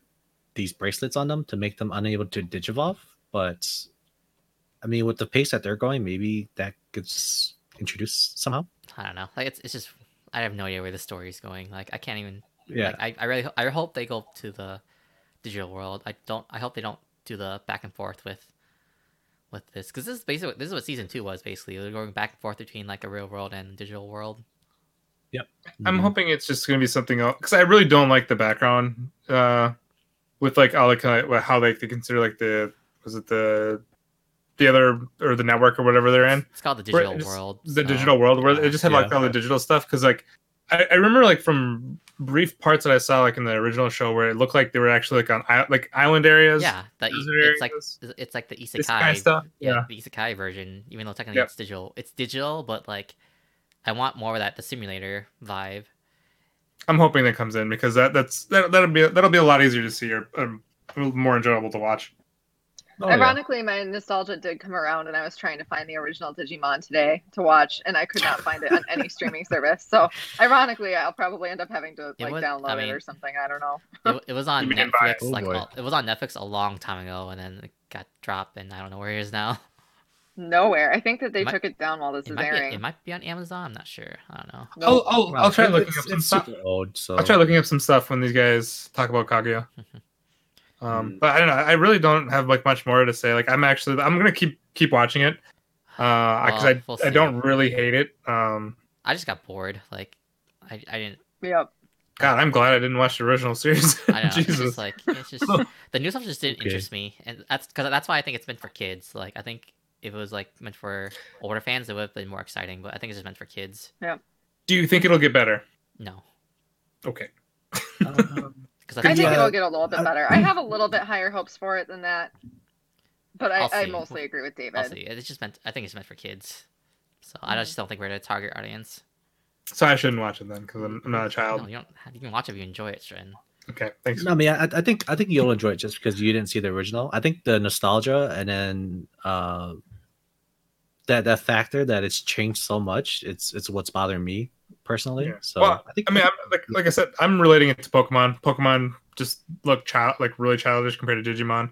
S5: these bracelets on them to make them unable to digivolve. But I mean, with the pace that they're going, maybe that gets introduced somehow.
S1: I don't know like it's it's just I have no idea where the story is going like I can't even
S5: Yeah,
S1: like, I I really I hope they go to the digital world I don't I hope they don't do the back and forth with with this because this is basically this is what season two was basically they're going back and forth between like a real world and digital world
S3: I'm
S5: Mhm.
S3: hoping it's just going to be something else because I really don't like the background uh, with like all the kind of, how like they consider like the was it the the other or the network or whatever they're in
S1: It's called the
S3: Where it
S1: digital
S3: just-
S1: world.
S3: the
S1: so-
S3: digital world where it just had like
S5: Yeah.
S3: all the digital stuff because like I, I remember like from brief parts that I saw like in the original show where it looked like they were actually like on i- like island areas
S1: Yeah, that
S3: desert
S1: it's like
S3: areas,
S1: it's like the
S3: this
S1: isekai.
S3: kind of stuff
S1: Yeah,
S3: yeah
S1: the isekai version. Even though technically
S3: Yep.
S1: it's digital, it's digital, but like I want more of that the simulator vibe.
S3: I'm hoping that comes in because that that's that, that'll be that'll be a lot easier to see or um, more enjoyable to watch
S5: Oh, yeah.
S8: Ironically, my nostalgia did come around, and I was trying to find the original Digimon today to watch, and I could not find it on any streaming service. So, ironically, I'll probably end up having to
S1: It
S8: like
S1: was-
S8: download
S1: I
S8: it or
S1: mean-
S8: something. I don't know.
S1: It, w- it was on
S3: You mean by-
S1: Netflix.
S5: Oh,
S1: like
S5: boy.
S1: all- it was on Netflix a long time ago, and then it got dropped, and I don't know where it is now.
S8: Nowhere. I think that they
S1: might-
S8: took it down while this
S1: It
S8: is
S1: might, be,
S8: airing.
S1: it might be on Amazon. I'm not sure. I don't know.
S8: No.
S3: I'll, I'll,
S5: Well,
S3: I'll try
S5: it-
S3: looking
S5: it's-
S3: up some
S5: it's
S3: stuff
S5: super old. So
S3: I'll try looking up some stuff when these guys talk about Kaguya. Um, but I don't know. I really don't have like much more to say. Like I'm actually I'm gonna keep keep watching it because
S1: Ah, Well,
S3: I
S1: we'll
S3: I
S1: see.
S3: don't really hate it. Um,
S1: I just got bored. Like I I didn't.
S8: Yep.
S3: God, I'm glad I didn't watch the original series.
S1: I don't know. It's
S3: Jesus,
S1: just like it's just the new stuff just didn't
S5: Okay.
S1: interest me, and that's because that's why I think it's meant for kids. Like I think if it was like meant for older fans, it would have been more exciting. But I think it's just meant for kids.
S3: do you think it'll get better?
S1: No,
S3: Okay,
S5: Um,
S1: Because
S8: I
S1: I
S3: Could
S8: think
S1: think
S3: you, uh,
S8: it'll get a little bit better. I have a little bit higher hopes for it than that, but
S1: I'll
S8: I, I
S1: see.
S8: mostly agree with David.
S1: I'll see. It's just meant. I think it's meant for kids. So I just don't think we're the target audience.
S3: So I shouldn't watch it then because I'm, I'm not a
S1: No,
S3: child.
S1: you don't. Have, you can watch if you enjoy it, Strin.
S3: Okay, thanks.
S5: No, I mean, I, I think I think you'll enjoy it just because you didn't see the original. I think the nostalgia and then uh, that that factor that it's changed so much, it's it's what's bothering me personally.
S3: Yeah.
S5: So
S3: Well,
S5: I think
S3: I mean, I'm, like like I said, I'm relating it to Pokemon. Pokemon just look child like really childish compared to Digimon.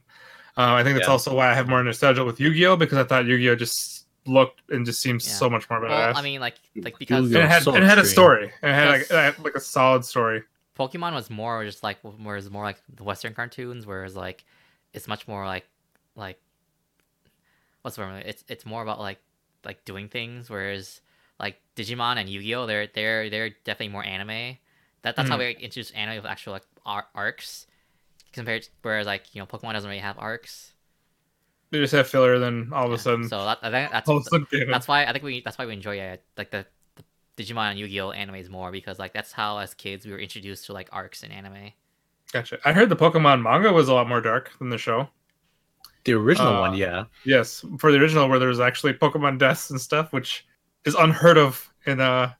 S3: Uh, I think that's
S4: Yeah.
S3: also why I have more nostalgia with Yu-Gi-Oh because I thought Yu-Gi-Oh just looked and just seemed
S1: Yeah.
S3: so much more badass.
S1: Well, I mean, like, like because
S3: and it had
S5: so
S3: and it had a
S5: extreme.
S3: story. And it had like,
S1: Yes.
S3: it had, like a solid story.
S1: Pokemon was more just like whereas more like the Western cartoons, whereas like it's much more like like what's the word? It's it's more about like like doing things, whereas like Digimon and Yu Gi Oh, they're they're they're definitely more anime. That that's how
S3: Mm.
S1: we like, introduce anime with actual like ar- arcs compared to, whereas like you know Pokemon doesn't really have arcs.
S3: They just have filler, then all of
S1: Yeah.
S3: a sudden,
S1: so that, I think that's
S3: all of a sudden, gave it.
S1: that's why I think we that's why we enjoy it like the, the Digimon and Yu Gi Oh animes more because like that's how as kids we were introduced to like arcs in anime.
S3: gotcha. I heard the Pokemon manga was a lot more dark than the show.
S5: the original
S3: uh,
S5: one, yeah.
S3: Yes, for the original, where there was actually Pokemon deaths and stuff, which is unheard of in uh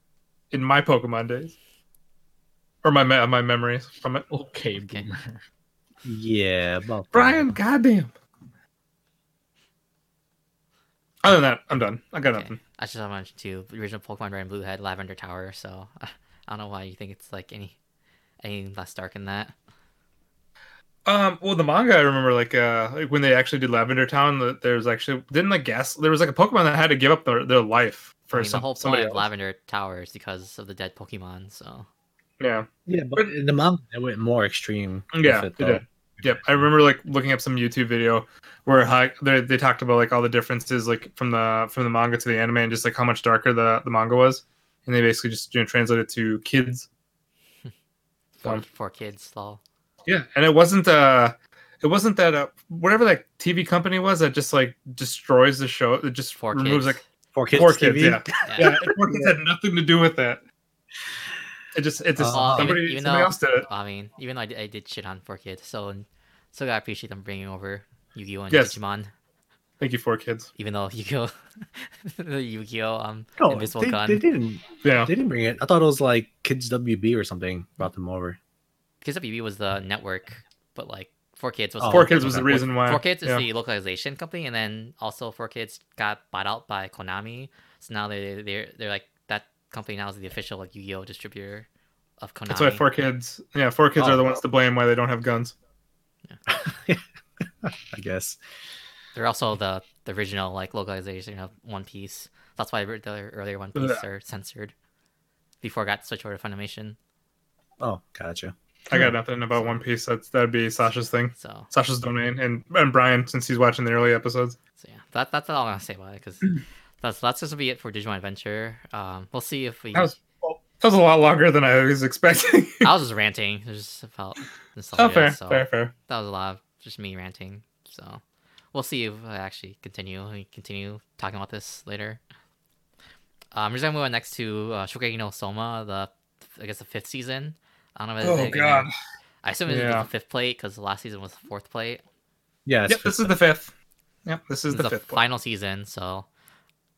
S3: in my Pokemon days, or my me- uh, my memories from it.
S4: Okay,
S1: Okay.
S4: boomer.
S5: Yeah, about
S3: Brian, goddamn. Other than that, I'm done. I got
S1: Okay.
S3: nothing.
S1: I just want to mention too. The original Pokemon Red and Blue had Lavender Tower, so I don't know why you think it's like any any less dark than that.
S3: Um, well, the manga I remember, like, uh, like when they actually did Lavender Town, the- there was actually didn't like gas. There was like a Pokemon that had to give up their, their life for
S1: I mean,
S3: some,
S1: the whole
S3: somebody
S1: point of
S3: else.
S1: Lavender Tower is because of the dead Pokemon. So
S3: Yeah,
S5: Yeah, but in the manga they went more extreme. with
S3: Yeah,
S5: it,
S3: they
S5: though.
S3: did. Yep, I remember like looking up some YouTube video where how, they they talked about like all the differences like from the from the manga to the anime and just like how much darker the the manga was, and they basically just you know translated it to kids.
S1: for
S3: Um,
S1: for kids, lol.
S3: Yeah, and it wasn't uh it wasn't that uh whatever that TV company was that just like destroys the show. It just
S1: For kids.
S3: removes like
S5: For kids,
S3: for kids.
S5: TV?
S3: Yeah,
S1: yeah.
S3: yeah, it- for kids had nothing to do with that. It just it just
S5: Uh,
S3: somebody
S1: even, even
S3: somebody
S1: though
S3: else did it.
S1: I mean, even though I did, I did shit on for kids, so so I appreciate them bringing over Yu-Gi-Oh and
S3: Yes.
S1: Digimon,
S3: Thank you, for kids.
S1: even though Yu-Gi-Oh, the Yu-Gi-Oh um
S3: Oh,
S5: No,
S1: Invisible
S5: they,
S1: Gun.
S5: they didn't.
S3: Yeah.
S5: They didn't bring it. I thought it was like Kids WB or something brought them over.
S1: Kids WB was the network, but like Four Kids was
S5: Oh,
S3: Four kids was the
S5: okay.
S3: reason why.
S1: Four Kids is
S3: yeah.
S1: the localization company, and then also Four Kids got bought out by Konami, so now they they're they're like that company now is the official like Yu-Gi-Oh distributor of Konami.
S3: That's why four kids. Yeah, four kids
S5: Oh.
S3: are the ones to blame why they don't have guns.
S5: I guess.
S1: They're also the the original like localization of One Piece. That's why the earlier One Piece
S3: Blech.
S1: are censored before it got switched over to Funimation.
S5: Oh, gotcha.
S3: I
S1: Hmm.
S3: got nothing about One Piece. That's that'd be Sasha's thing,
S1: So
S3: Sasha's domain, and and Brian since he's watching the early episodes.
S1: so yeah, that that's all I'm gonna say about it because that's that's just gonna be it for Digimon Adventure. Um, we'll see if we.
S3: That was that was a lot longer than I was expecting.
S1: I was just ranting. It was just about
S3: oh,
S1: nostalgia,
S3: fair,
S1: so-
S3: fair, fair.
S1: that was a lot of just me ranting. So we'll see if I actually continue we continue talking about this later. Um, we're just gonna move on next to uh, Shokugeki no Soma, the I guess the fifth season. I don't know.
S3: Oh,
S1: if they-
S3: God.
S1: I assume it's
S3: Yeah.
S1: the fifth plate because the last season was the fourth plate.
S5: Yeah, it's
S3: Yep, this is the fifth. Yep, this is
S1: This
S3: the
S1: is the
S3: fifth. one.
S1: final season, so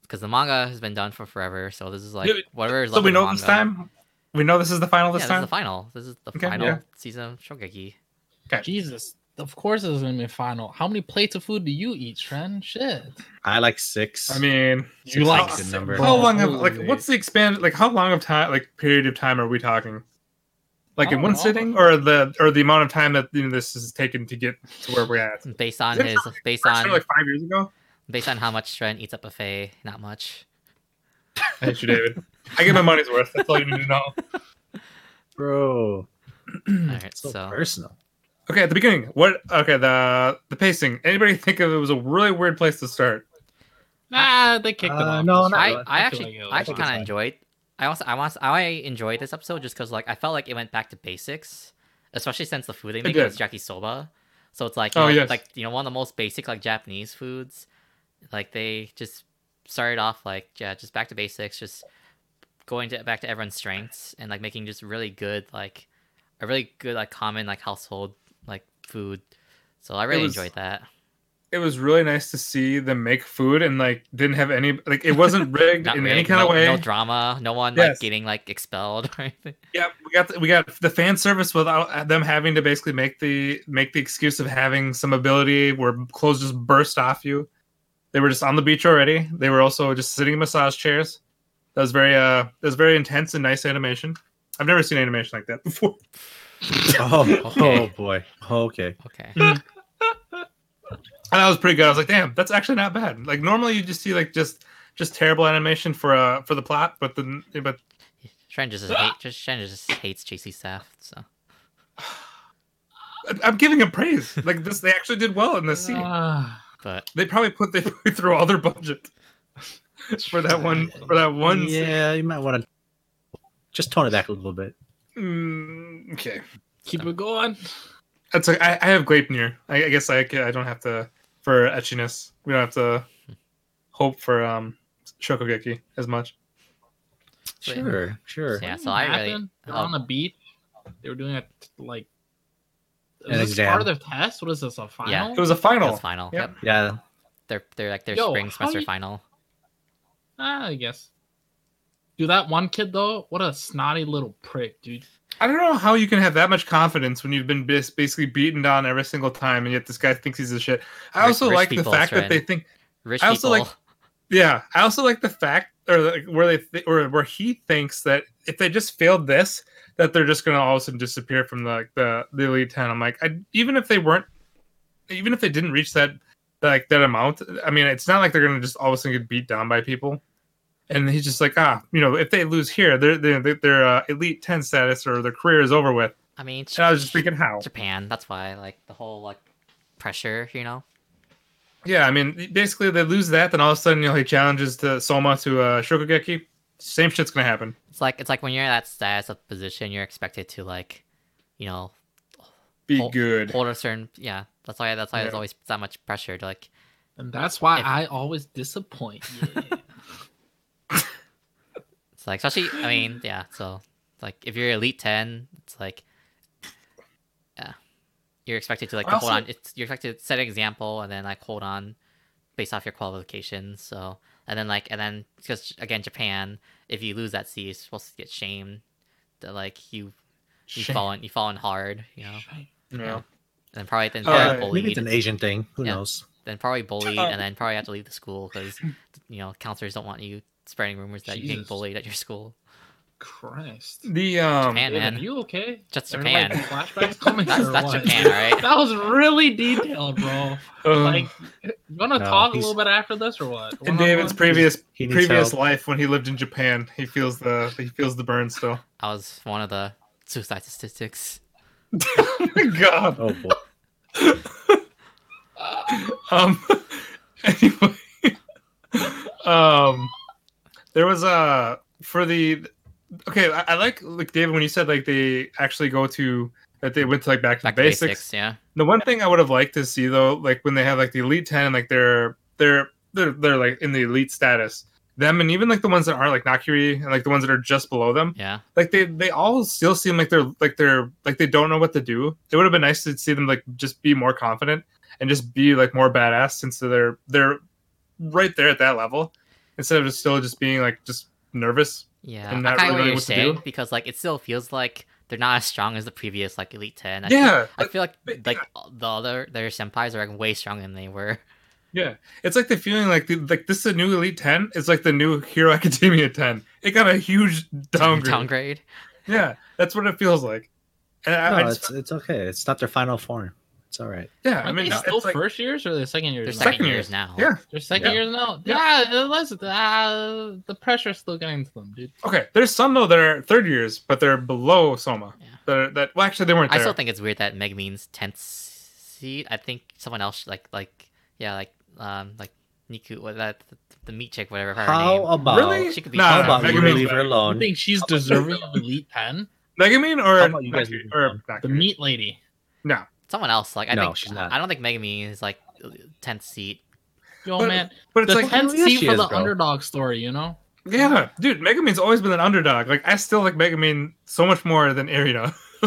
S1: because the manga has been done for forever, so this is like
S3: Yeah,
S1: whatever is
S3: So
S1: left
S3: we
S1: of the
S3: know this
S1: manga.
S3: time. We know this is the final
S1: Yeah,
S3: this
S1: this is
S3: time.
S1: the final. This is the
S3: Okay,
S1: final
S3: yeah.
S1: season of Shokugeki.
S4: Jesus. Of course, it's gonna be final. How many plates of food do you eat, Tren? Shit.
S5: I like six.
S3: I mean,
S4: You
S5: Six
S4: like
S5: is a good
S4: six.
S5: number.
S3: how long have like
S4: Holy.
S3: what's the expand like how long of time like period of time are we talking? Like
S4: I
S1: Oh,
S3: in
S4: don't
S3: one
S4: know.
S3: sitting, or the or the amount of time that you know, this is taken to get to where we're at?
S1: Based on
S3: Is it
S1: his, based
S3: First time,
S1: on
S3: like five years ago.
S1: based on how much Stren eats up buffet, not much.
S3: I hate you, David. I get my money's worth. That's all you need to know.
S5: Bro,
S3: Hmm,
S1: All right,
S5: so,
S1: so,
S5: personal.
S3: Okay, at the beginning, what? Okay, the the pacing. Anybody think of it was a really weird place to start?
S4: Nah, they kicked it
S5: Uh,
S4: off.
S5: no, no,
S1: I, I
S5: I
S1: actually I actually kind
S5: fine.
S1: of enjoyed. I also I want I enjoyed this episode just because like I felt like it went back to basics, especially since the food they make
S3: did.
S1: is yakisoba. So it's like you
S3: Oh,
S1: know,
S3: yes.
S1: like you know one of the most basic like Japanese foods. Like they just started off like yeah just back to basics, just going to back to everyone's strengths and like making just really good like a really good like common like household like food. So I really
S3: was-
S1: enjoyed that.
S3: it was really nice to see them make food and like didn't have any like it wasn't rigged
S1: Not
S3: in
S1: really,
S3: any kind
S1: no,
S3: of way.
S1: no drama, no one
S3: Yes.
S1: like getting like expelled or anything.
S3: Yeah, we got the, we got the fan service without them having to basically make the make the excuse of having some ability where clothes just burst off you. They were just on the beach already. They were also just sitting in massage chairs. That was very uh that was very intense and nice animation. I've never seen animation like that before.
S5: Oh,
S1: Okay.
S5: oh boy. Okay.
S1: Okay.
S3: And that was pretty good. I was like, damn, that's actually not bad. Like normally you just see like just just terrible animation for uh for the plot, but then but
S1: Shren just hate just Shren just hates JC staff, so
S3: I- I'm giving him praise. Like this they actually did well in this scene.
S4: Ah.
S1: but
S3: They probably put they probably threw all their budget for that one for that one. scene.
S5: Yeah, you might want to just tone it back a little bit.
S3: Mm, okay,
S4: Keep it going.
S3: that's a, I, I have Gleipnir. I, I guess I ca- I don't have to for etchiness. We don't have to hope for um Shokugeki as much.
S1: Wait.
S5: Sure, sure.
S1: Yeah,
S4: What
S1: so I really-
S4: happened? They're
S1: oh.
S4: on the beach. They were doing a like.
S5: An
S4: Is this
S5: exam.
S4: part of their test? What is this? A final?
S3: It was a final.
S1: it was final.
S3: Yep.
S1: Yep.
S5: Yeah.
S1: They're they're like their
S4: Yo,
S1: spring
S4: how
S1: semester
S4: you-
S1: final.
S4: Ah, I guess. Dude, that one kid though, what a snotty little prick, dude.
S3: I don't know how you can have that much confidence when you've been bas- basically beaten down every single time, and yet this guy thinks he's a shit. I
S1: Rich-
S3: also
S1: rich
S3: like the
S1: people,
S3: fact
S1: Sren.
S3: that they think
S1: Rich
S3: I also
S1: people.
S3: like- Yeah, I also like the fact, or like, where they, th- or where he thinks that if they just failed this, that they're just going to all of a sudden disappear from the like, the, the elite ten. I'm like, I, even if they weren't, even if they didn't reach that like that amount, I mean, it's not like they're going to just all of a sudden get beat down by people. And he's just like, ah, you know, if they lose here, their their their uh, elite ten status or their career is over with.
S1: I mean,
S3: And I was just thinking, how?
S1: Japan. That's why like the whole like pressure, you know.
S3: Yeah, I mean, basically they lose that, then all of a sudden, you know, he challenges to Soma to uh, Shokugeki. Same shit's going to happen.
S1: It's like it's like when you're in that status of position, you're expected to like, you know,
S3: Be
S1: Hold-
S3: good.
S1: hold a certain yeah. That's why that's why there's
S3: Yeah.
S1: always that much pressure to like
S4: And that's why
S1: If-
S4: I always disappoint. Yeah.
S1: it's like especially I mean yeah so like if you're elite ten it's like yeah you're expected to like
S3: I
S1: to hold
S3: also-
S1: on it's you're expected to set an example and then like hold on based off your qualifications so and then like and then because again Japan if you lose that seat you're supposed to get shamed that like you you
S3: Shame.
S1: fallen you fallen hard you know
S3: Yeah.
S1: and then probably then
S3: Oh,
S1: probably
S3: yeah.
S1: bullied
S5: Maybe it's an Asian thing. Who
S1: Yeah.
S5: knows?
S1: then probably bullied
S3: Oh.
S1: and then probably have to leave the school because you know counselors don't want you spreading rumors that you're getting
S4: Jesus.
S1: bullied at your school
S4: Christ.
S3: The um
S1: Japan,
S4: David,
S1: man.
S4: Are you okay?
S1: Just
S4: Are,
S1: Japan.
S4: like, flashbacks coming
S1: That's
S4: or
S1: that's
S4: what?
S1: Japan, all right?
S4: That was really detailed, bro.
S3: um,
S4: Like, you want to
S5: No,
S4: talk a
S5: he's-
S4: little bit after this or what?
S3: in
S4: One-on-one?
S3: David's previous
S5: He needs
S3: previous
S5: help.
S3: life when he lived in Japan, he feels the he feels the burn still.
S1: I was one of the suicide statistics.
S3: oh my god.
S5: Oh boy.
S3: Um anyway. um there was uh for the okay, I, I like like David when you said like they actually go to that they went to like back to
S1: Back
S3: the
S1: to
S3: basics.
S1: basics, yeah.
S3: The one thing I would have liked to see though, like when they have like the elite ten and like they're they're they're they're like in the elite status. Them and even like the ones that aren't like Nakiri and like the ones that are just below them,
S1: Yeah.
S3: like they they all still seem like they're like they're like they don't know what to do. It would have been nice to see them like just be more confident and just be like more badass since they're they're right there at that level instead of just still just being like just nervous.
S1: Yeah.
S3: And
S1: I
S3: not
S1: kind
S3: really
S1: of what
S3: knowing
S1: you're
S3: what to do.
S1: saying because like it still feels like they're not as strong as the previous like Elite Ten. I
S3: yeah,
S1: Feel, I feel like
S3: but-
S1: like the other their senpais are like way stronger than they were.
S3: Yeah, it's like the feeling like the, like this is a new Elite Ten. It's like the new Hero Academia Ten. It got a huge downgrade.
S1: Downgrade.
S3: Yeah, that's what it feels like. And I, I
S5: No,
S3: just,
S5: it's it's okay. It's not their final form. It's all right.
S3: yeah,
S4: Are
S3: I mean,
S4: they
S3: it's
S4: still
S3: like,
S4: first years or the second
S1: They're
S4: years? now?
S1: second,
S3: Second
S1: years
S3: years.
S1: now.
S3: Yeah.
S4: They're second
S3: Yeah.
S4: years now. Yeah, listen, uh, the pressure's still getting to them, dude.
S3: okay, there's some though that are third years, but they're below Soma.
S1: Yeah.
S3: That are, that well, actually they weren't
S1: I
S3: there.
S1: still think it's weird that Meg means tenth seat. I think someone else like like yeah like um like Niku what that the meat chick whatever her
S5: How
S1: name.
S5: about
S3: Really?
S1: She could be
S3: Nah,
S1: How
S5: how
S3: nah,
S5: about
S3: Mega
S5: Oh, you
S3: Man's
S5: leave
S3: back.
S5: her
S4: I
S5: alone?
S4: think she's deserving of Elite Ten.
S3: Megumin
S5: How
S3: or
S5: about you guys
S3: Naki-
S5: leave
S3: or
S5: them?
S3: Naki-
S4: The meat lady.
S3: No,
S1: Someone else like I
S5: No,
S1: think
S5: she's not.
S1: I don't think Megami is like tenth seat.
S4: Yo,
S3: But-
S4: man.
S3: but it's
S4: the
S3: like
S4: 10th
S5: Yeah,
S4: seed
S5: she
S4: for
S5: is,
S4: the
S5: bro.
S4: underdog story, you know?
S3: yeah, dude, Megumin's always been an underdog. Like I still like Megumin so much more than Irina.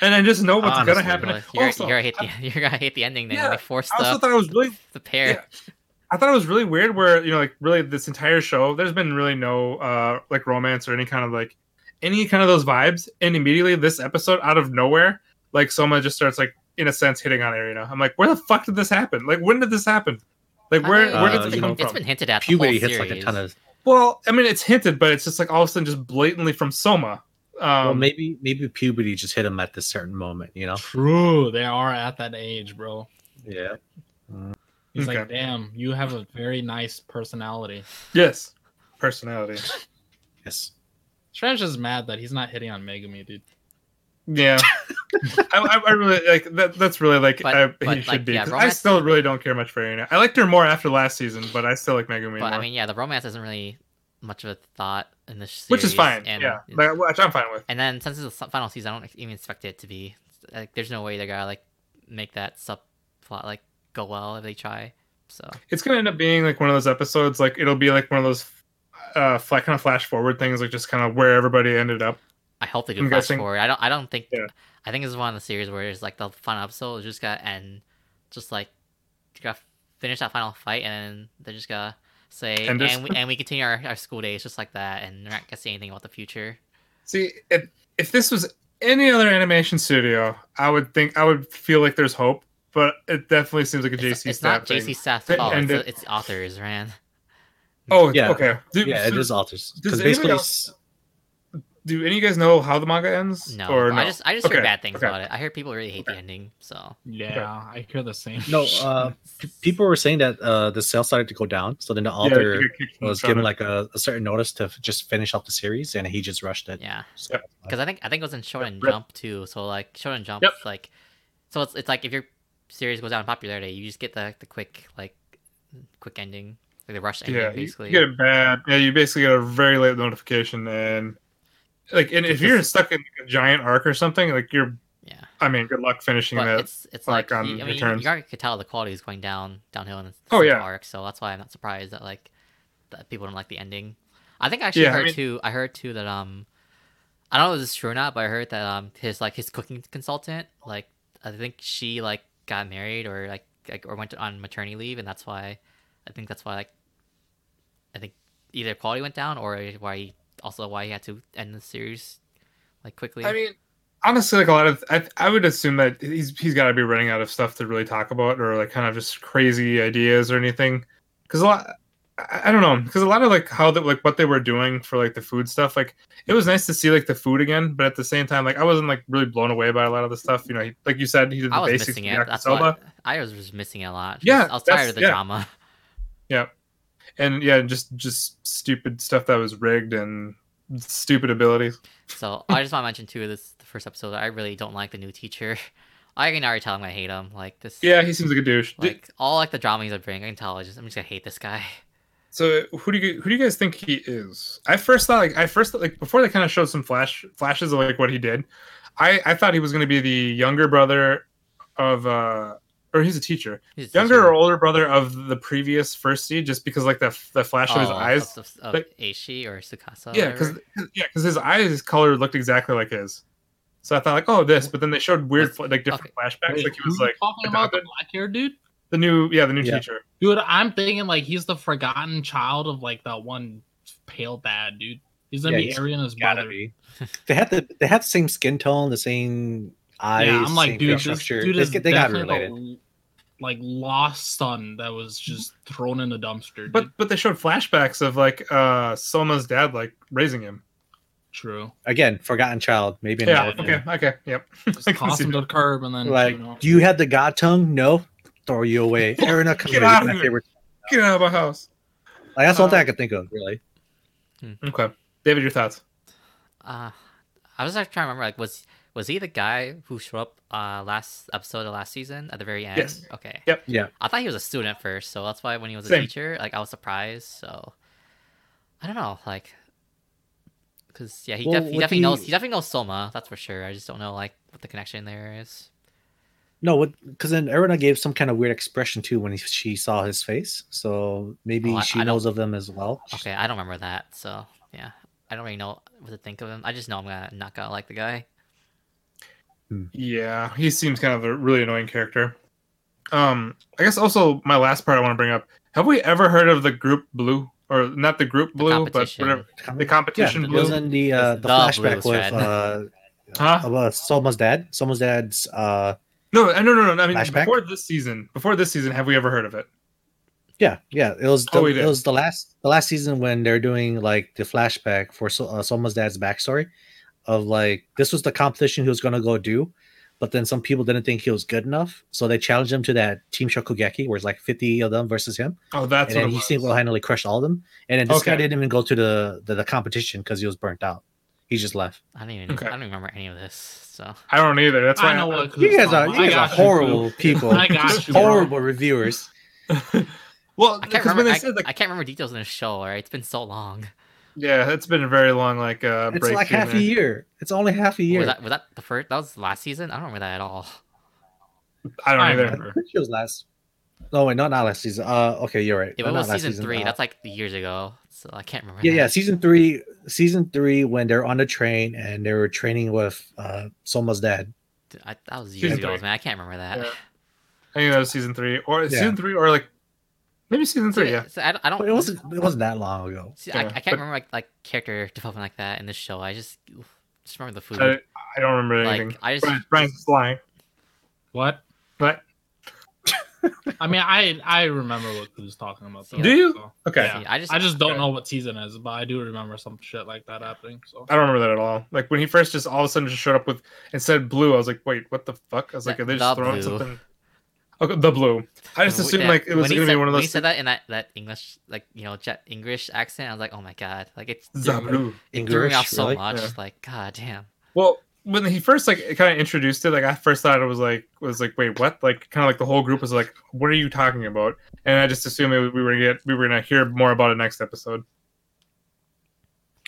S3: and I just know what's
S4: Honestly,
S3: gonna happen.
S1: Well, you're,
S3: also,
S1: you're gonna hate
S3: I,
S1: the you're gonna hate the ending. Then
S3: Yeah,
S1: they force
S3: I also
S1: the
S3: thought it was really
S1: the pair.
S3: yeah. I thought it was really weird where you know like really this entire show there's been really no uh like romance or any kind of like any kind of those vibes and immediately this episode out of nowhere like Soma just starts like in a sense hitting on Irina. I'm like where the fuck did this happen? Like when did this happen? Like
S1: I Uh,
S3: where
S1: mean,
S3: where did
S1: it's
S3: this
S1: been-
S3: come
S1: It's
S3: from?
S1: been hinted at. the whole
S5: Puberty hits like a
S1: series.
S5: ton of.
S3: well, I mean it's hinted but it's just like all of a sudden just blatantly from Soma. Um
S5: well, maybe maybe puberty just hit him at this certain moment, you know?
S4: True, they are at that age, bro.
S5: Yeah.
S4: He's like,
S3: Okay.
S4: damn, you have a very nice personality.
S3: yes. Personality.
S5: Yes.
S4: Strange is mad that he's not hitting on Megami, dude.
S3: Yeah, I, I, I really like that. That's really like
S1: But-
S3: I,
S1: but,
S3: he should
S1: like,
S3: be.
S1: yeah,
S3: 'cause I
S1: romance-
S3: still really don't care much for Irina. I liked her more after last season, but I still like Megumi
S1: But
S3: more,
S1: I mean, yeah, the romance isn't really much of a thought in this series,
S3: which is fine.
S1: And,
S3: yeah, like, which I'm fine with.
S1: and then since it's the s- final season, I don't ex- even expect it to be like. There's no way they're gonna like make that subplot like go well if they try. So
S3: It's gonna end up being like one of those episodes. Like it'll be like one of those, uh, flat, kind of flash forward things, like just kind of where everybody ended up.
S1: I hope they do
S3: I'm
S1: flash
S3: guessing-
S1: forward. I don't. I don't think.
S3: Yeah.
S1: I think it's one of the series where it's like the final episode is just gotta end, just like you gotta finish that final fight, and then they're just gonna say, and,
S3: End this?
S1: we, and we continue our, our school days just like that, and we're not gonna say anything about the future.
S3: See, if if this was any other animation studio, I would think I would feel like there's hope. But it definitely seems like a
S1: It's,
S3: JC
S1: it's
S3: staff
S1: not
S3: thing.
S1: JC staff
S3: They
S1: fault. It's,
S3: ended-
S1: the- it's the authors, man.
S3: Oh,
S5: Yeah.
S3: okay. Do-
S5: Yeah, it
S3: so-
S5: is alters.
S3: does
S5: Because
S3: anybody
S5: basically,
S3: else- Do any of you guys know how the manga ends?
S1: No,
S3: or
S1: but
S3: no?
S1: I just I just hear
S3: Okay,
S1: bad things
S3: okay.
S1: about it. I hear people really hate the ending. So
S4: Yeah, I hear the same.
S5: no, uh, p- people were saying that uh, the sales started to go down. So then the
S3: Yeah,
S5: author
S3: you get kicked
S5: was
S3: from
S5: given
S3: it.
S5: like a, a certain notice to f- just finish off the series, and he just rushed it.
S1: yeah,
S5: So,
S1: because I think I think it was in Shonen
S3: Yep.
S1: Jump too. So like Shonen Jump,
S3: Yep.
S1: like so it's it's like if your series goes out in popularity, you just get the the quick like quick ending, like the rush ending
S3: yeah, you-
S1: basically.
S3: you get a bad. Yeah, you basically get a very late notification, and like, and if you're stuck in a giant arc or something, like you're.
S1: Yeah.
S3: I mean, good luck finishing
S1: but
S3: that.
S1: it's it's like
S3: like, on
S1: you, I mean, you
S3: Returns.
S1: already could tell the quality is going down downhill in the
S3: Oh,
S1: second
S3: yeah.
S1: arc, so that's why I'm not surprised that like that people don't like the ending. I think I actually
S3: Yeah, I
S1: heard
S3: mean-
S1: too. I heard too that um, I don't know if this is true or not, but I heard that um, his like his cooking consultant, like I think she like got married or like, like or went on maternity leave, and that's why I think that's why like I think either quality went down or why he, also why he had to end the series like quickly.
S3: I mean, honestly, like a lot of, I, I would assume that he's he's got to be running out of stuff to really talk about, or like kind of just crazy ideas or anything. Because a lot, I, I don't know, because a lot of like how that like what they were doing for like the food stuff, like it was nice to see like the food again, but at the same time, like I wasn't like really blown away by a lot of the stuff. You know, he, like you said, he did
S1: I
S3: the
S1: was
S3: basics
S1: missing
S3: of
S1: it. That's
S3: yakisoba.
S1: what I was just missing it a lot.
S3: Yeah,
S1: I was
S3: that's-
S1: tired of the
S3: yeah.
S1: drama.
S3: and yeah, just just stupid stuff that was rigged and stupid abilities.
S1: So I just want to mention too. This the first episode. I really don't like the new teacher. I can already tell I'm gonna hate him. Like this.
S3: Yeah, he seems like a douche. Did-
S1: Like all like the drama he's bringing, I can tell. I just I'm just gonna hate this guy.
S3: So who do you who do you guys think he is? I first thought like I first thought, like before they kind of showed some flash flashes of like what he did. I I thought he was going to be the younger brother of uh or he's a teacher,
S1: He's a
S3: younger
S1: teacher.
S3: or older brother of the previous firstie, just because like the the flash of his
S1: Oh,
S3: eyes.
S1: Of, of
S3: like-
S1: Aishi or Sukasa.
S3: Yeah,
S1: because
S3: because yeah, because his eyes color looked exactly like his. So I thought like oh this, but then they showed weird
S1: Was-
S3: like different flashbacks.
S4: Wait,
S3: like he
S4: who
S3: was
S4: you
S3: like
S4: talking about the
S3: adopted.
S4: black hair dude.
S3: the new yeah the new
S5: Yeah.
S3: teacher.
S4: Dude, I'm thinking like he's the forgotten child of like that one pale dad, dude. He's
S5: Yeah,
S4: gonna be
S5: he's
S4: Ariana's
S5: gotta
S4: brother.
S5: be. They had the they had the same skin tone, the same eyes.
S4: Yeah, I'm like,
S5: same
S4: dude,
S5: facial
S4: this
S5: structure.
S4: dude
S5: They
S4: is
S5: get- they got
S4: definitely
S5: related.
S4: the, like lost son that was just thrown in the dumpster.
S3: But
S4: dude.
S3: but they showed flashbacks of like uh Soma's dad like raising him.
S4: true,
S5: Again, forgotten child, maybe. in
S3: Yeah.
S5: that.
S3: Okay. Okay. Yep. I
S4: just
S3: can
S4: toss
S3: see
S4: him to
S3: that.
S4: the curb and then
S5: Like,
S4: you know,
S5: do you have the god tongue? No, throw you away. Erina, come
S3: Get
S5: here.
S3: out
S5: You're
S3: of
S5: my
S3: here.
S5: favorite.
S3: Get out of my house.
S5: Like, that's all
S3: Uh,
S5: that I could think of, really.
S3: Okay. David, your thoughts?
S1: Uh, I was like trying to remember. Like, was was he the guy who showed up uh last episode of last season at the very end?
S3: Yes.
S1: Okay.
S3: Yep.
S5: Yeah.
S1: I thought he was a student first, so that's why when he was a
S3: Same.
S1: teacher, like I was surprised. So I don't know, like, because yeah, he,
S5: Well,
S1: def- he
S5: what
S1: definitely
S5: do
S1: knows
S5: you-
S1: he definitely knows Soma. That's for sure. I just don't know like what the connection there is.
S5: No, because then Erina gave some kind of weird expression too when he, she saw his face. So maybe
S1: Oh, I-
S5: she
S1: I don't-
S5: knows of them as well.
S1: Okay, I don't remember that. So yeah, I don't really know what to think of him. I just know I'm gonna not gonna like the guy.
S3: Yeah, he seems kind of a really annoying character. Um, I guess also my last part I want to bring up. Have we ever heard of the group Blue or not the group
S1: The
S3: Blue, but
S1: competition.
S3: whatever the
S5: Yeah,
S3: competition
S5: it was
S3: Blue?
S5: in the uh, the,
S1: The
S5: flashback
S1: blues,
S5: with
S1: Fred.
S5: uh,
S3: Huh?
S5: about Soma's uh, dad. Soma's dad's uh,
S3: No, no, no, no. I mean,
S5: Flashback?
S3: before this season, before this season, have we ever heard of it?
S5: yeah, yeah. It was the,
S3: Oh, we
S5: it
S3: did.
S5: was the last the last season when they're doing like the flashback for so- uh, Soma's dad's backstory of like this was the competition he was gonna go do, but then some people didn't think he was good enough, so they challenged him to that Team Shokugeki, where it's like fifty of them versus him.
S3: Oh, that's what
S5: and then
S3: it
S5: he
S3: was.
S5: single-handedly crushed all of them. And then this guy
S3: Okay.
S5: didn't even go to the the, the competition because he was burnt out. He just left.
S1: I don't even.
S3: Okay.
S1: I don't remember any of this. So
S3: I don't either. That's why
S4: I know what.
S5: You guys are
S4: Kusama-
S5: you
S4: I
S5: guys are
S4: got you,
S5: horrible
S4: Blue.
S5: people.
S4: I got you, bro.
S5: horrible reviewers.
S1: I
S3: Well,
S1: can't
S3: because when
S1: remember.
S3: they
S1: I,
S3: said like,
S1: I can't remember details in the show. All right, it's been so long.
S3: yeah, it's been a very long like uh,
S5: It's
S3: break.
S5: like
S3: here and
S5: half a
S3: there.
S5: year. It's only half a year.
S1: Was that was that the first? That was last season. I don't remember that at all.
S3: I don't
S4: I
S3: either.
S5: I think it was last. No wait, no, not last season. Uh, okay, you're right.
S1: If
S5: No,
S1: it
S5: not
S1: was
S5: last
S1: season three,
S5: uh,
S1: that's like years ago. So I can't remember.
S5: yeah, yeah.
S1: that.
S5: Season three, season three, when they're on the train and they were training with uh Soma's dad.
S1: Dude, I, that was years
S3: Season
S1: ago,
S3: three.
S1: man. I can't remember that.
S3: Yeah. I think that was season three or
S5: Yeah.
S3: season three or like maybe season three. Yeah.
S1: So I, don't- I don't.
S5: But it wasn't. It wasn't that long ago.
S1: See, I, I
S3: Yeah,
S1: can't
S3: but-
S1: remember like, like character development like that in this show. I just just remember the food.
S3: I, I don't remember anything.
S1: like I just
S3: Brian, Brian's just lying.
S4: What?
S3: But
S4: I mean, I I remember what he was talking about. Though,
S3: Do you?
S4: so.
S3: okay,
S4: Yeah.
S1: see, I just
S4: I just don't
S3: Okay.
S4: know what season it is, but I do remember some shit like that happening. So
S3: I don't remember that at all. Like when he first just all of a sudden just showed up with and said blue, I was like, wait, what the fuck? I was like,
S1: The-
S3: are they
S1: the
S3: just throwing
S1: blue.
S3: something? Okay, the blue. I just
S1: when we-
S3: assumed
S1: yeah,
S3: like it was
S1: when he
S3: gonna
S1: said-
S3: be one of
S1: when he
S3: those.
S1: said that in that, that English like you know jet English accent. I was like, oh my god, like it's
S3: The blue.
S1: it threw me off so
S5: really?
S1: much.
S3: Yeah.
S1: Like god damn.
S3: Well, when he first like kind of introduced it, like I first thought it was like was like wait what? Like kind of like the whole group was like, what are you talking about? And I just assumed it, we were gonna get we were gonna hear more about it next episode.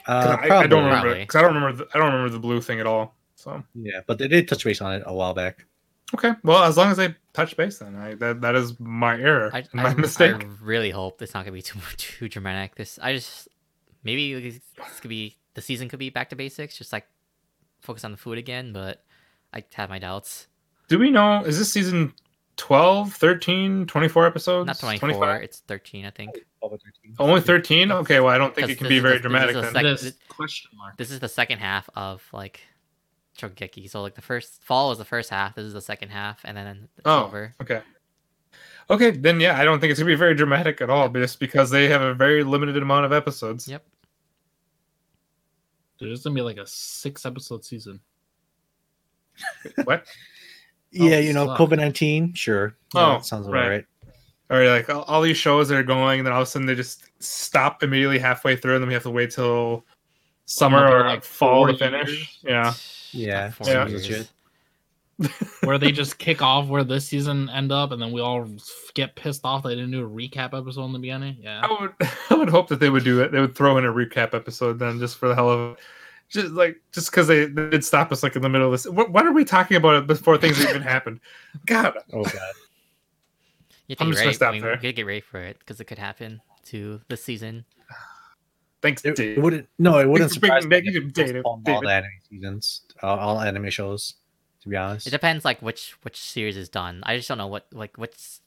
S3: 'Cause
S5: Uh,
S3: I, I don't
S5: probably.
S3: remember
S1: Probably.
S3: because I don't remember the, I don't remember the blue thing at all. So
S5: Yeah, but they did touch base on it a while back.
S3: okay, well as long as I touch base, then I that that is my error,
S1: I,
S3: my
S1: I,
S3: mistake.
S1: I really hope it's not gonna be too too dramatic. This I just maybe this could be the season could be back to basics, just like focus on the food again. But I have my doubts.
S3: Do we know is this season 12, 13, 24 episodes?
S1: Not twenty four,
S3: 25?
S1: it's thirteen, I think.
S3: Only 13? Okay, well I don't think
S1: Because
S3: it can
S1: this
S3: be
S1: is the- this
S3: very
S1: is
S3: dramatic
S1: the
S3: then.
S1: Like,
S4: this
S1: it-
S4: question mark.
S1: This is the second half of like Shogeki. So like the first fall was the first half. This is the second half, and then it's
S3: Oh.
S1: over.
S3: Okay. Okay, then yeah, I don't think it's gonna be very dramatic at all, just because they have a very limited amount of episodes.
S1: Yep.
S4: Dude, it's gonna be like a six episode season.
S3: What?
S5: Yeah,
S1: Oh,
S5: you know,
S4: fuck.
S5: COVID nineteen. Sure. Yeah,
S3: Oh,
S5: that sounds about
S3: right.
S5: right.
S3: Or like all, all these shows that are going, and then all of a sudden they just stop immediately halfway through, and then we have to wait till summer
S4: Another,
S3: or
S4: like,
S3: fall to
S4: four
S3: finish.
S4: years.
S3: Yeah.
S5: Yeah,
S1: Like, four
S3: yeah.
S1: years.
S5: Legit.
S4: where they just kick off where this season end up, and then we all f- get pissed off they didn't do a recap episode in the beginning. Yeah,
S3: I would I would hope that they would do it. They would throw in a recap episode then, just for the hell of it. Just like just because they, they did stop us like in the middle of this. What, what are we talking about it before things even happened? God,
S5: Oh god.
S1: You have
S3: I'm
S1: to get
S3: just gonna
S1: ready.
S3: stop
S1: I mean,
S3: there.
S1: You gotta get ready for it because it could happen to this season.
S3: thanks,
S5: It,
S3: Dave.
S5: it wouldn't. No, it wouldn't
S3: It's been
S5: surprise me. if
S3: negative
S5: it was
S3: data,
S5: on all
S3: David.
S5: the anime seasons, uh, all anime shows. To be honest,
S1: It depends like which which series is done. I just don't know what like what's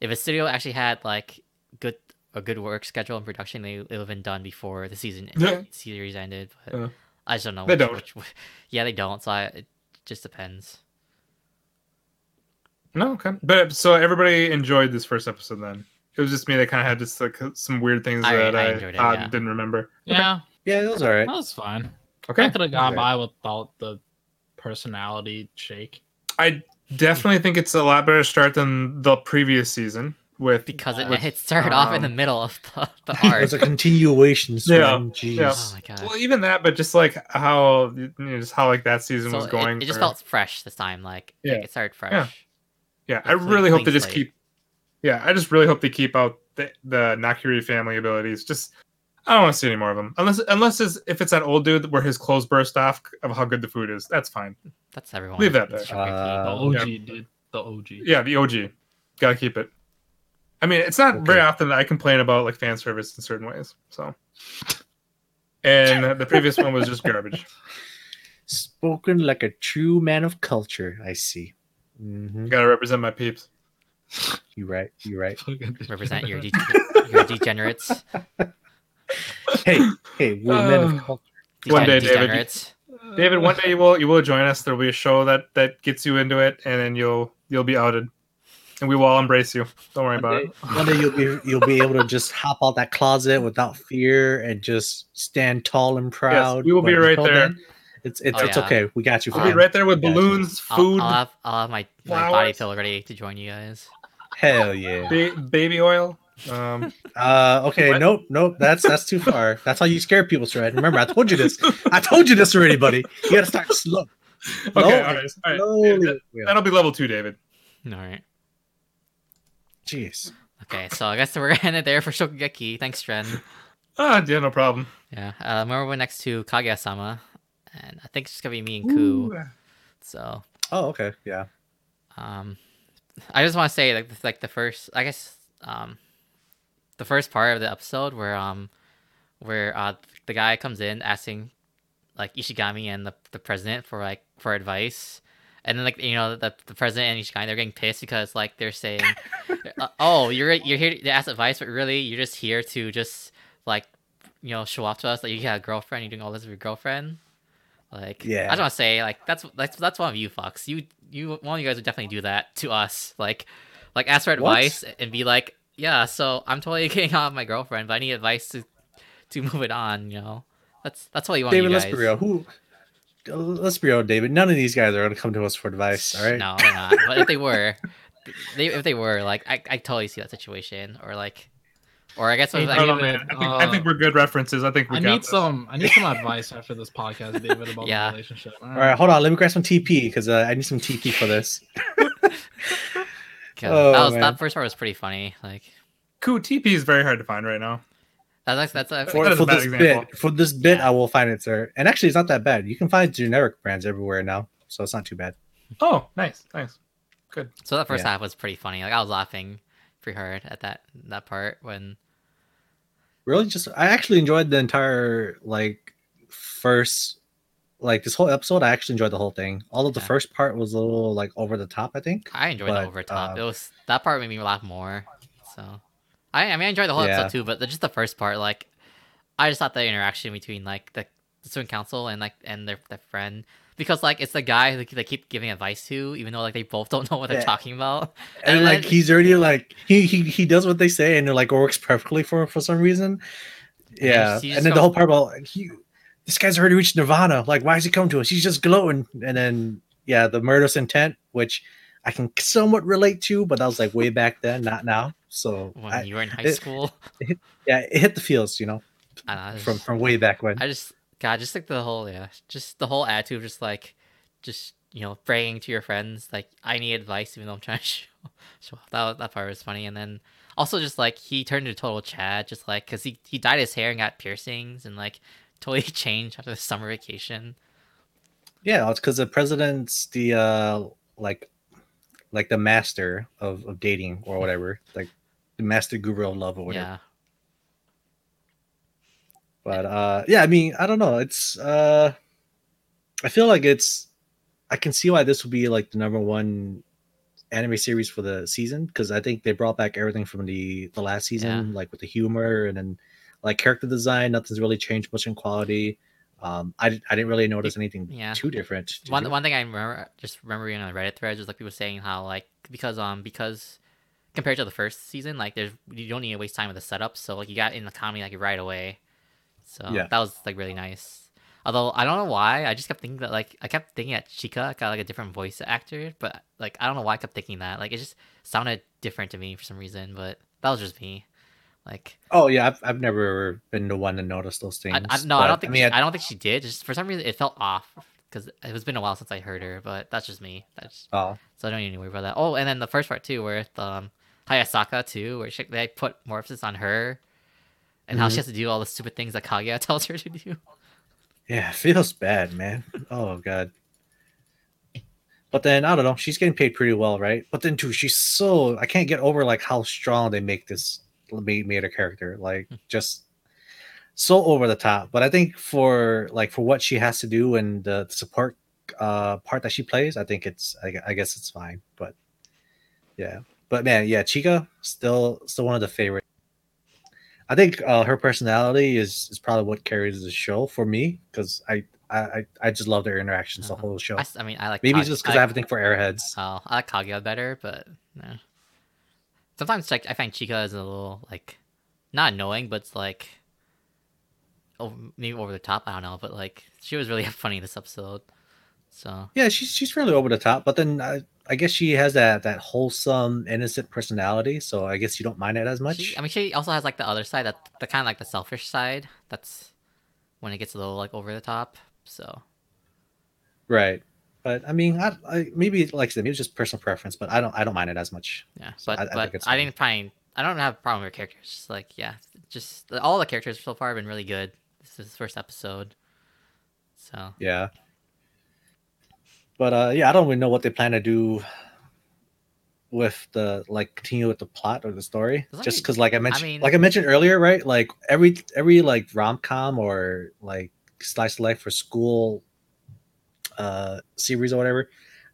S1: if a studio actually had like good a good work schedule and production, they it would have been done before the season
S3: Yeah.
S1: series ended. But
S3: Yeah.
S1: I just don't know.
S3: They
S1: which-
S3: don't.
S1: Which, which, yeah, they don't. So I, it just depends.
S3: No, okay. But so everybody enjoyed this first episode then. It was just me that kind of had just like some weird things
S1: I-
S3: that
S1: I
S3: I,
S1: enjoyed it,
S3: uh,
S1: yeah.
S3: didn't remember.
S4: yeah,
S5: yeah, it was all right.
S4: that was fine. I
S3: Okay.
S4: could have gone
S5: Okay.
S4: by without the personality shake.
S3: I definitely think it's a lot better start than the previous season with
S1: Because
S4: Which,
S1: it, it started off in the
S3: um,
S1: middle of the, the
S5: It was
S1: arc.
S5: a continuation.
S3: Yeah,
S5: Swing. Jeez.
S3: yeah.
S1: Oh my god.
S3: well even that, but just like how you know, just how like that season
S1: So
S3: was
S1: it-
S3: going.
S1: It, just
S3: for-
S1: felt fresh this time. Like,
S3: Yeah.
S1: like it started fresh.
S3: Yeah,
S1: like
S3: I
S1: clean-
S3: really hope they
S1: clean
S3: just
S1: slate.
S3: keep. Yeah, I just really hope they keep out the, the Nakiri family abilities. Just I don't want to see any more of them, unless unless it's, if it's that old dude where his clothes burst off of how good the food is. That's fine.
S1: That's everyone.
S3: Leave that
S1: It's
S5: there.
S1: Shogeki.
S4: The
S5: Uh,
S4: OG, dude. The OG.
S3: Yeah, the OG. Gotta keep it. I mean, it's not very
S5: Okay.
S3: often that I complain about like fan service in certain ways. So, and uh, the previous one was just garbage.
S5: Spoken like a true man of culture. I see. hmm
S3: Gotta represent my peeps.
S5: You're right. You're right.
S1: Represent your, de- your degenerates.
S5: Hey, hey, we're men
S3: Uh.
S4: Uh,
S5: of culture.
S3: One
S1: Degen-
S3: day, David,
S1: degenerates.
S3: David, one day you will you will join us. There will be a show that that gets you into it, and then you'll you'll be outed, and we will all embrace you. Don't worry about
S5: One day,
S3: it.
S5: one day you'll be you'll be able to just hop out that closet without fear and just stand tall and proud.
S3: we will be
S5: But
S3: right
S5: until
S3: there.
S5: then, It's it's,
S1: Oh,
S5: it's
S1: yeah.
S5: okay. We got you.
S3: We'll be
S5: fam.
S3: right there with
S5: Yeah, dude.
S3: balloons,
S4: uh,
S1: I'll,
S3: food,
S1: I'll have, I'll have my, my body
S3: flowers.
S1: pill ready to join you guys.
S5: Hell yeah.
S3: ba- baby oil. Um,
S5: Uh, okay,
S3: What?
S5: nope, nope. That's that's too far. That's how you scare people, Sred. Remember, I told you this. I told you this already, buddy. You gotta start slow.
S3: okay, all
S5: Slowly,
S3: right, all right.
S5: slowly.
S3: That'll be level two, David.
S1: All right.
S5: Jeez.
S1: Okay, so I guess we're gonna end it there for Shokugeki. Thanks, Tren.
S3: Ah, yeah, no problem.
S1: Yeah, uh, remember we're next to Kaguya-sama, and I think it's just gonna be me and Ku.
S3: Ooh.
S1: So,
S5: Oh, okay. Yeah.
S1: um, I just want to say like th- like the first, I guess, um, the first part of the episode where um, where uh the guy comes in asking like Ishigami and the the president for like for advice. And then, like you know, the, the president and Ishigami, they're getting pissed because like they're saying, uh, "Oh, you're you're here to ask advice, but really you're just here to just like you know show off to us. Like you got a girlfriend, you're doing all this with your girlfriend. Like, I
S5: Yeah.
S1: just want to say, like that's that's that's one of you fucks. You you one of you guys would definitely do that to us. Like, like ask for
S5: What?
S1: advice and be like, yeah. So I'm totally getting out of my girlfriend, but I need advice to to move it on. You know, that's that's what you want.
S5: David,
S1: you
S5: let's
S1: guys.
S5: be real. Who let's be real, David. None of these guys are gonna come to us for advice. All right.
S1: No, they're not. But if they were, they if they were, like I, I totally see that situation. Or like, or I guess
S4: Hey,
S1: like,
S3: I don't know,
S4: David,
S3: man. I think, I
S4: uh,
S3: think we're good references. I think we
S4: I
S3: got
S4: need
S3: this.
S4: some. I need some advice after this podcast, David, about
S1: Yeah.
S4: the relationship. All
S5: All right, hold on. Let me grab some TP because uh, I need some TP for this.
S1: God,
S5: Oh,
S1: that was
S5: man.
S1: that first part was pretty funny. Like
S3: Cool TP is very hard to find right now.
S1: that's that's, that's
S5: For,
S3: That is a
S5: for
S3: bad
S5: this
S3: example.
S5: bit, for this bit,
S1: Yeah.
S5: I will find it, sir. And actually, it's not that bad. You can find generic brands everywhere now, so it's not too bad.
S3: Oh, nice, nice.
S1: so that first
S5: Yeah.
S1: half was pretty funny. Like I was laughing pretty hard at that that part when
S5: really just i actually enjoyed the entire like first like this whole episode i actually enjoyed the whole thing although the
S1: Yeah.
S5: first part was a little like over the top i think
S1: I enjoyed
S5: But,
S1: the overtop.
S5: uh,
S1: it was that part made me laugh more. So I I mean I enjoyed the whole
S5: Yeah.
S1: episode too, but the, just the first part like I just thought the interaction between like the the student council and like and their their friend because like it's the guy who they keep giving advice to even though like they both don't know what they're
S5: Yeah.
S1: talking about.
S5: and,
S1: And
S5: like
S1: then-
S5: he's already like he, he he does what they say and it like works perfectly for him for some reason yeah
S1: just- you just
S5: and then the
S1: go-
S5: whole part about he this guy's already reached nirvana like why is he coming to us he's just glowing and then yeah the murderous intent which i can somewhat relate to but that was like way back then not now so
S1: when
S5: I-
S1: you were in high
S5: it-
S1: school.
S5: yeah it hit the feels you know
S1: I don't know, it's-
S5: from from way back when
S1: I just God, just like the whole yeah, just the whole attitude of just like just you know praying to your friends like I need advice even though I'm trying to show, show off. That was- that part was funny, and then also just like he turned into total Chad, just like because he he dyed his hair and got piercings and like totally changed after the summer vacation.
S5: Yeah, it's because the president's the uh like like the master of, of dating or whatever, like the master guru of love or whatever.
S1: Yeah,
S5: But uh yeah, I mean, I don't know. It's uh I feel like it's I can see why this would be like the number one anime series for the season because I think they brought back everything from the the last season, like with the humor and then like character design, nothing's really changed much in quality. Um, I, di- I didn't really notice anything
S1: yeah.
S5: too different. Did
S1: one
S5: you?
S1: one thing I remember just remembering on the Reddit threads was like people saying how like because um because compared to the first season like there's you don't need to waste time with the setup so like you got in the comedy like right away so
S5: Yeah.
S1: that was like really nice although I don't know why I just kept thinking that like I kept thinking that Chica got like a different voice actor but like I don't know why I kept thinking that like it just sounded different to me for some reason but that was just me like
S5: Oh yeah, I've, I've never been the one to notice those things.
S1: I, I, no
S5: but,
S1: I don't think
S5: I mean,
S1: she,
S5: I-
S1: I don't think she did just for some reason it felt off because it was been a while since I heard her but that's just me that's
S5: oh,
S1: so I don't need to worry about that. Oh, and then the first part too, where it's, um Hayasaka too, where she, they put more emphasis on her and how she
S5: Mhm.
S1: has to do all the stupid things that Kaguya tells her to do.
S5: yeah, it feels bad, man. Oh god. But then I don't know. She's getting paid pretty well, right? But then too, she's so I
S1: Hmm.
S5: can't get over like how strong they make this made made her character. Like just so over the top. But I think for like for what she has to do and the support uh part that she plays, I think it's I, gu- I guess it's fine. But yeah, but man, yeah, Chica still still one of the favorite. I think uh, her personality is is probably what carries the show for me because I, I I- I just love their interactions the
S1: Uh-huh.
S5: whole show.
S1: I, s- I mean, I like
S5: Maybe
S1: Kag-
S5: it's just because I
S1: like-
S5: have a thing for airheads.
S1: Oh, I like Kaguya better, but no. Sometimes like I find Chica is a little like not annoying, but it's like oh maybe over the top. I don't know, but like she was really funny this episode. So
S5: Yeah, she's she's fairly over the top, but then I, I guess she has that that wholesome, innocent personality. So I guess you don't mind it as much.
S1: She, I mean, she also has like the other side that the kind of like the selfish side. That's when it gets a little like over the top. So
S5: right. But I mean, I, I maybe like I said, maybe it's just personal preference, but I don't I don't mind it as much.
S1: yeah,
S5: So
S1: but
S5: I- I
S1: but
S5: think it's
S1: I
S5: fine.
S1: didn't find I don't have a problem with her characters. Just, like yeah, just all the characters so far have been really good. This is the first episode. So
S5: Yeah. But uh yeah, I don't really know what they plan to do with the like continue with the plot or the story.
S1: Does that
S5: Just
S1: mean-
S5: because like I mentioned
S1: mean-
S5: like I mentioned earlier, right? Like every every like rom com or like slice of life for school uh series or whatever,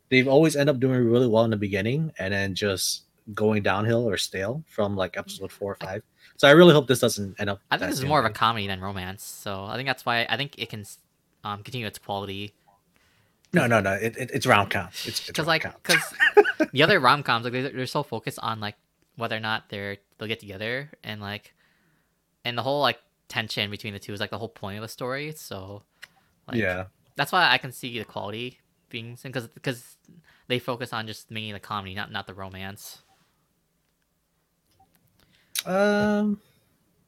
S5: they've always end up doing really well in the beginning and then just going downhill or stale from like episode four or five. So I really hope this doesn't end up.
S1: I think
S5: that
S1: this is
S5: same
S1: more of a
S5: way.
S1: comedy than romance, so I think that's why I think it can s- um, continue its quality.
S5: no, no, no. It, it, it's rom com. It's
S1: Because like,
S5: rom-com.
S1: because the other rom coms, like they're, they're so focused on like whether or not they're they'll get together, and like, and the whole like tension between the two is like the whole point of the story. So, like,
S5: yeah.
S1: that's why I can see the quality being because because they focus on just making the comedy, not not the romance.
S5: Um,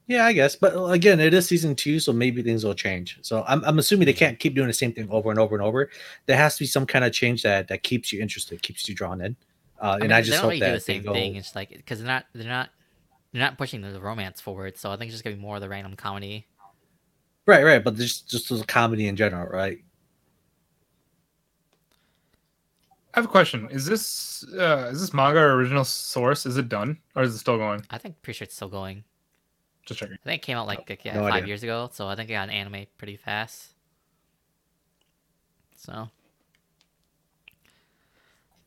S5: yeah, I guess. But uh, again, it is season two, so maybe things will change. So I'm, I'm assuming they can't keep doing the same thing over and over and over. There has to be some kind of change that that keeps you interested, keeps you drawn in. Uh, and
S1: mean,
S5: I
S1: they
S5: just
S1: don't
S5: hope
S1: really
S5: that
S1: do the
S5: they
S1: same
S5: go-
S1: thing. It's like because they're not they're not they're not pushing the romance forward. So I think it's just gonna be more of the random comedy.
S5: Right, right. But just just as a comedy in general, right?
S3: I have a question. Is this uh, is this manga or original source? Is it done or is it still going?
S1: I think pretty sure it's still going.
S3: Just checking.
S1: I think it came out like, like, yeah,
S5: no
S1: five
S5: idea.
S1: years ago, so I think it got an anime pretty fast. So,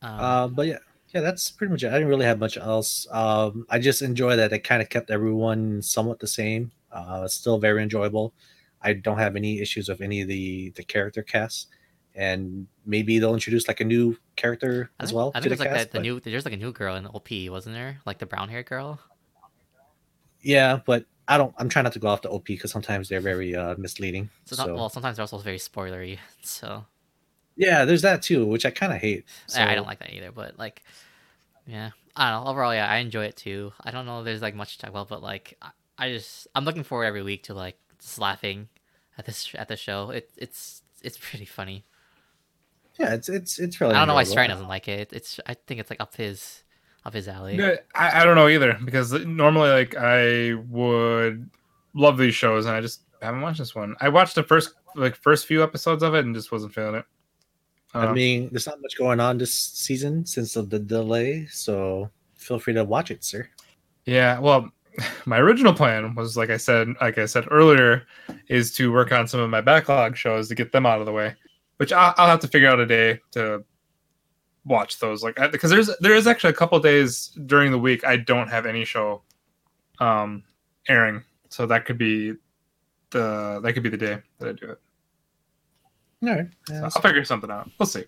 S1: um,
S5: Uh, but yeah, yeah, that's pretty much it. I didn't really have much else. Um, I just enjoy that they kind of kept everyone somewhat the same. Uh, it's still very enjoyable. I don't have any issues with any of the the character cast, and maybe they'll introduce like a new character
S1: I
S5: as
S1: think-
S5: well.
S1: I
S5: to
S1: think it's like
S5: cast,
S1: that the
S5: but-
S1: new there's like a new girl in the OP, wasn't there? Like the brown haired girl.
S5: Yeah, but I don't. I'm trying not to go off the OP because sometimes they're very uh, misleading.
S1: So,
S5: So,
S1: some- well, sometimes they're also very spoilery, so,
S5: yeah, there's that too, which I kind of hate. So,
S1: I, I don't like that either. But like, yeah, I don't know. Overall, yeah, I enjoy it too. I don't know. if There's like much to talk about, but like, I, I just I'm looking forward every week to like just laughing at this at the show. It it's it's pretty funny.
S5: Yeah, it's it's it's really.
S1: I don't know why
S5: enjoyable.
S1: Strain doesn't like it. It's I think it's like up his up his alley.
S3: Yeah, I, I don't know either because normally like I would love these shows and I just haven't watched this one. I watched the first like first few episodes of it and just wasn't feeling it.
S5: I
S3: Uh,
S5: mean, there's not much going on this season since of the delay, so feel free to watch it, sir.
S3: Yeah, well, my original plan was like I said, like I said earlier, is to work on some of my backlog shows to get them out of the way, which I'll, I'll have to figure out a day to watch those. Like I- because there's there is actually a couple days during the week I don't have any show um airing, so that could be the that could be the day that I do it.
S5: All right,
S3: So
S5: yeah, that's,
S3: I'll figure something out. We'll see.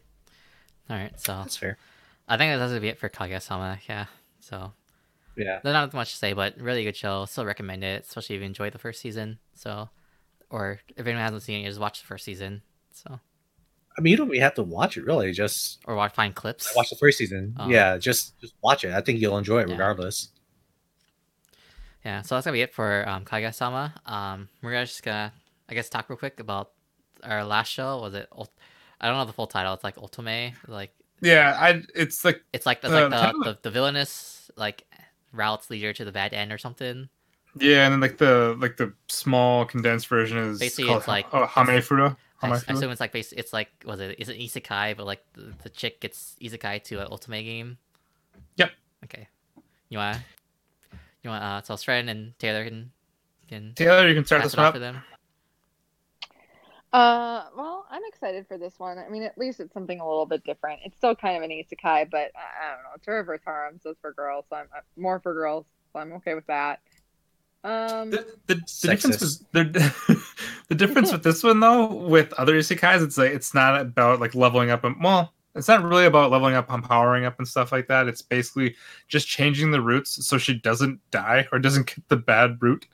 S1: All right, so
S5: that's fair.
S1: I think that's gonna be it for Kaguya-sama. Yeah, so
S5: Yeah,
S1: there's not much to say, but really good show. Still recommend it, especially if you enjoyed the first season. So, or if anyone hasn't seen it, just watch the first season. So,
S5: I mean, you don't really have to watch it really. Just
S1: or watch find clips.
S5: watch the first season.
S1: Oh.
S5: yeah, just just watch it. I think you'll enjoy it
S1: Yeah.
S5: regardless.
S1: Yeah, so that's gonna be it for um, Kaguya-sama. Um, we're just gonna, I guess, talk real quick about our last show. Was it? Ult- I don't know the full title. It's like Ultime, like
S3: Yeah, I it's like
S1: It's like it's
S3: Uh,
S1: like the,
S3: how do
S1: the, the villainous like routes leader to the bad end or something.
S3: yeah, and then like the like the small condensed version is
S1: Basically,
S3: called
S1: it's like-
S3: oh, Hamefura.
S1: I, s- I
S3: Hamefura.
S1: assume it's like base. It's like was it is it isekai, but like the, the chick gets isekai to an ultimate game.
S3: Yep.
S1: Okay. You want you want uh, so Stren and Taylor can can
S3: Taylor, you can start
S1: pass
S3: this
S1: it
S3: one
S1: off
S3: up.
S1: to them.
S8: Uh, well, I'm excited for this one. I mean, at least it's something a little bit different. It's still kind of an isekai, but I, I don't know. It's a reverse harem, so it's for girls. So I'm uh, more for girls, so I'm okay with that. Um,
S3: The, the, the difference is the, the difference with this one though, with other isekais, it's like it's not about like leveling up and well, it's not really about leveling up and powering up and stuff like that. It's basically just changing the roots so she doesn't die or doesn't get the bad root.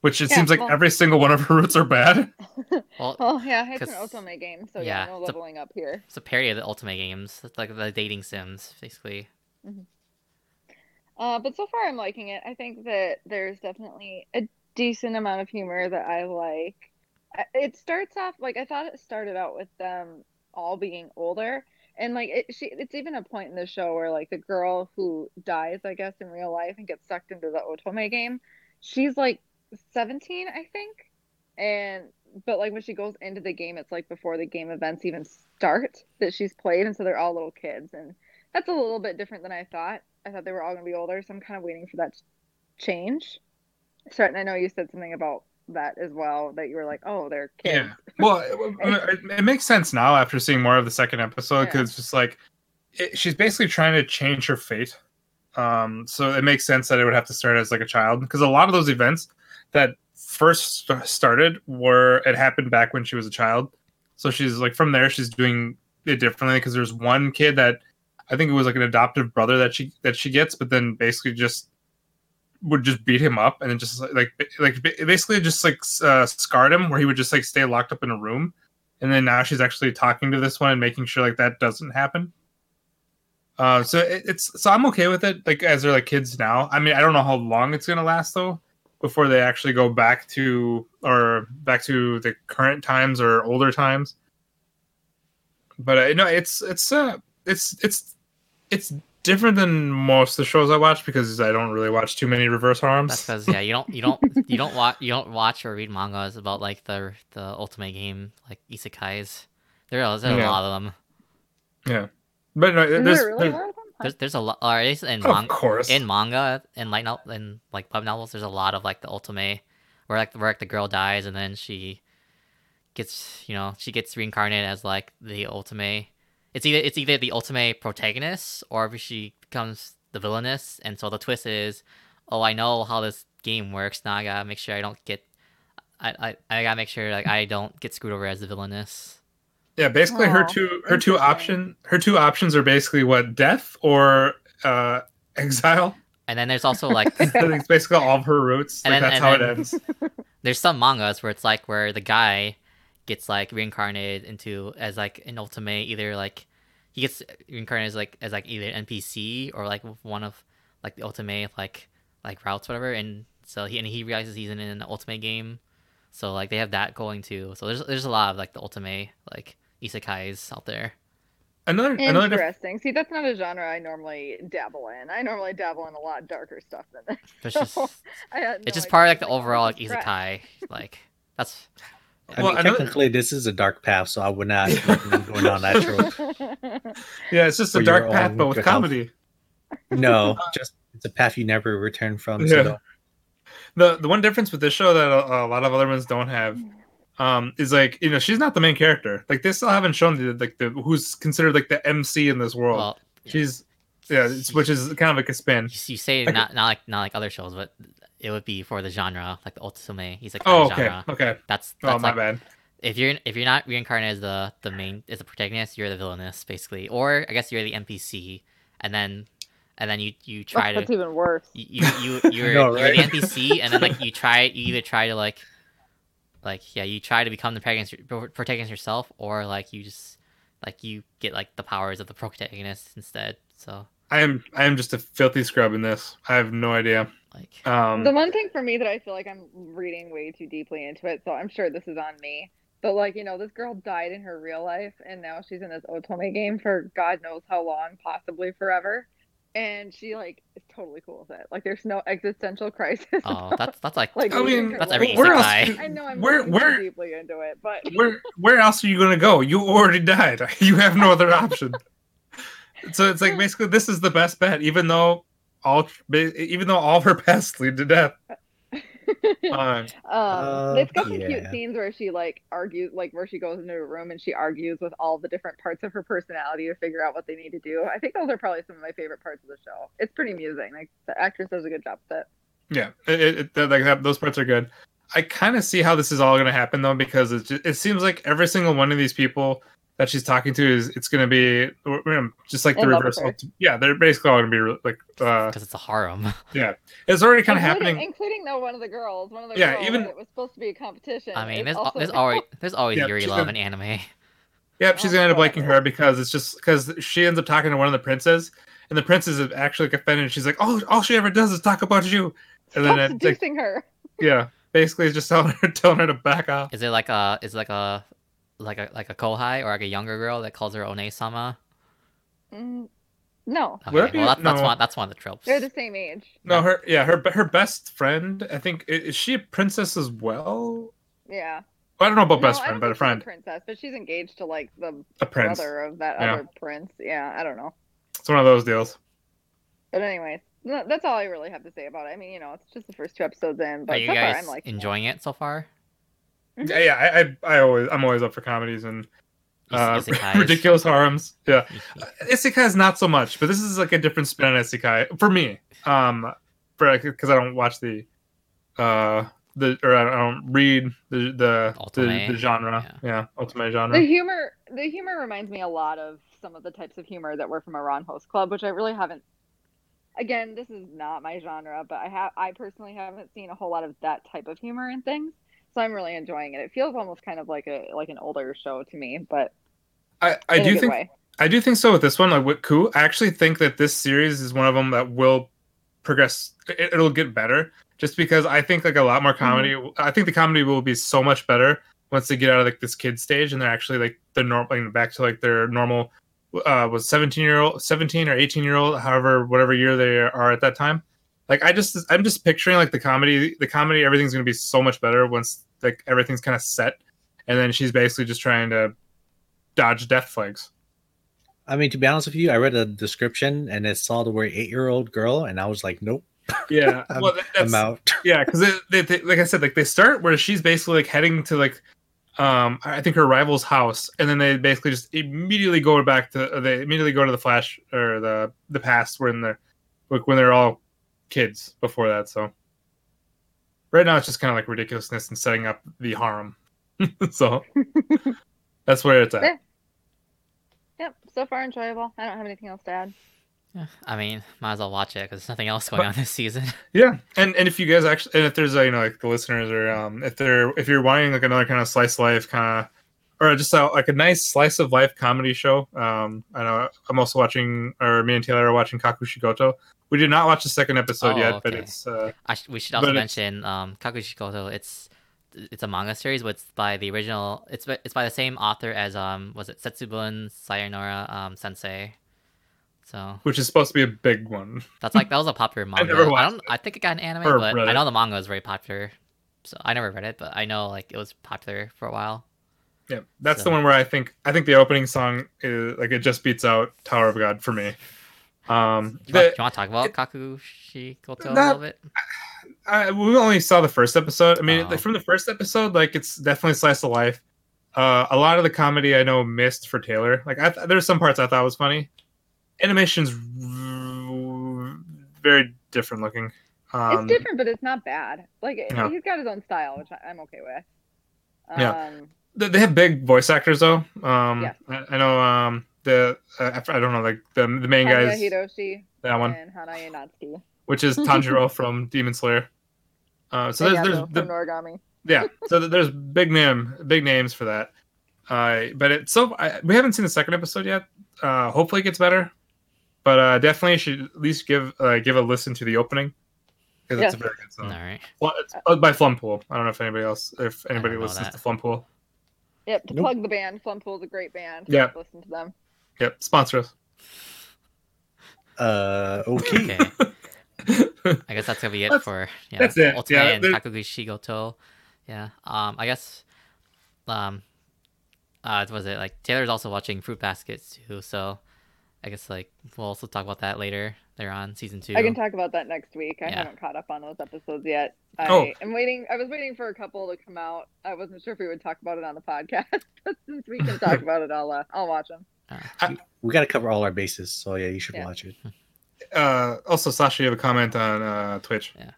S3: Which it
S8: Yeah,
S3: seems like
S8: well-
S3: every single one of her roots are bad.
S1: Well,
S8: well, oh, yeah, it's an
S1: 'Cause-
S8: Otome game, so
S1: yeah,
S8: yeah, no
S1: it's a-
S8: leveling up here.
S1: it's a parody of the Ultimate games, it's like the dating sims, basically.
S8: Uh, but so far, I'm liking it. I think that there's definitely a decent amount of humor that I like. I- It starts off like I thought it started out with um, them all being older, and like it, she, it's even a point in the show where like the girl who dies, I guess, in real life and gets sucked into the Otome game, she's like 17, I think, and but like when she goes into the game, it's like before the game events even start that she's played, and so they're all little kids, and that's a little bit different than I thought. I thought they were all going to be older, so I'm kind of waiting for that to change. Stratton, I know you said something about that as well, that you were like, oh, they're kids.
S3: Yeah. Well, it, it- it makes sense now after seeing more of the second episode because
S8: Yeah.
S3: it's just like it, she's basically trying to change her fate. Um, so it makes sense that it would have to start as like a child because a lot of those events that first st- started were it happened back when she was a child. So she's like from there she's doing it differently because there's one kid that I think it was like an adoptive brother that she that she gets, but then basically just would just beat him up and then just like like basically just like uh, scarred him where he would just like stay locked up in a room and then now she's actually talking to this one and making sure like that doesn't happen uh so it, it's so i'm okay with it like as they're like kids now i mean i don't know how long it's gonna last though before they actually go back to or back to the current times or older times but uh, no it's it's uh it's it's it's different than most of the shows i watch because i don't really watch too many reverse harms
S1: That's because yeah, you don't you don't you don't watch you don't watch or read mangas about like the the Ultimate game like isekais. There are there's
S3: Yeah.
S1: a lot of them.
S3: But no,
S8: Is
S3: there's,
S8: there really
S3: there's-
S8: more of them? Huh.
S1: There's there's a lot, or at least in
S3: of
S1: manga,
S3: course.
S1: in manga and light novel and like pub novels there's a lot of like the ultimate where like where like the girl dies and then she gets you know she gets reincarnated as like the ultimate it's either it's either the ultimate protagonist or if she becomes the villainess and so the twist is oh i know how this game works now i gotta make sure i don't get i i, I gotta make sure like i don't get screwed over as the villainess
S3: yeah, basically her
S8: Aw,
S3: two her two
S8: Oh, interesting.
S3: option her two options are basically what death or uh, exile.
S1: and then there's also like
S3: it's basically all of her roots.
S1: And
S3: Like,
S1: then-
S3: that's
S1: and
S3: how
S1: then-
S3: it ends.
S1: there's some mangas where it's like where the guy gets like reincarnated into as like an ultimate either like he gets reincarnated as like as like either NPC or like one of like the ultimate like like routes whatever and so he and he realizes he's in an ultimate game so like they have that going too so there's there's a lot of like the ultimate like isekais out there
S3: Another another diff-
S8: Interesting. See, that's not a genre I normally dabble in. I normally dabble in a lot darker stuff than this.
S1: But it's just
S8: I had no
S1: it's just
S8: idea.
S1: part of like the
S8: Like, oh,
S1: overall like
S8: this is crap.
S1: isekai like that's
S5: I
S3: Well,
S5: mean,
S3: another-
S5: technically, this is a dark path, so I would not recommend going down that road.
S3: yeah, it's just a
S5: For
S3: dark
S5: your
S3: path,
S5: own
S3: but with
S5: good
S3: comedy.
S5: No, just it's a path you never return from. So
S3: Yeah.
S5: don't-
S3: The the one difference with this show that a, a lot of other ones don't have um, is like you know she's not the main character. Like they still haven't shown the like the who's considered like the MC in this world.
S1: well
S3: she's yeah, it's, which is kind of like a spin.
S1: You, s- you say
S3: Like-
S1: not not like not like other shows, but it would be for the genre, like the ultimate. He's like
S3: Oh, okay,
S1: genre.
S3: okay.
S1: That's that's
S3: Oh, my
S1: like
S3: bad.
S1: if you're if you're not reincarnated as the the main as the protagonist, you're the villainess basically, or I guess you're the NPC, and then and then you you
S8: Oh,
S1: try to
S8: That's even worse.
S1: you you you're,
S5: know,
S1: you're the
S5: right?
S1: NPC, and then like you try you either try to like like yeah you try to become the protagonist, protagonist yourself, or like you just like you get like the powers of the protagonist instead. So
S3: I am I am just a filthy scrub in this. I have no idea.
S1: like
S3: Um,
S8: the one thing for me that I feel like I'm reading way too deeply into it, so I'm sure this is on me. But like, you know, this girl died in her real life and now she's in this Otome game for God knows how long, possibly forever. And she like is totally cool with it. Like there's no existential crisis.
S1: oh that's that's like
S8: like
S3: I mean,
S1: that's every
S3: where else?
S1: isekai.
S8: I know I'm
S3: where
S8: reading
S3: where
S8: too deeply into it, but
S3: where where else are you going to go? You already died. You have no other option. So it's like basically this is the best bet, even though all even though all of her paths lead to death. Uh,
S8: Um, it's got some cute
S5: yeah.
S8: scenes where she like argues, like where she goes into a room and she argues with all the different parts of her personality to figure out what they need to do. I think those are probably some of my favorite parts of the show. It's pretty amusing. Like the actress does a good job with it.
S3: yeah, it, it, it- that- like that, those parts are good. I kind of see how this is all going to happen though, because it's just, it seems like every single one of these people that she's talking to is it's going to be we're gonna- just like the
S8: In love
S3: reverse.
S8: with her.
S3: ult- Yeah, they're basically all going to be re- like uh,
S1: because it's a harem.
S3: it's already kind of
S8: Including-
S3: happening.
S8: including though one of the girls, one of the
S3: Yeah,
S8: girls
S3: even-
S8: that was supposed to be a competition.
S1: I mean,
S8: is
S1: there's al-
S8: also-
S1: there's always there's always
S3: Yeah,
S1: Yuri
S3: she's
S1: love
S3: a-
S1: in anime.
S3: Yep, she's gonna end up
S8: Oh,
S3: liking her because it's just because she ends up talking to one of the princes, and the princess is actually like, offended. And she's like, "Oh, all she ever does is talk about you." And then
S8: Stop
S3: it's like,
S8: seducing her.
S3: yeah, basically, it's just telling her, telling her to back off.
S1: Is it like a is it like a like a like a kohai or like a younger girl that calls her one sama?
S8: Mm, no,
S1: Okay,
S3: Would
S1: well,
S3: that be-
S1: that's, that's
S3: no.
S1: one that's one of the tropes.
S8: they're the same age.
S3: No, her yeah, her her best friend. I think i- is she a princess as well?
S8: Yeah.
S3: I don't know about
S8: No,
S3: Oh, best
S8: I
S3: friend,
S8: don't
S3: but a
S8: think she's
S3: friend,
S8: princess, but she's engaged to like the
S3: a prince.
S8: brother of that
S3: Yeah.
S8: other prince. Yeah, I don't know.
S3: It's one of those deals.
S8: But anyways, no, that's all I really have to say about it. I mean, you know, it's just the first two episodes in, but
S1: Are you
S8: so far
S1: guys
S8: I'm like
S1: enjoying it so far?
S8: Mhm.
S3: Yeah, yeah. I, I I always I'm always up for comedies and uh,
S1: Ise- isekais?
S3: ridiculous harems. Yeah. Isekai is not so much, but this is like a different spin on Isekai for me. Um, for because I don't watch the, uh, the or I don't, I don't read the the the,
S1: Ultimate,
S3: the genre. Yeah. ultimate
S8: The
S3: genre.
S8: humor, the humor reminds me a lot of some of the types of humor that were from Iran Host Club, which I really haven't. Again, this is not my genre, but I have I personally haven't seen a whole lot of that type of humor in things, so I'm really enjoying it. It feels almost kind of like a like an older show to me, but
S3: I, I
S8: in a
S3: do
S8: good
S3: think
S8: way.
S3: I do think so with this one. Like with Ku, I actually think that this series is one of them that will progress. It, it'll get better just because I think like a lot more comedy. I think the comedy will be so much better once they get out of like this kid stage and they're actually like the normal like, back to like their normal uh was 17 year old 17 or 18 year old however whatever year they are at that time like i just i'm just picturing like the comedy the comedy everything's going to be so much better once like everything's kind of set and then she's basically just trying to dodge death flags
S5: I mean, to be honest with you, I read the description and it saw the word eight year old girl, and I was like, nope,
S3: Yeah,
S5: I'm-
S3: well, that-
S5: I'm
S3: that's,
S5: out.
S3: yeah, because they, they, like I said, like they start where she's basically like heading to like, um, I think her rival's house, and then they basically just immediately go back to uh, they immediately go to the flash or the the past when they're like when they're all kids before that. So right now it's just kind of like ridiculousness and setting up the harem. so that's where it's at.
S8: Yeah. Yep, so far enjoyable. I don't have anything else to add.
S1: Yeah, I mean, might as well watch it because there's nothing else going on this season.
S3: Yeah, and and if you guys actually, and if there's uh, you know like the listeners or um if they're if you're wanting like another kind of slice of life kind of or just uh, like a nice slice of life comedy show, um I know I'm also watching or me and Taylor are watching Kakushigoto. We did not watch the second episode
S1: Oh,
S3: yet, but
S1: okay.
S3: it's uh,
S1: I sh- we should also
S3: But it's-
S1: mention um, Kakushikoto. It's it's a manga series, but it's by the original. It's by, it's by the same author as um was it Setsubun Sayonara um, Sensei. So
S3: which is supposed to be a big one.
S1: that's like that was a popular manga.
S3: never watched
S1: don't. I think it got an anime,
S3: Or
S1: but
S3: read
S1: I
S3: it.
S1: know the manga was very popular. So I never read it, but I know like it was popular for a while.
S3: Yeah, that's
S1: So-
S3: the one where I think I think the opening song is like it just beats out Tower of God for me. Um,
S1: Do you, want,
S3: the-
S1: do you want to talk about Kakushikoto a
S3: That-
S1: little bit?
S3: I, we only saw the first episode. I mean,
S1: Oh.
S3: like from the first episode, like it's definitely slice of life. Uh, a lot of the comedy I know missed for Taylor. Like I th- there's some parts I thought was funny. Animation's v- very different looking. Um,
S8: it's different, but it's not bad. Like
S3: No.
S8: he's got his own style, which I- I'm okay with. Um,
S3: Yeah. th- They have big voice actors though. Um,
S8: Yeah.
S3: I, I know um, the uh, I f- I don't know like the, the main
S8: Tanya
S3: guys
S8: Hiroshi
S3: that one,
S8: and Hana Yanatsuki.
S3: which is Tanjiro from Demon Slayer. Uh, so there's,
S8: Yago
S3: there's
S8: from
S3: the,
S8: Noragami.
S3: yeah so th- there's big name big names for that uh but it's so I, we haven't seen the second episode yet uh hopefully it gets better but uh definitely should at least give uh, give a listen to the opening because it's a
S8: Yes.
S3: very good song
S1: All right.
S3: Well, it's uh, by Flumpool I don't know if anybody else if anybody
S1: know
S3: listens
S1: that.
S3: to Flumpool
S8: Yep, to
S5: Nope.
S8: plug the band, Flumpool's a great band.
S3: Yeah.
S8: listen to them.
S3: yep sponsor us
S5: Uh, okay.
S1: Okay. I guess that's gonna be it
S3: That's-
S1: for yeah,
S3: that's it.
S1: Ultimate
S3: Yeah,
S1: and
S3: there-
S1: Kakugishigoto. Yeah. Um. I guess. Um. Uh. what Was it like Taylor's also watching Fruit Basket too? So, I guess like we'll also talk about that later. They're on season two.
S8: I can talk about that next week. I
S1: Yeah.
S8: haven't caught up on those episodes yet. I
S3: Oh.
S8: am waiting. I was waiting for a couple to come out. I wasn't sure if we would talk about it on the podcast, but since we can talk about it, I'll uh, I'll watch them.
S5: We got to cover all our bases, so yeah, you should
S8: Yeah.
S5: watch it.
S3: uh, also Sasha, you have a comment on uh, Twitch.
S1: Yeah.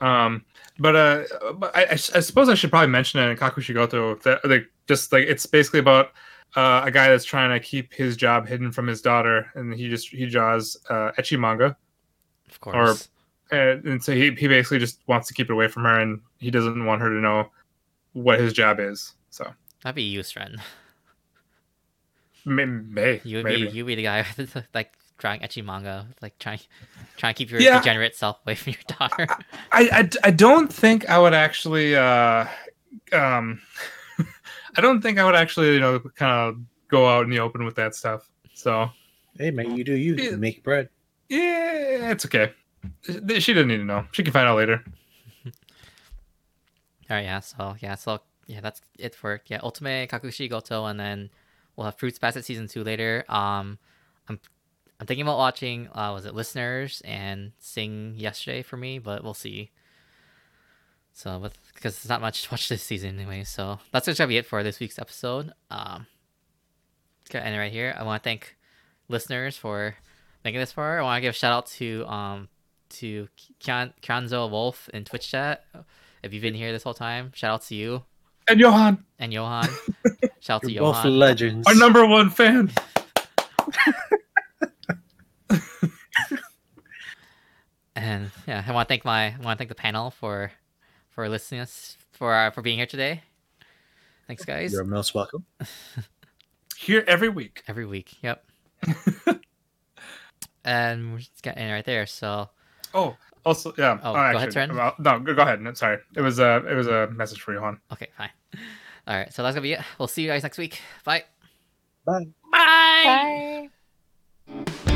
S3: Um, but uh, but I, I, s- I suppose I should probably mention it in Kakushigoto that like just like it's basically about uh, a guy that's trying to keep his job hidden from his daughter, and he just he draws uh, etchy manga,
S1: of course.
S3: and, and so he he basically just wants to keep it away from her, and he doesn't want her to know what his job is. So
S1: That'd be you, Sren.
S3: may, may
S1: You would
S3: maybe.
S1: be you would be the guy like drawing etchy manga, like trying trying to keep your
S3: Yeah.
S1: degenerate self away from your daughter.
S3: I, I d- I don't think I would actually uh um I don't think I would actually you know kind of go out in the open with that stuff. So
S5: Hey man, you do you
S3: Yeah.
S5: make bread.
S3: yeah, it's okay. She she didn't need to know. She can find out later.
S1: All right, yeah. So yeah, so yeah, that's it for yeah Ultimate Kakushi Goto, and then we'll have Fruits Basket season two later. Um, I'm I'm thinking about watching uh was it Listeners and Sing yesterday for me, but we'll see. So with because it's not much to watch this season anyway, so that's just gonna be it for this week's episode. Um, it's gonna end it right here. I want to thank listeners for making this far. I want to give a shout out to um to Kian Kianzo Wolf in Twitch chat if you've been here this whole time, shout out to you
S3: And Johan,
S1: and Johan. shout out to
S5: You're both
S1: Johan.
S5: legends.
S3: our number one fan.
S1: And yeah, I want to thank my I want to thank the panel for for listening us for uh, for being here today. Thanks guys.
S5: You're most welcome.
S3: Here every week.
S1: Every week. Yep. and we're just getting right there. So
S3: Oh, also yeah.
S1: Oh,
S3: Oh,
S1: go ahead,
S3: actually,
S1: Trent.
S3: well, no, go go ahead. No, sorry, it was a it was a message for Johan.
S1: okay, fine. All right, so that's gonna be it. We'll see you guys next week. Bye.
S5: Bye.
S1: Bye.
S8: Bye.
S1: Bye.